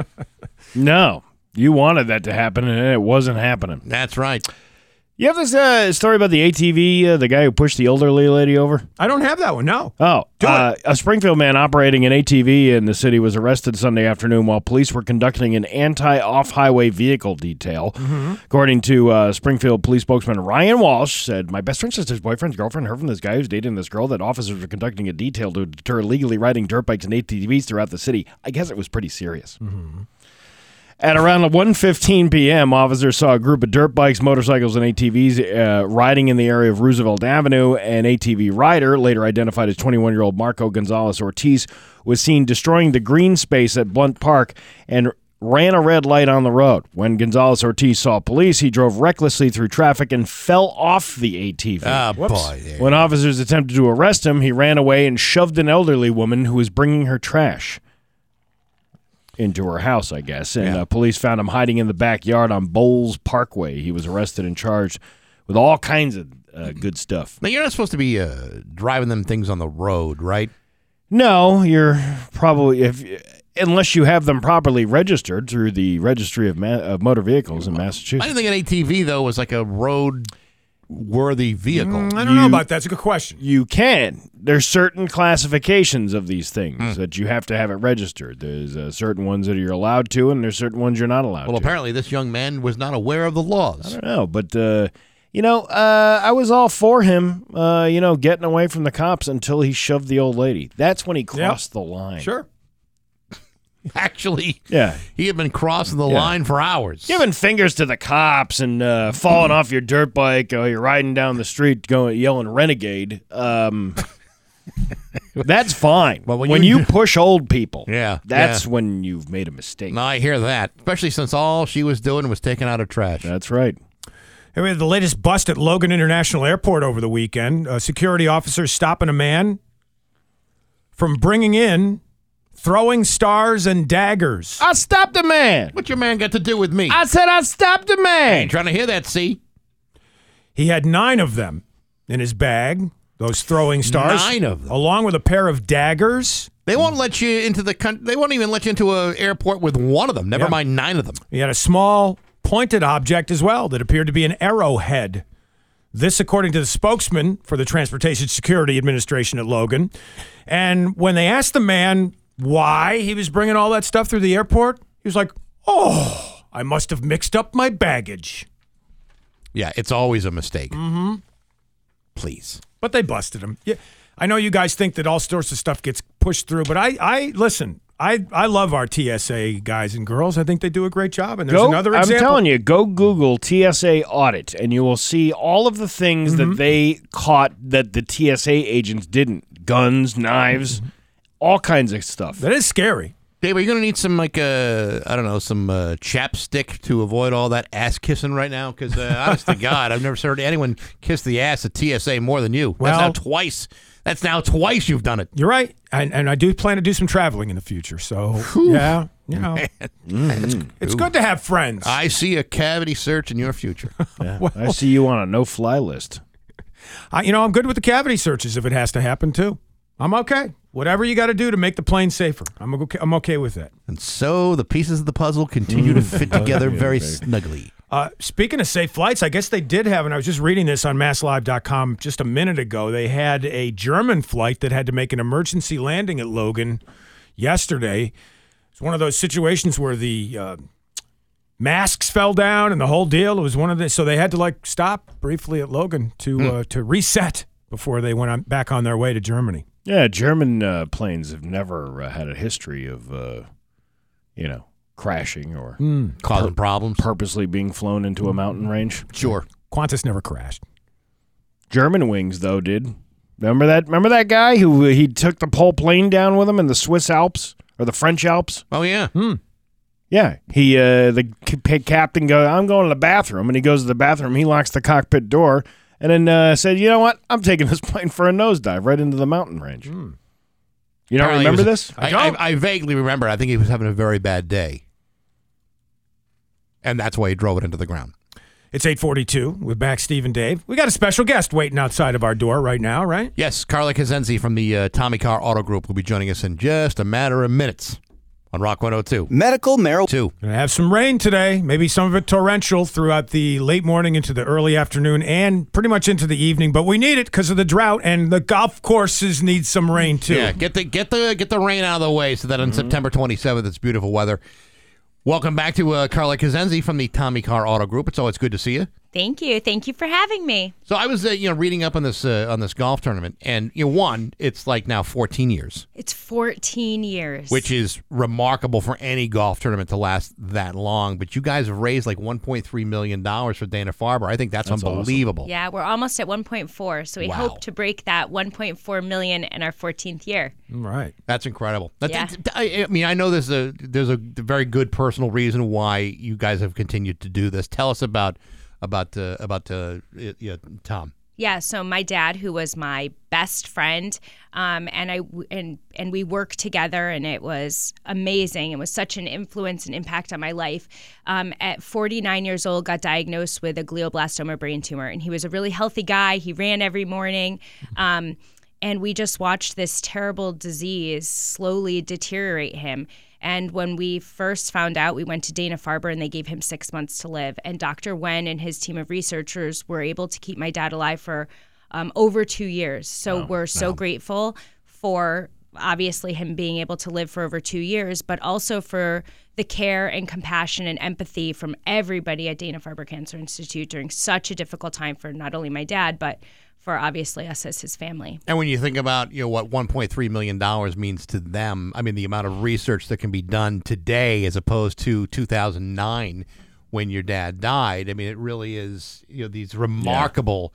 B: No, you wanted that to happen, and it wasn't happening.
A: That's right.
B: You have this uh, story about the ATV, uh, the guy who pushed the elderly lady over?
C: I don't have that one, no.
B: Oh, uh, a Springfield man operating an ATV in the city was arrested Sunday afternoon while police were conducting an anti off highway vehicle detail. According to uh, Springfield police spokesman Ryan Walsh, said, My best friend's sister's boyfriend's girlfriend heard from this guy who's dating this girl that officers were conducting a detail to deter illegally riding dirt bikes and ATVs throughout the city. I guess it was pretty serious. At around 1:15 p.m., officers saw a group of dirt bikes, motorcycles, and ATVs uh, riding in the area of Roosevelt Avenue. An ATV rider, later identified as 21-year-old Marco Gonzalez Ortiz, was seen destroying the green space at Blunt Park and ran a red light on the road. When Gonzalez Ortiz saw police, he drove recklessly through traffic and fell off the ATV.
A: Ah, boy. there.
B: When officers attempted to arrest him, he ran away and shoved an elderly woman who was bringing her trash into her house, I guess. And uh, police found him hiding in the backyard on Bowles Parkway. He was arrested and charged with all kinds of uh, good stuff.
A: Now, you're not supposed to be uh, driving them things on the road, right?
B: No, you're probably if unless you have them properly registered through the Registry of, Ma- of Motor Vehicles in
A: I
B: Massachusetts.
A: didn't think an ATV though was like a road worthy vehicle.
B: Mm,
C: I don't know about that. It's a good question.
B: You can. There's certain classifications of these things
A: Hmm.
B: that you have to have it registered. There's uh, certain ones that you're allowed to, and there's certain ones you're not allowed
A: Well,
B: to.
A: apparently this young man was not aware of the laws.
B: I don't know, but uh, you know, uh, I was all for him. Uh, you know, getting away from the cops until he shoved the old lady. That's when he crossed the line.
A: Sure. Actually,
B: Yeah.
A: he had been crossing the
B: Yeah.
A: line for hours.
B: Giving fingers to the cops and uh, falling off your dirt bike, or you're riding down the street going yelling "renegade." Um, that's fine. But
A: when
B: when,
A: you
B: you, push old people,
A: Yeah,
B: that's
A: yeah.
B: when you've made a mistake.
A: No, I hear that, especially since all she was doing was taking out of trash.
B: That's right.
C: And we had the latest bust at Logan International Airport over the weekend. A security officers stopping a man from bringing in throwing stars and daggers.
B: I stopped a man.
A: What your man got to do with me?
B: I said I stopped a man.
A: Ain't trying to hear that, see?
C: He had nine of them in his bag. Those throwing stars,
A: Nine of them.
C: along with a pair of daggers.
A: They won't let you into the country. They won't even let you into an airport with one of them. Never
C: Yeah.
A: mind nine of them.
C: He had a small pointed object as well that appeared to be an arrowhead. This, according to the spokesman for the Transportation Security Administration at Logan. And when they asked the man why he was bringing all that stuff through the airport, he was like, Oh, I must have mixed up my baggage.
A: Yeah, it's always a mistake.
C: Mm-hmm.
A: Please.
C: But they busted him. Yeah, I know you guys think that all sorts of stuff gets pushed through, but I, I listen. I, I love our TSA guys and girls. I think they do a great job. And there's
B: Go-
C: another
B: I'm
C: example.
B: telling you, go Google TSA audit, and you will see all of the things
A: Mm-hmm.
B: that they caught that the TSA agents didn't: guns, knives, all kinds of stuff.
C: That is scary.
A: Dave, are you going to need some like uh, I don't know, some uh, chapstick to avoid all that ass kissing right now? Because uh, honest to God, I've never heard anyone kiss the ass at TSA more than you.
C: Well-
A: That's now twice. That's now twice you've done it.
C: You're right, and, and I do plan to do some traveling in the future. So yeah, you know, it's good to have friends.
A: I see a cavity search in your future.
B: Yeah, I see you on a no-fly list.
C: I, you know, I'm good with the cavity searches if it has to happen too. I'm okay. Whatever you got to do to make the plane safer, I'm okay, I'm okay with that.
A: and so the pieces of the puzzle continue
B: Mm.
A: to fit together very snugly.
C: Uh, speaking of safe flights, I guess they did have, and I was just reading this on masslive.com just a minute ago. They had a German flight that had to make an emergency landing at Logan yesterday. It's one of those situations where the uh, masks fell down and the whole deal. It was one of the so they had to like stop briefly at Logan to uh, to reset before they went on, back on their way to Germany.
B: Yeah, German uh, planes have never uh, had a history of, uh, you know, crashing or
C: Hmm.
A: Causing problems.
B: purposely being flown into a mountain range.
A: Sure.
C: Qantas never crashed.
B: German wings though did. Remember that? Remember that guy who uh, he took the whole plane down with him in the Swiss Alps or the French Alps?
A: Oh yeah.
B: Hmm. Yeah, he uh, the c- p- captain goes. I'm going to the bathroom, and he goes to the bathroom. He locks the cockpit door, and then uh, said, "You know what? I'm taking this plane for a nosedive right into the mountain range." You don't
A: Apparently he
B: remember
A: was-
B: this?
A: I, I, I vaguely remember. I think he was having a very bad day, and that's why he drove it into the ground.
C: It's 842 with back Steve and Dave. We got a special guest waiting outside of our door right now, right?
A: Yes, Carla Kazenzi from the uh, Tommy Car Auto Group will be joining us in just a matter of minutes on Rock 102.
C: Medical marijuana.
A: Two.
C: Gonna have some rain today. Maybe some of it torrential throughout the late morning into the early afternoon and pretty much into the evening. But we need it because of the drought and the golf courses need some rain too.
A: Yeah, get the get the get the rain out of the way so that on September 27th it's beautiful weather. Welcome back to uh, Carla Kazenzi from the Tommy Car Auto Group. It's always good to see you.
E: Thank you. Thank you for having me.
A: So I was uh, you know reading up on this uh, on this golf tournament, and you know, one, it's like now 14 years,
E: It's 14 years.
A: which is remarkable for any golf tournament to last that long. But you guys have raised like 1.3 million dollars for Dana Farber. I think that's, unbelievable.
E: Yeah, we're almost at 1.4, so we
A: Wow.
E: hope to break that 1.4 million in our 14th year.
C: Right.
A: That's incredible. That's,
E: Yeah.
A: it's- I, I mean, I know there's a there's a very good personal reason why you guys have continued to do this. Tell us about about uh, about uh, y- yeah, Tom.
E: Yeah, so my dad, who was my best friend, um, and I w- and and we worked together, and it was amazing. It was such an influence and impact on my life. Um, at 49 years old, got diagnosed with a glioblastoma brain tumor, and he was a really healthy guy. He ran every morning. Um, and we just watched this terrible disease slowly deteriorate him. And when we first found out, we went to Dana Farber and they gave him six months to live. And Dr. Wen and his team of researchers were able to keep my dad alive for um, over two years. So we're so grateful for obviously him being able to live for over two years, but also for the care and compassion and empathy from everybody at Dana Farber Cancer Institute during such a difficult time for not only my dad, but for obviously us as his family.
A: And when you think about you know what 1.3 million dollars means to them, I mean the amount of research that can be done today as opposed to 2009 when your dad died. I mean it really is you know these remarkable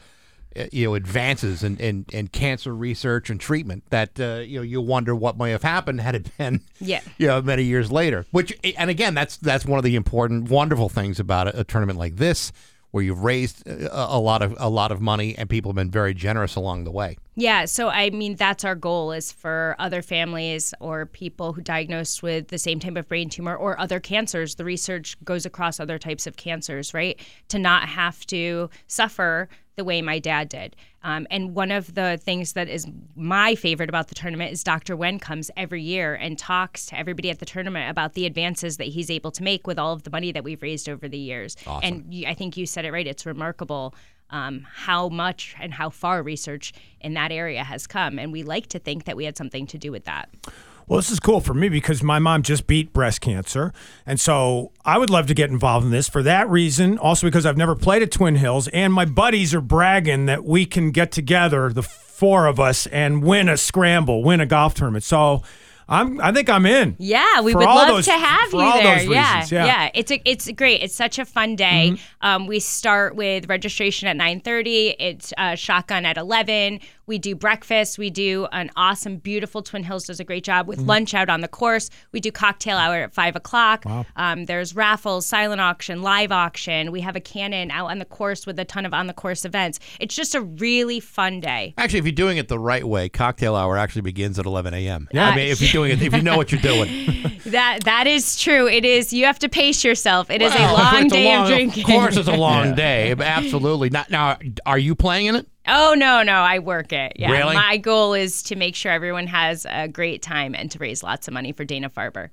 A: uh, you know advances in, in, in cancer research and treatment that uh, you know you wonder what may have happened had it been
E: Yeah.
A: you know, many years later. Which, and again, that's that's one of the important, wonderful things about a, a tournament like this, where you've raised a, a lot of a lot of money and people have been very generous along the way.
E: Yeah, so I mean that's our goal is for other families or people who diagnosed with the same type of brain tumor or other cancers. The research goes across other types of cancers, right? To not have to suffer the way my dad did. Um, and one of the things that is my favorite about the tournament is Dr. Wen comes every year and talks to everybody at the tournament about the advances that he's able to make with all of the money that we've raised over the years.
A: Awesome.
E: And you, I think you said it right. It's remarkable um, how much and how far research in that area has come. And we like to think that we had something to do with that.
C: Well, this is cool for me because my mom just beat breast cancer. And so I would love to get involved in this for that reason. Also, because I've never played at Twin Hills, and my buddies are bragging that we can get together, the four of us, and win a scramble, win a golf tournament. So I'm, I think I'm in.
E: Yeah, we
C: For
E: would
C: all
E: love
C: those-
E: to have
C: for
E: you
C: all
E: there.
C: those
E: yeah,
C: reasons, yeah. Mm-hmm.
E: It's a, it's great. It's such a fun day. Um, we start with registration at nine thirty. It's uh, shotgun at eleven. We do breakfast. We do an awesome, beautiful Twin Hills does a great job with
C: Mm-hmm.
F: Mhm.
E: lunch out on the course. We do cocktail hour at five o'clock.
F: Wow.
E: Um, there's raffles, silent auction, live auction. We have a cannon out on the course with a ton of on the course events. It's just a really fun day.
A: Actually, if you're doing it the right way, cocktail hour actually begins at 11 a.m.
E: Yeah.
A: I mean, if you're doing it, if you know what you're doing,
E: That that is true. It is. You have to pace yourself. It is
A: Well,
E: a long
A: it's a
E: day
A: long-
E: of drinking.
A: Of course, it's a long day. Absolutely. Not now. Are you playing in it?
E: Oh no, no, I work it. Yeah.
A: Really?
E: My goal is to make sure everyone has a great time and to raise lots of money for Dana Farber.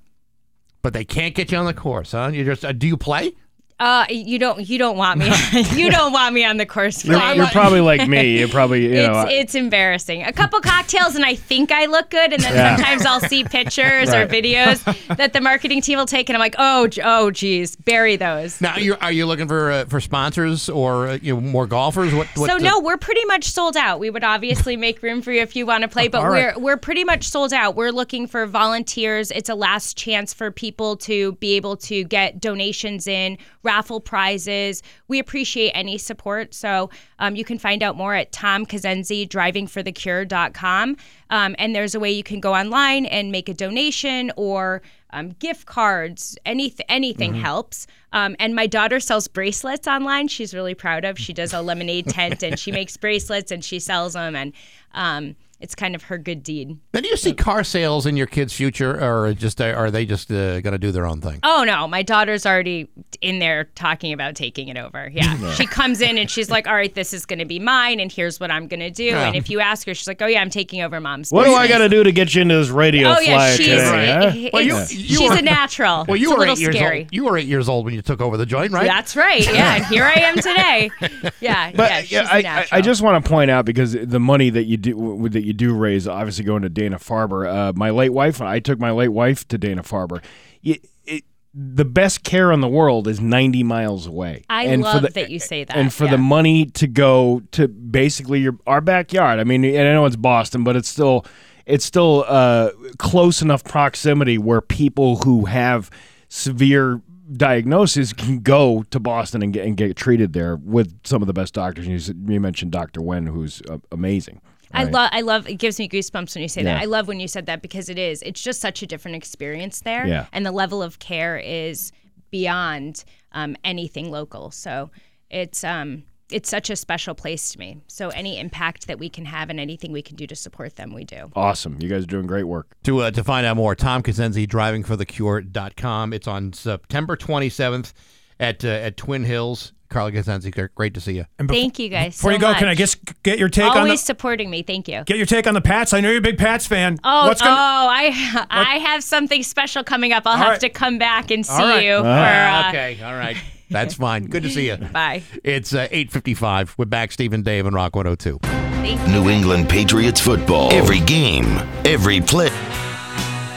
A: But they can't get you on the course, huh? You just uh, do you play?
E: Uh, you don't you don't want me you don't want me on the course.
B: You're,
E: playing.
B: you're probably like me. You probably, you know,
E: it's, it's embarrassing. A couple cocktails and I think I look good, and then
B: Yeah.
E: sometimes I'll see pictures or
A: Right.
E: videos that the marketing team will take, and I'm like, oh, j- oh, geez, bury those.
A: Now, you're, are you looking for uh, for sponsors or uh, you know more golfers? What? what uh,
E: so
A: the-
E: no, we're pretty much sold out. We would obviously make room for you if you want to play, but
A: All
E: we're
A: right.
E: we're pretty much sold out. We're looking for volunteers. It's a last chance for people to be able to get donations in, raffle prizes. We appreciate any support. So um, you can find out more at Tom Kazenzi, drivingforthecure.com. Um, and there's a way you can go online and make a donation or um, gift cards, any, anything
F: Mhm.
E: helps. Um, and my daughter sells bracelets online. She's really proud of. She does a lemonade tent and she makes bracelets and she sells them. And um, it's kind of her good deed.
A: Now, do you see car sales in your kids' future, or just uh, are they just uh, going to do their own thing?
E: Oh no, my daughter's already in there talking about taking it over. Yeah.
A: Yeah.
E: She comes in and she's like, "All right, this is going to be mine and here's what I'm going to do."
B: Yeah.
E: And if you ask her, she's like, "Oh yeah, I'm taking over mom's."
B: what do I got
E: business."
B: to do to get you into this radio
E: Oh, yeah,
B: flyer
E: she's-
B: today? huh?
E: it- it- Well, you- it's- you she's were- a natural.
A: Well, you
E: Oh, It's
A: were
E: a little
A: eight years
E: scary.
A: old. You were eight years old when you took over the joint, right?
E: That's right. Yeah, and here I am today. Yeah, yeah,
B: But
E: she's
B: yeah,
E: a
B: I, I,
E: natural.
B: I just want to point out because the money that you do w- that you do raise obviously going to Dana Farber. Uh, my late wife, I took my late wife to Dana Farber. It, it, the best care in the world is ninety miles away.
E: I
B: And for
E: love
B: the-
E: that you say that.
B: And for
E: yeah.
B: the money to go to basically your our backyard. I mean, and I know it's Boston, but it's still it's still uh, close enough proximity where people who have severe diagnoses can go to Boston and get, and get treated there with some of the best doctors. You, s- you mentioned Dr. Wen, who's uh, amazing.
E: I
B: right?
E: love I love it gives me goosebumps when you say
B: Yeah.
E: that. I love when you said that because it is. It's just such a different experience there.
B: Yeah.
E: And the level of care is beyond um, anything local. So it's um it's such a special place to me. So any impact that we can have and anything we can do to support them, we do.
B: Awesome. You guys are doing great work.
A: To uh, to find out more, Tom Kazenzi, drivingforthecure.com. It's on September 27th at uh, at Twin Hills. Carla Gazenzi, great to see you.
C: And
R: Thank you guys.
C: Before
R: so
C: you go, can I
R: much.
C: just get your take
R: Always
C: on the
R: supporting me. Thank you.
C: get your take on the Pats? I know you're a big Pats fan.
R: Oh,
C: What's gonna-
R: oh, I I have something special coming up. I'll have
A: right.
R: to come back and see
A: All right.
R: you.
A: Ah,
R: For, uh,
A: okay, all right. That's fine. Good to see you.
R: Bye.
A: It's uh, 8.55. We're back, Stephen Dave and Rock 102.
J: New England Patriots football. Every game, every play.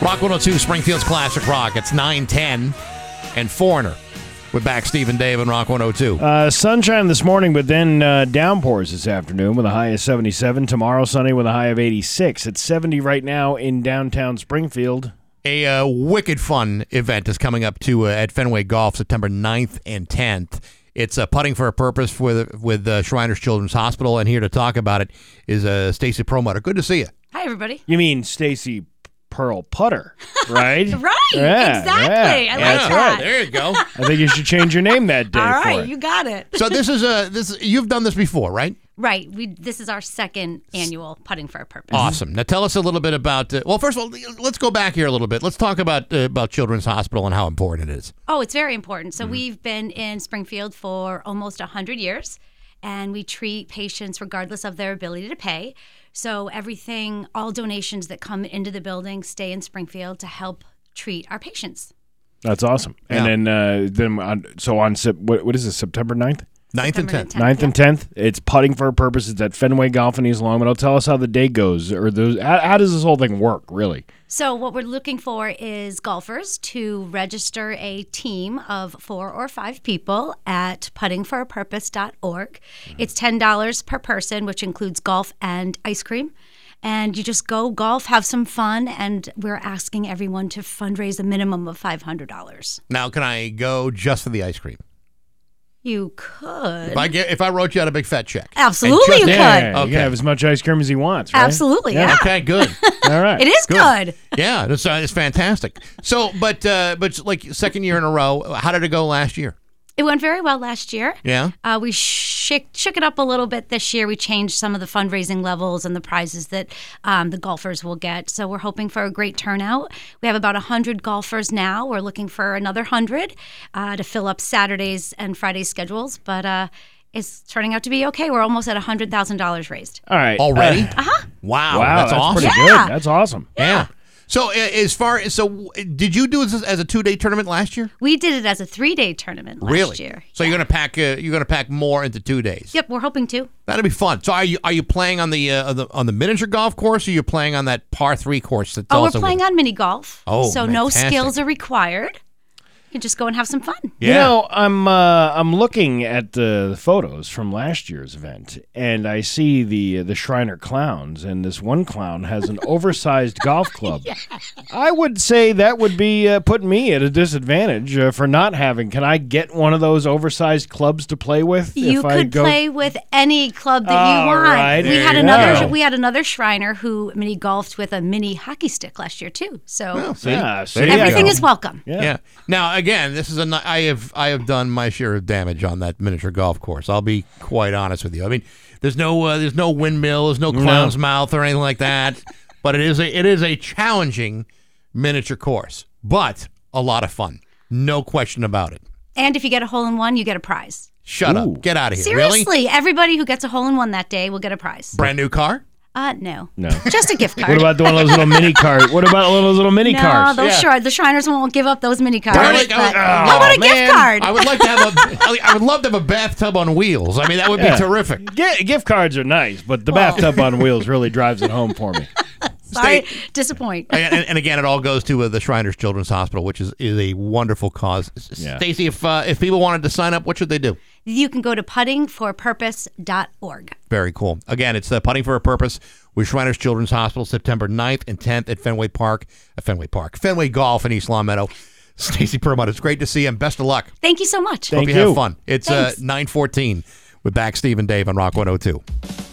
A: Rock 102, Springfield's Classic Rock. It's 9.10 and Foreigner. We're back, Stephen Dave and Rock 102.
B: Uh, sunshine this morning, but then uh, downpours this afternoon with a high of 77. Tomorrow, sunny with a high of 86. It's 70 right now in downtown Springfield.
A: A uh, wicked fun event is coming up to uh, at Fenway Golf September 9th and 10th. It's uh, putting for a purpose with with uh, Shriners Children's Hospital, and here to talk about it is uh, Stacy Perlmutter. Good to see you.
R: Hi, everybody.
B: You mean Stacy Pearl Putter, right?
R: Right,
B: Yeah,
R: exactly.
B: yeah.
R: I like
B: That's
R: that.
B: right.
A: There you go.
B: I think you should change your name that day.
E: All
B: for
E: right,
B: it.
E: you got it.
A: So this is a this you've done this before, right?
E: right. We this is our second annual putting for a purpose.
A: Awesome. Now tell us a little bit about. Uh, well, first of all, let's go back here a little bit. Let's talk about uh, about Children's Hospital and how important it is.
E: Oh, it's very important.
A: Mm-hmm.
E: So we've been in Springfield for almost 100 years and we treat patients regardless of their ability to pay. So everything all donations that come into the building stay in Springfield to help treat our patients.
B: That's awesome. And then, uh, then on, so on Sep- what, what is this? September 9th?
A: 9th and 10th.
B: 9th and 10th. It's putting for a purpose. It's at Fenway Golf in East Longmeadow. Tell us how the day goes, or those. How, how does this whole thing work, really?
E: So, what we're looking for is golfers to register a team of four or five people at puttingforapurpose.org. It's $10 per person, which includes golf and ice cream. And you just go golf, have some fun, and we're asking everyone to fundraise a minimum of $500.
A: Now, can I go just for the ice cream?
E: You could.
A: If I get if I wrote you out a big fat check, And
E: Absolutely you
A: just-
E: could.
B: Yeah, You
A: Okay.
B: can have as much ice cream as he wants. right?
E: Absolutely, yeah.
A: Okay, good.
B: All right.
E: It is good.
A: Yeah, it's, uh, it's fantastic. So, but uh, but like second year in a row, how did it go last year?
E: It went very well last year.
A: Yeah.
E: Uh, we shook, shook it up a little bit this year. We changed some of the fundraising levels and the prizes that um, the golfers will get. So we're hoping for a great turnout. We have about 100 golfers now. We're looking for another 100 uh, to fill up Saturdays and Friday schedules. But uh, it's turning out to be okay. We're almost at $100,000 raised.
B: All right.
A: Already?
B: Uh,
E: uh-huh.
A: huh. Wow,
B: wow,
A: that's,
B: that's
A: awesome.
B: pretty good. Yeah. That's awesome.
A: Yeah. So uh, as far as so, w- did you do this as a two day tournament last year?
E: We did it as a three day tournament last
A: really?
E: year.
A: So you're gonna pack uh, you're gonna pack more into two days.
E: Yep, we're hoping to.
A: That'll be fun. So are you are you playing on the uh, the on the miniature golf course, or you're playing on that par three course? That's
E: Oh, we're
A: also
E: playing on mini golf.
A: Oh,
E: so no
A: fantastic.
E: skills are required. You can just go and have some fun.
B: You know, I'm uh, I'm looking at uh, the, the photos from last year's event, and I see the uh, the Shriner clowns, and this one clown has an oversized golf club. I would say that would be uh, putting me at a disadvantage uh, for not having. Can I get one of those oversized clubs to play with?
E: You
B: I
E: could play with any club that
B: All
E: you want.
B: right,
E: we
B: there
E: had
B: you
E: another
B: go.
E: we had another Shriner who mini golfed with a mini hockey stick last year too. So
B: Oh,
A: See?
B: Yeah, see,
A: There you
E: everything
A: go.
E: is welcome.
A: Yeah. Now again, this is a ni- I have I have done my share of damage on that miniature golf course. I'll be quite honest with you. I mean, there's no uh, there's no windmill, there's no clown's mouth or anything like that. but it is a it is a challenging miniature course, but a lot of fun, no question about it.
E: And if you get a hole in one, you get a prize.
A: Shut up, get out of here,
E: Seriously,
A: really?
E: everybody who gets a hole in one that day will get a prize.
A: Brand new car?
E: Uh no.
B: No.
E: Just a gift card.
B: What about the one of those little mini cars? What about one of those little mini
E: no,
B: cars?
E: those Shri- the Shriners won't give up those mini cards.
A: Darn it, I
E: but
A: would-
B: Oh,
E: I want a
A: Oh, man,
E: gift card.
A: I would like to have a. I would love to have a bathtub on wheels. I mean, that would be
B: Yeah.
A: terrific.
B: Gi- gift cards are nice, but the
E: Well.
B: bathtub on wheels really drives it home for me.
E: Sorry, disappoint.
A: and, and- and again, it all goes to uh, the Shriners Children's Hospital, which is, is a wonderful cause. S-
E: Yeah.
A: Stacy, if uh, if people wanted to sign up, what should they do?
E: You can go to puttingforpurpose.org.
A: Very cool. Again, it's the Putting for a Purpose with Shriners Children's Hospital, September 9th and 10th at Fenway Park, uh, Fenway Park, Fenway Golf in East Long Meadow. Stacy Permut, it's great to see you and best of luck.
E: Thank you so much.
A: Hope you, have fun. It's uh,
E: Thanks.
A: 914 with back Steve and Dave on Rock 102.